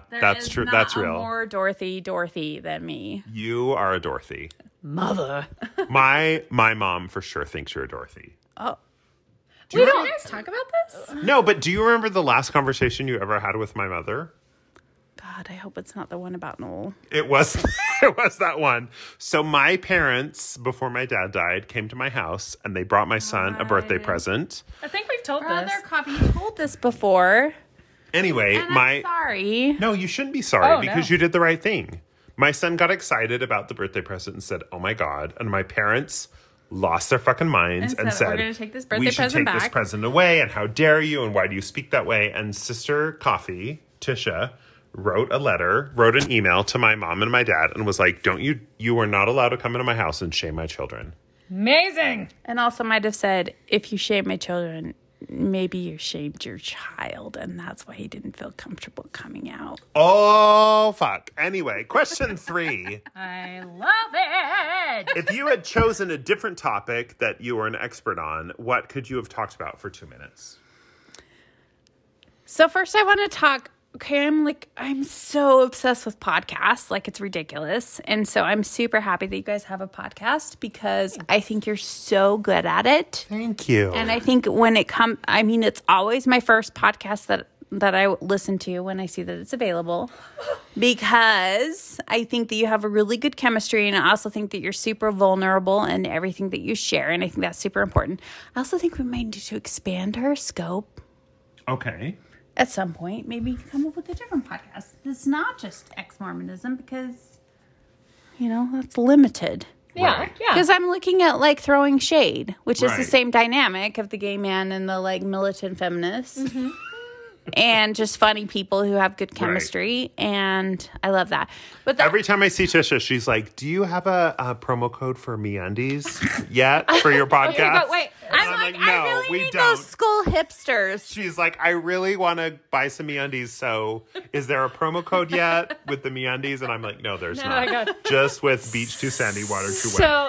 [SPEAKER 2] Ah,
[SPEAKER 4] There
[SPEAKER 2] that's
[SPEAKER 4] is
[SPEAKER 2] true.
[SPEAKER 4] not
[SPEAKER 2] That's
[SPEAKER 4] a
[SPEAKER 2] real.
[SPEAKER 4] More Dorothy, Dorothy than me.
[SPEAKER 2] you are a Dorothy.
[SPEAKER 6] Mother.
[SPEAKER 2] my my mom for sure thinks you're a Dorothy.
[SPEAKER 6] we don't guys talk about this.
[SPEAKER 2] No, but do you remember the last conversation you ever had with my mother?
[SPEAKER 4] God, I hope it's not the one about Noel.
[SPEAKER 2] It was it was that one. So my parents, before my dad died, came to my house and they brought my son a birthday present.
[SPEAKER 6] I think we've told
[SPEAKER 4] Brother Coffee, you told this before.
[SPEAKER 2] Anyway,
[SPEAKER 4] And
[SPEAKER 2] my
[SPEAKER 4] I'm sorry.
[SPEAKER 2] No, you shouldn't be sorry
[SPEAKER 6] Oh,
[SPEAKER 2] because
[SPEAKER 6] no.
[SPEAKER 2] you did the right thing. My son got excited about the birthday present and said, "Oh my god!" And my parents lost their fucking minds
[SPEAKER 4] And
[SPEAKER 2] and,
[SPEAKER 4] said,
[SPEAKER 2] said,
[SPEAKER 4] "We're gonna take this
[SPEAKER 2] we
[SPEAKER 4] birthday
[SPEAKER 2] should
[SPEAKER 4] present
[SPEAKER 2] take this
[SPEAKER 4] back."
[SPEAKER 2] present away, and how dare you? And why do you speak that way?" And sister Coffee Tisha wrote a letter, wrote an email to my mom and my dad, and was like, "Don't you? You are not allowed to come into my house and shame my children."
[SPEAKER 6] Amazing.
[SPEAKER 4] And also might have said, if you shame my children, maybe you shamed your child, and that's why he didn't feel comfortable coming out.
[SPEAKER 2] Oh fuck! Anyway, question three.
[SPEAKER 6] I love it.
[SPEAKER 2] if you had chosen a different topic that you were an expert on, what could you have talked about for two minutes?
[SPEAKER 4] So first, I want to talk. Okay, I'm like I'm so obsessed with podcasts, like it's ridiculous, and so I'm super happy that you guys have a podcast because I think you're so good at it.
[SPEAKER 2] Thank you.
[SPEAKER 4] And I think when it come, I mean, it's always my first podcast that that I listen to when I see that it's available, because I think that you have a really good chemistry, and I also think that you're super vulnerable in everything that you share, and I think that's super important. I also think we might need to expand our scope
[SPEAKER 2] okay.
[SPEAKER 4] at some point. Maybe come up with a different podcast. It's not just ex Mormonism because, you know, that's limited.
[SPEAKER 6] Yeah.
[SPEAKER 2] Right.
[SPEAKER 6] Yeah.
[SPEAKER 4] Because I'm looking at like throwing shade, which is the
[SPEAKER 2] Right.
[SPEAKER 4] same dynamic of the gay man and the like militant feminist, and just funny people who have good chemistry. And I love that. But the,
[SPEAKER 2] Every time I see Tisha, she's like, "Do you have a, a promo code for MeUndies yet for your podcast?"
[SPEAKER 4] but wait,
[SPEAKER 2] And
[SPEAKER 4] I'm, like, I really need those school hipsters.
[SPEAKER 2] She's like, "I really want to buy some MeUndies, so is there a promo code yet with the MeUndies?" And I'm like, "No, there's not.
[SPEAKER 6] I got-
[SPEAKER 2] Just with beach too sandy, water too wet."
[SPEAKER 6] So.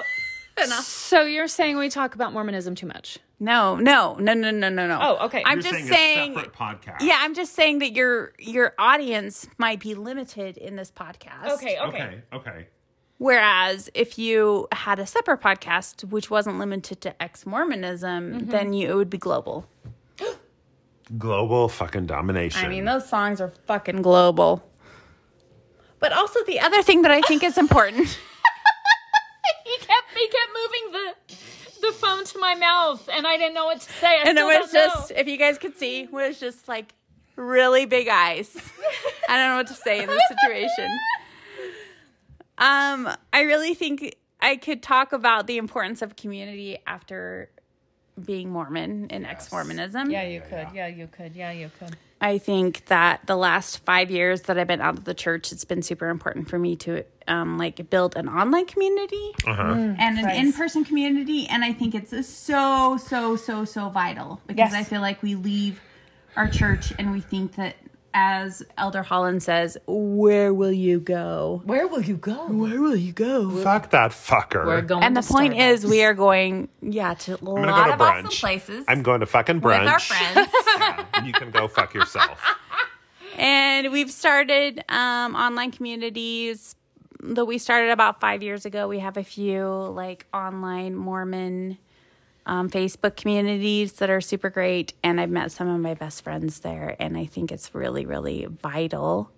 [SPEAKER 6] So you're saying we talk about Mormonism too much?
[SPEAKER 4] No, no, no, no, no, no, no.
[SPEAKER 6] Oh, okay.
[SPEAKER 4] I'm
[SPEAKER 2] You're
[SPEAKER 4] just
[SPEAKER 2] a
[SPEAKER 4] saying.
[SPEAKER 2] separate podcast.
[SPEAKER 4] Yeah, I'm just saying that your your audience might be limited in this podcast.
[SPEAKER 6] Okay. Okay.
[SPEAKER 2] Okay. Okay.
[SPEAKER 4] Whereas if you had a separate podcast which wasn't limited to ex Mormonism,
[SPEAKER 6] Mm-hmm.
[SPEAKER 4] then you it would be global.
[SPEAKER 2] Global fucking domination.
[SPEAKER 4] I mean, those songs are fucking global. But also the other thing that I think is important.
[SPEAKER 6] He kept he kept moving the the phone to my mouth, and I didn't know what to say. I
[SPEAKER 4] and it
[SPEAKER 6] still
[SPEAKER 4] was
[SPEAKER 6] don't know.
[SPEAKER 4] just if you guys could see, was just like really big eyes. I don't know what to say in this situation. Um, I really think I could talk about the importance of community after being Mormon and ex-Mormonism.
[SPEAKER 6] Yeah, you could. Yeah, you could. Yeah, you could.
[SPEAKER 4] I think that the last five years that I've been out of the church, it's been super important for me to um, like build an online community
[SPEAKER 2] Uh-huh.
[SPEAKER 4] and an in-person community, and I think it's so so so so vital because
[SPEAKER 6] Yes.
[SPEAKER 4] I feel like we leave our church and we think that, as Elder Holland says, where will you go?
[SPEAKER 6] Where will you go?
[SPEAKER 4] Where will you go?
[SPEAKER 2] fuck that fucker.
[SPEAKER 6] We're going.
[SPEAKER 4] And the
[SPEAKER 6] to
[SPEAKER 4] point
[SPEAKER 6] Starbucks.
[SPEAKER 4] is, we are going yeah to a
[SPEAKER 2] I'm
[SPEAKER 4] lot
[SPEAKER 2] gonna go
[SPEAKER 4] of
[SPEAKER 2] to brunch.
[SPEAKER 4] awesome places
[SPEAKER 2] I'm going to fucking brunch.
[SPEAKER 4] with our friends.
[SPEAKER 2] Yeah, and you can go fuck yourself.
[SPEAKER 4] and we've started um, online communities that we started about five years ago. We have a few like online Mormon um, Facebook communities that are super great, and I've met some of my best friends there, and I think it's really, really vital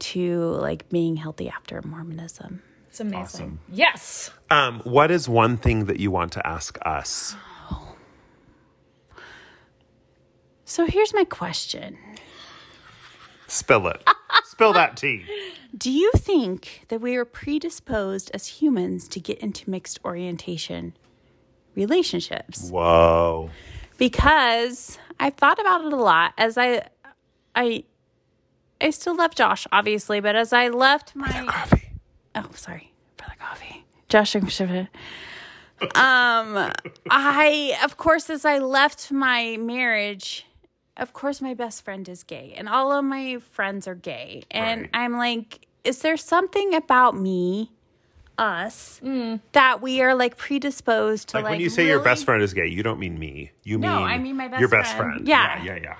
[SPEAKER 4] to like being healthy after Mormonism.
[SPEAKER 6] It's amazing. Yes.
[SPEAKER 2] Um, what is one thing that you want to ask us?
[SPEAKER 4] So here's my question.
[SPEAKER 2] Spill it. Spill that tea.
[SPEAKER 4] Do you think that we are predisposed as humans to get into mixed orientation relationships?
[SPEAKER 2] Whoa.
[SPEAKER 4] Because I've thought about it a lot as I I I still love Josh, obviously, but as I left my
[SPEAKER 2] Coffee.
[SPEAKER 4] oh sorry for the coffee josh I'm sure- um i of course as i left my marriage of course my best friend is gay and all of my friends are gay and
[SPEAKER 2] Right.
[SPEAKER 4] i'm like is there something about me us that we are like predisposed to
[SPEAKER 2] Mm. Like,
[SPEAKER 4] like,
[SPEAKER 2] when you say your
[SPEAKER 4] really-
[SPEAKER 2] best friend is gay, you don't mean me. You
[SPEAKER 4] No,
[SPEAKER 2] mean
[SPEAKER 4] I mean my best
[SPEAKER 2] your best friend.
[SPEAKER 4] friend.
[SPEAKER 2] yeah,
[SPEAKER 4] Yeah.
[SPEAKER 2] yeah. yeah.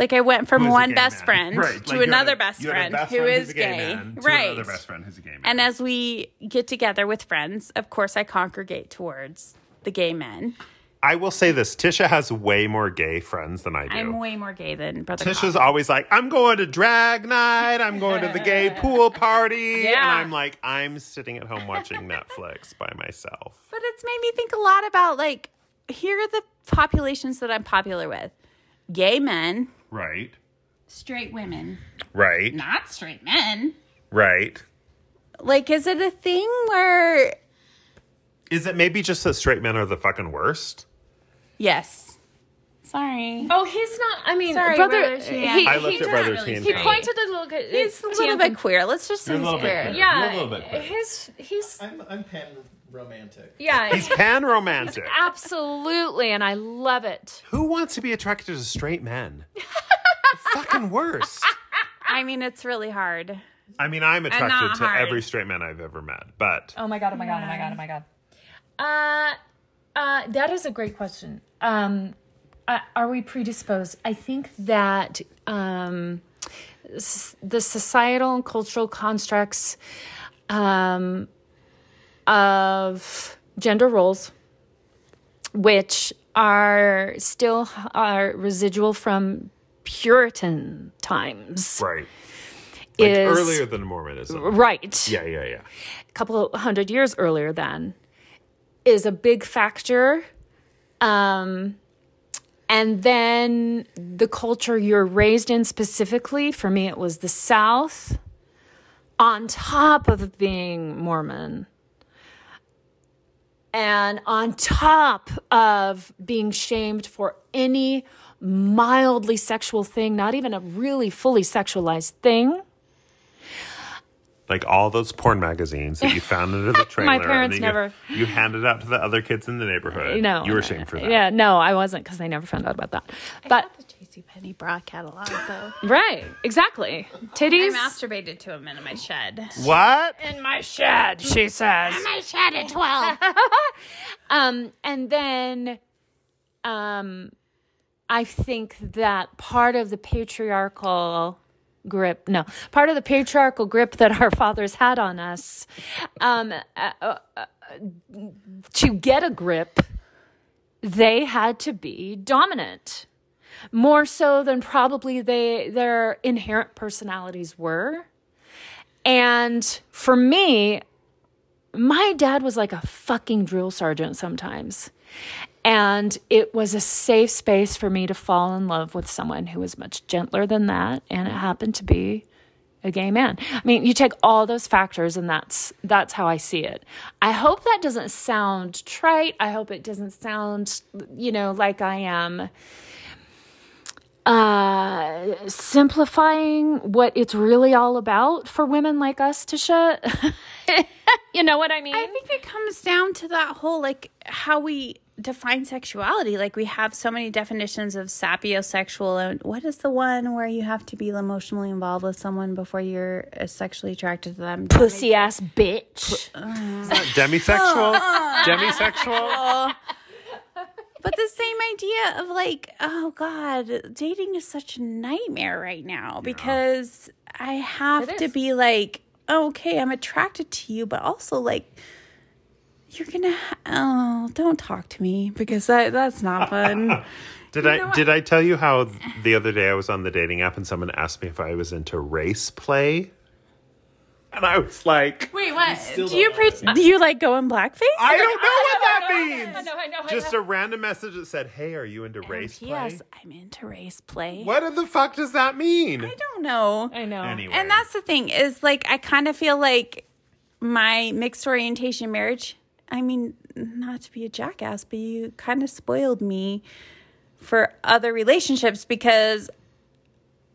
[SPEAKER 4] like i went from
[SPEAKER 2] Who is a
[SPEAKER 4] one
[SPEAKER 2] gay
[SPEAKER 4] best
[SPEAKER 2] man.
[SPEAKER 4] friend
[SPEAKER 2] Right, like,
[SPEAKER 4] to
[SPEAKER 2] you had
[SPEAKER 4] another
[SPEAKER 2] a-
[SPEAKER 4] best
[SPEAKER 2] you had a
[SPEAKER 4] friend
[SPEAKER 2] best
[SPEAKER 4] who
[SPEAKER 2] who's
[SPEAKER 4] is
[SPEAKER 2] a gay,
[SPEAKER 4] gay,
[SPEAKER 2] man, to
[SPEAKER 4] right
[SPEAKER 2] Another best friend who's a gay man.
[SPEAKER 4] And as we get together with friends, of course, I congregate towards the gay men.
[SPEAKER 2] I will say this: Tisha has way more gay friends than I do.
[SPEAKER 4] I'm way more gay than Brother
[SPEAKER 2] Tisha's
[SPEAKER 1] uh,
[SPEAKER 4] Cobb.
[SPEAKER 2] always like, I'm going to drag night. I'm going to the gay pool party. And
[SPEAKER 4] Yeah.
[SPEAKER 2] I'm like, I'm sitting at home watching Netflix by myself.
[SPEAKER 4] But it's made me think a lot about like, here are the populations that I'm popular with gay men,
[SPEAKER 2] Right.
[SPEAKER 4] straight women,
[SPEAKER 2] Right.
[SPEAKER 4] not straight men.
[SPEAKER 2] Right.
[SPEAKER 4] Like, is it a thing where.
[SPEAKER 2] Is it maybe just that straight men are the fucking worst?
[SPEAKER 4] Yes. Sorry.
[SPEAKER 1] Oh, he's not. I mean,
[SPEAKER 4] Sorry,
[SPEAKER 1] brother.
[SPEAKER 4] brother Shan.
[SPEAKER 1] he,
[SPEAKER 2] I looked
[SPEAKER 1] he
[SPEAKER 2] at
[SPEAKER 1] just-
[SPEAKER 2] Brother Tan
[SPEAKER 1] He
[SPEAKER 2] Tan.
[SPEAKER 1] pointed a little. bit-
[SPEAKER 4] He's a little bit queer. Let's just say he's
[SPEAKER 1] Yeah,
[SPEAKER 4] queer.
[SPEAKER 2] You're a little bit queer.
[SPEAKER 1] his he's
[SPEAKER 5] I'm I'm pan romantic.
[SPEAKER 1] yeah,
[SPEAKER 2] He's pan romantic.
[SPEAKER 1] absolutely, and I love it.
[SPEAKER 2] Who wants to be attracted to straight men? fucking worst.
[SPEAKER 4] I mean, it's really hard.
[SPEAKER 2] I mean, I'm attracted
[SPEAKER 4] not
[SPEAKER 2] to
[SPEAKER 4] hard.
[SPEAKER 2] every straight man I've ever met, but
[SPEAKER 1] Oh my god! Oh my god! Oh my god! Oh my god! Uh, uh, that is a great question. Um, uh, are we predisposed? I think that um, s- the societal and cultural constructs um, of gender roles, which are still are residual from Puritan times,
[SPEAKER 2] right. Like
[SPEAKER 1] is
[SPEAKER 2] earlier than Mormonism.
[SPEAKER 1] right
[SPEAKER 2] Yeah, yeah, yeah.
[SPEAKER 1] couple hundred years earlier than is a big factor um and then the culture you're raised in specifically for me it was the south on top of being mormon and on top of being shamed for any mildly sexual thing not even a really fully sexualized thing
[SPEAKER 2] like all those porn magazines that you found under the trailer. and
[SPEAKER 1] parents
[SPEAKER 2] that
[SPEAKER 1] never-
[SPEAKER 2] You, you handed out to the other kids in the neighborhood.
[SPEAKER 1] you know
[SPEAKER 2] you were shamed for that.
[SPEAKER 1] yeah no i wasn't because they never found out about that but
[SPEAKER 4] The JCPenney bra catalog, though.
[SPEAKER 1] Right, exactly.
[SPEAKER 4] I
[SPEAKER 1] Titties.
[SPEAKER 4] masturbated to him in my shed.
[SPEAKER 2] What?
[SPEAKER 1] in my shed, she says.
[SPEAKER 4] My shed at 12.
[SPEAKER 1] Um, and then um I think that part of the patriarchal grip, no, part of the patriarchal grip that our fathers had on us um uh, uh, uh, to get a grip, they had to be dominant. More so than probably they their inherent personalities were. And for me, my dad was like a fucking drill sergeant sometimes. And it was a safe space for me to fall in love with someone who was much gentler than that. And it happened to be a gay man. I mean, you take all those factors and that's that's how I see it. I hope that doesn't sound trite. I hope it doesn't sound, you know, like I am uh simplifying what it's really all about for women like us, Tisha. you know what I mean?
[SPEAKER 4] I think it comes down to that whole like how we define sexuality. Like we have so many definitions of sapiosexual and what is the one where you have to be emotionally involved with someone before you're uh, sexually attracted to them?
[SPEAKER 1] pussy ass bitch.
[SPEAKER 4] uh,
[SPEAKER 2] Demisexual? Demisexual?
[SPEAKER 4] But the same idea of like, oh god, dating is such a nightmare right now because I have to be like, oh, okay, I'm attracted to you, but also like, you're gonna, ha- oh, don't talk to me because that that's not fun.
[SPEAKER 2] Did I did I tell you how th- the other day I was on the dating app and someone asked me if I was into race play? And I was like, Wait,
[SPEAKER 4] Wait, what? Do you pre- do you like go in blackface?
[SPEAKER 2] I don't know what that means.
[SPEAKER 6] I know, I know, I
[SPEAKER 2] Just
[SPEAKER 6] know.
[SPEAKER 2] a random message that said, "Hey, are you into race play?"
[SPEAKER 4] Yes, I'm into race play.
[SPEAKER 2] What in the fuck does that mean?
[SPEAKER 4] I don't know.
[SPEAKER 6] I know.
[SPEAKER 2] Anyway,
[SPEAKER 4] And that's the thing is like I kind of feel like my mixed orientation marriage. I mean, not to be a jackass, but you kind of spoiled me for other relationships because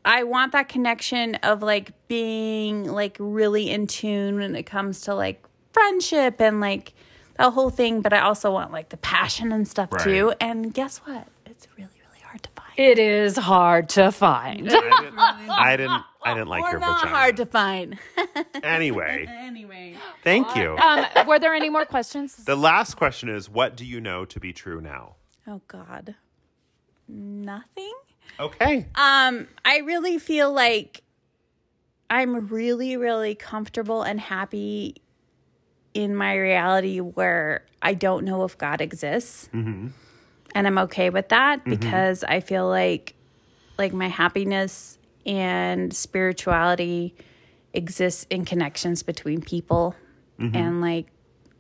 [SPEAKER 4] I want that connection of like being like really in tune when it comes to like friendship and like the whole thing, but I also want like the passion and stuff
[SPEAKER 2] Right.
[SPEAKER 4] too. And guess what? It's really really hard to find.
[SPEAKER 6] It is hard to find.
[SPEAKER 2] I didn't. I didn't, I didn't like your
[SPEAKER 4] Not
[SPEAKER 2] vagina.
[SPEAKER 4] hard to find.
[SPEAKER 2] Anyway,
[SPEAKER 4] Anyway.
[SPEAKER 2] thank you.
[SPEAKER 4] Oh.
[SPEAKER 1] Um, were there any more questions?
[SPEAKER 2] The last question is, what do you know to be true now?
[SPEAKER 4] Oh God. Nothing.
[SPEAKER 2] Okay.
[SPEAKER 4] Um, I really feel like I'm really, really comfortable and happy in my reality where I don't know if God exists. And I'm okay with that because I feel like like my happiness and spirituality exists in connections between people and like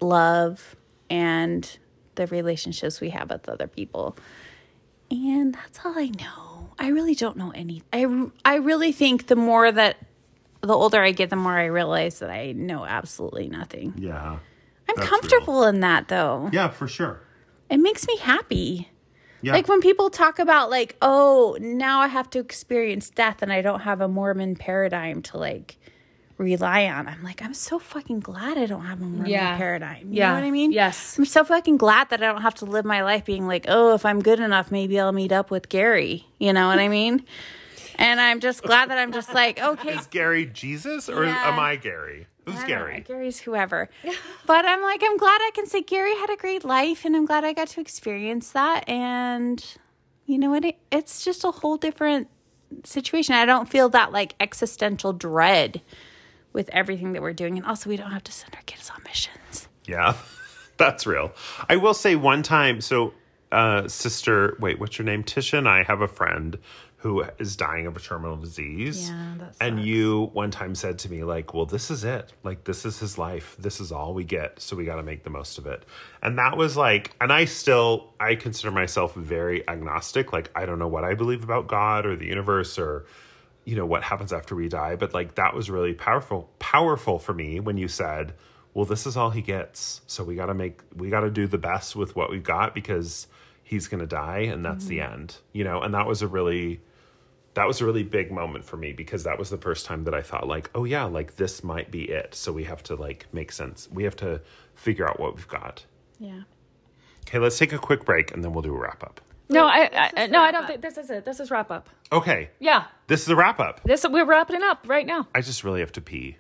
[SPEAKER 4] love and the relationships we have with other people. And that's all I know. I really don't know any. I, I really think the more that the older I get, the more I realize that I know absolutely nothing.
[SPEAKER 2] yeah.
[SPEAKER 4] I'm
[SPEAKER 2] That's
[SPEAKER 4] comfortable in that though.
[SPEAKER 2] Yeah, for sure.
[SPEAKER 4] It makes me happy.
[SPEAKER 2] Yeah.
[SPEAKER 4] Like when people talk about like, oh, now I have to experience death and I don't have a Mormon paradigm to like rely on. I'm like, I'm so fucking glad I don't have a Mormon
[SPEAKER 6] Yeah.
[SPEAKER 4] paradign. You
[SPEAKER 6] Yeah.
[SPEAKER 4] know what I mean?
[SPEAKER 6] Yes.
[SPEAKER 4] I'm so fucking glad that I don't have to live my life being like, oh, if I'm good enough, maybe I'll meet up with Gary. You know what I mean? And I'm just glad that I'm just like, okay,
[SPEAKER 2] is Gary Jesus or
[SPEAKER 4] Yeah.
[SPEAKER 2] am I Gary? Who's
[SPEAKER 4] I don't know,
[SPEAKER 2] Gary?
[SPEAKER 4] Gary's whoever. but I'm like, I'm glad I can say Gary had a great life and I'm glad I got to experience that. And you know what? It, it's just a whole different situation. I don't feel that like existential dread with everything that we're doing. And also, we don't have to send our kids on missions.
[SPEAKER 2] Yeah, that's real. I will say one time, so uh, sister, wait, what's your name? Tisha and I have a friend who is dying of a terminal disease.
[SPEAKER 4] Yeah, that
[SPEAKER 2] and you one time said to me, like, well, this is it. Like, this is his life. This is all we get. So we got to make the most of it. And that was like, and I still, I consider myself very agnostic. Like, I don't know what I believe about God or the universe or you know what happens after we die but like that was really powerful powerful for me when you said well this is all he gets so we got to make we got to do the best with what we've got because he's going to die and that's the end you know and that was a really that was a really big moment for me because that was the first time that I thought like oh yeah like this might be it so we have to like make sense we have to figure out what we've got
[SPEAKER 4] Yeah.
[SPEAKER 2] okay let's take a quick break and then we'll do a wrap up
[SPEAKER 6] No, I, I no, I don't think this is it. This is wrap up.
[SPEAKER 2] okay
[SPEAKER 6] Yeah,
[SPEAKER 2] this is a wrap up
[SPEAKER 6] this we're wrapping it up right now.
[SPEAKER 2] I just really have to pee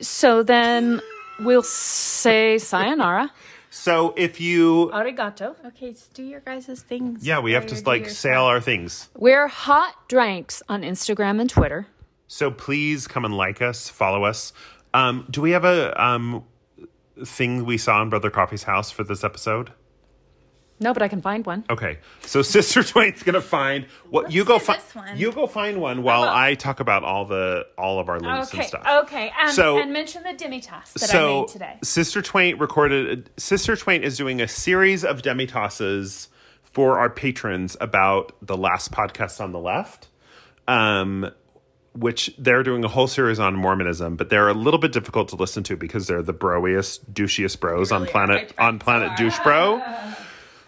[SPEAKER 6] So then we'll say sayonara,
[SPEAKER 2] so if you
[SPEAKER 6] arigato.
[SPEAKER 4] Okay, just do your guys' things.
[SPEAKER 2] Yeah, we have to like sell our things.
[SPEAKER 6] We're hot drinks on Instagram and Twitter.
[SPEAKER 2] So please come and like us, follow us. Um, do we have a um, thing we saw in Brother Coffee's house for this episode?
[SPEAKER 6] No, but I can find one.
[SPEAKER 2] Okay, so Sister Twain's gonna find what you go
[SPEAKER 4] do
[SPEAKER 2] find.
[SPEAKER 4] this one.
[SPEAKER 2] You go find one while I talk about all the all of our links and stuff.
[SPEAKER 6] Uh-huh. okay. Um,
[SPEAKER 2] So-
[SPEAKER 6] and mention the demitasse that I
[SPEAKER 2] so
[SPEAKER 6] made today.
[SPEAKER 2] Sister Twain recorded. Sister Twain is doing a series of demi tosses for our patrons about the last podcast on the left, um, which they're doing a whole series on Mormonism, but they're a little bit difficult to listen to because they're the broiest, douchiest bros on planet on planet douche bro.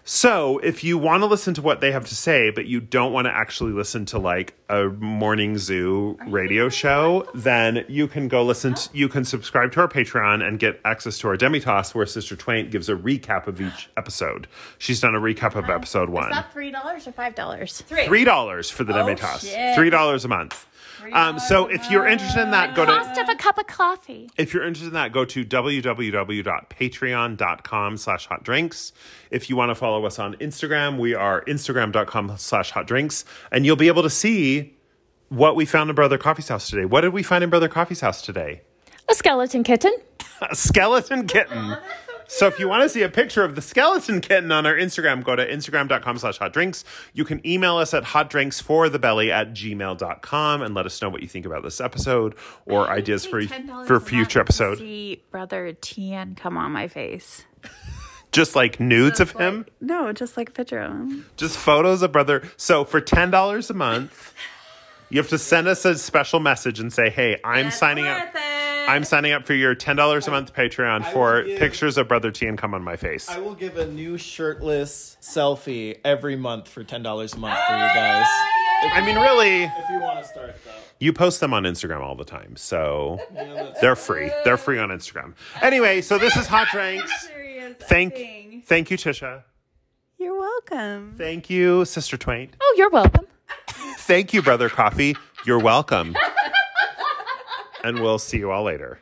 [SPEAKER 2] So, if you want to listen to what they have to say, but you don't want to actually listen to like a morning zoo radio show, then you can go listen. To, you can subscribe to our Patreon and get access to our Demitoss, where Sister Twain gives a recap of each episode. She's done a recap of episode one.
[SPEAKER 4] three dollars or five dollars?
[SPEAKER 2] Three dollars for the Demitoss. Three dollars a month. Um, so, if you're interested in that, go to
[SPEAKER 3] Cost of a cup of coffee.
[SPEAKER 2] if you're interested in that, go to www.patreon.com slash hot drinks. If you want to follow us on Instagram, we are instagram.com slash hot drinks. And you'll be able to see what we found in Brother Coffee's house today. What did we find in Brother Coffee's house today?
[SPEAKER 6] A skeleton kitten.
[SPEAKER 2] A skeleton kitten. So if you want to see a picture of the skeleton kitten on our Instagram, go to instagram.com slash hot drinks. You can email us at hotdrinksforthebelly at gmail.com and let us know what you think about this episode or ideas for, for future episode.
[SPEAKER 4] See brother Tian come on my face.
[SPEAKER 2] Just like nudes of him.
[SPEAKER 4] No, just like picture of him.
[SPEAKER 2] Just photos of brother. So for ten dollars a month, you have to send us a special message and say, "Hey, I'm signing up. I'm signing up for your ten dollars a month Patreon
[SPEAKER 5] I
[SPEAKER 2] for
[SPEAKER 5] will give-
[SPEAKER 2] pictures of brother T and come on my face."
[SPEAKER 5] I will give a new shirtless selfie every month for ten dollars a month for you guys.
[SPEAKER 2] I mean, really,
[SPEAKER 5] If you want to start though.
[SPEAKER 2] you post them on Instagram all the time, so
[SPEAKER 5] You know, that's-
[SPEAKER 2] they're free. They're free on Instagram. Anyway, so this is hot drinks. Thank, thank you, Tisha.
[SPEAKER 4] You're welcome.
[SPEAKER 2] Thank you, Sister Twain.
[SPEAKER 1] Oh, you're welcome.
[SPEAKER 2] Thank you, brother Coffee. You're welcome. And we'll see you all later.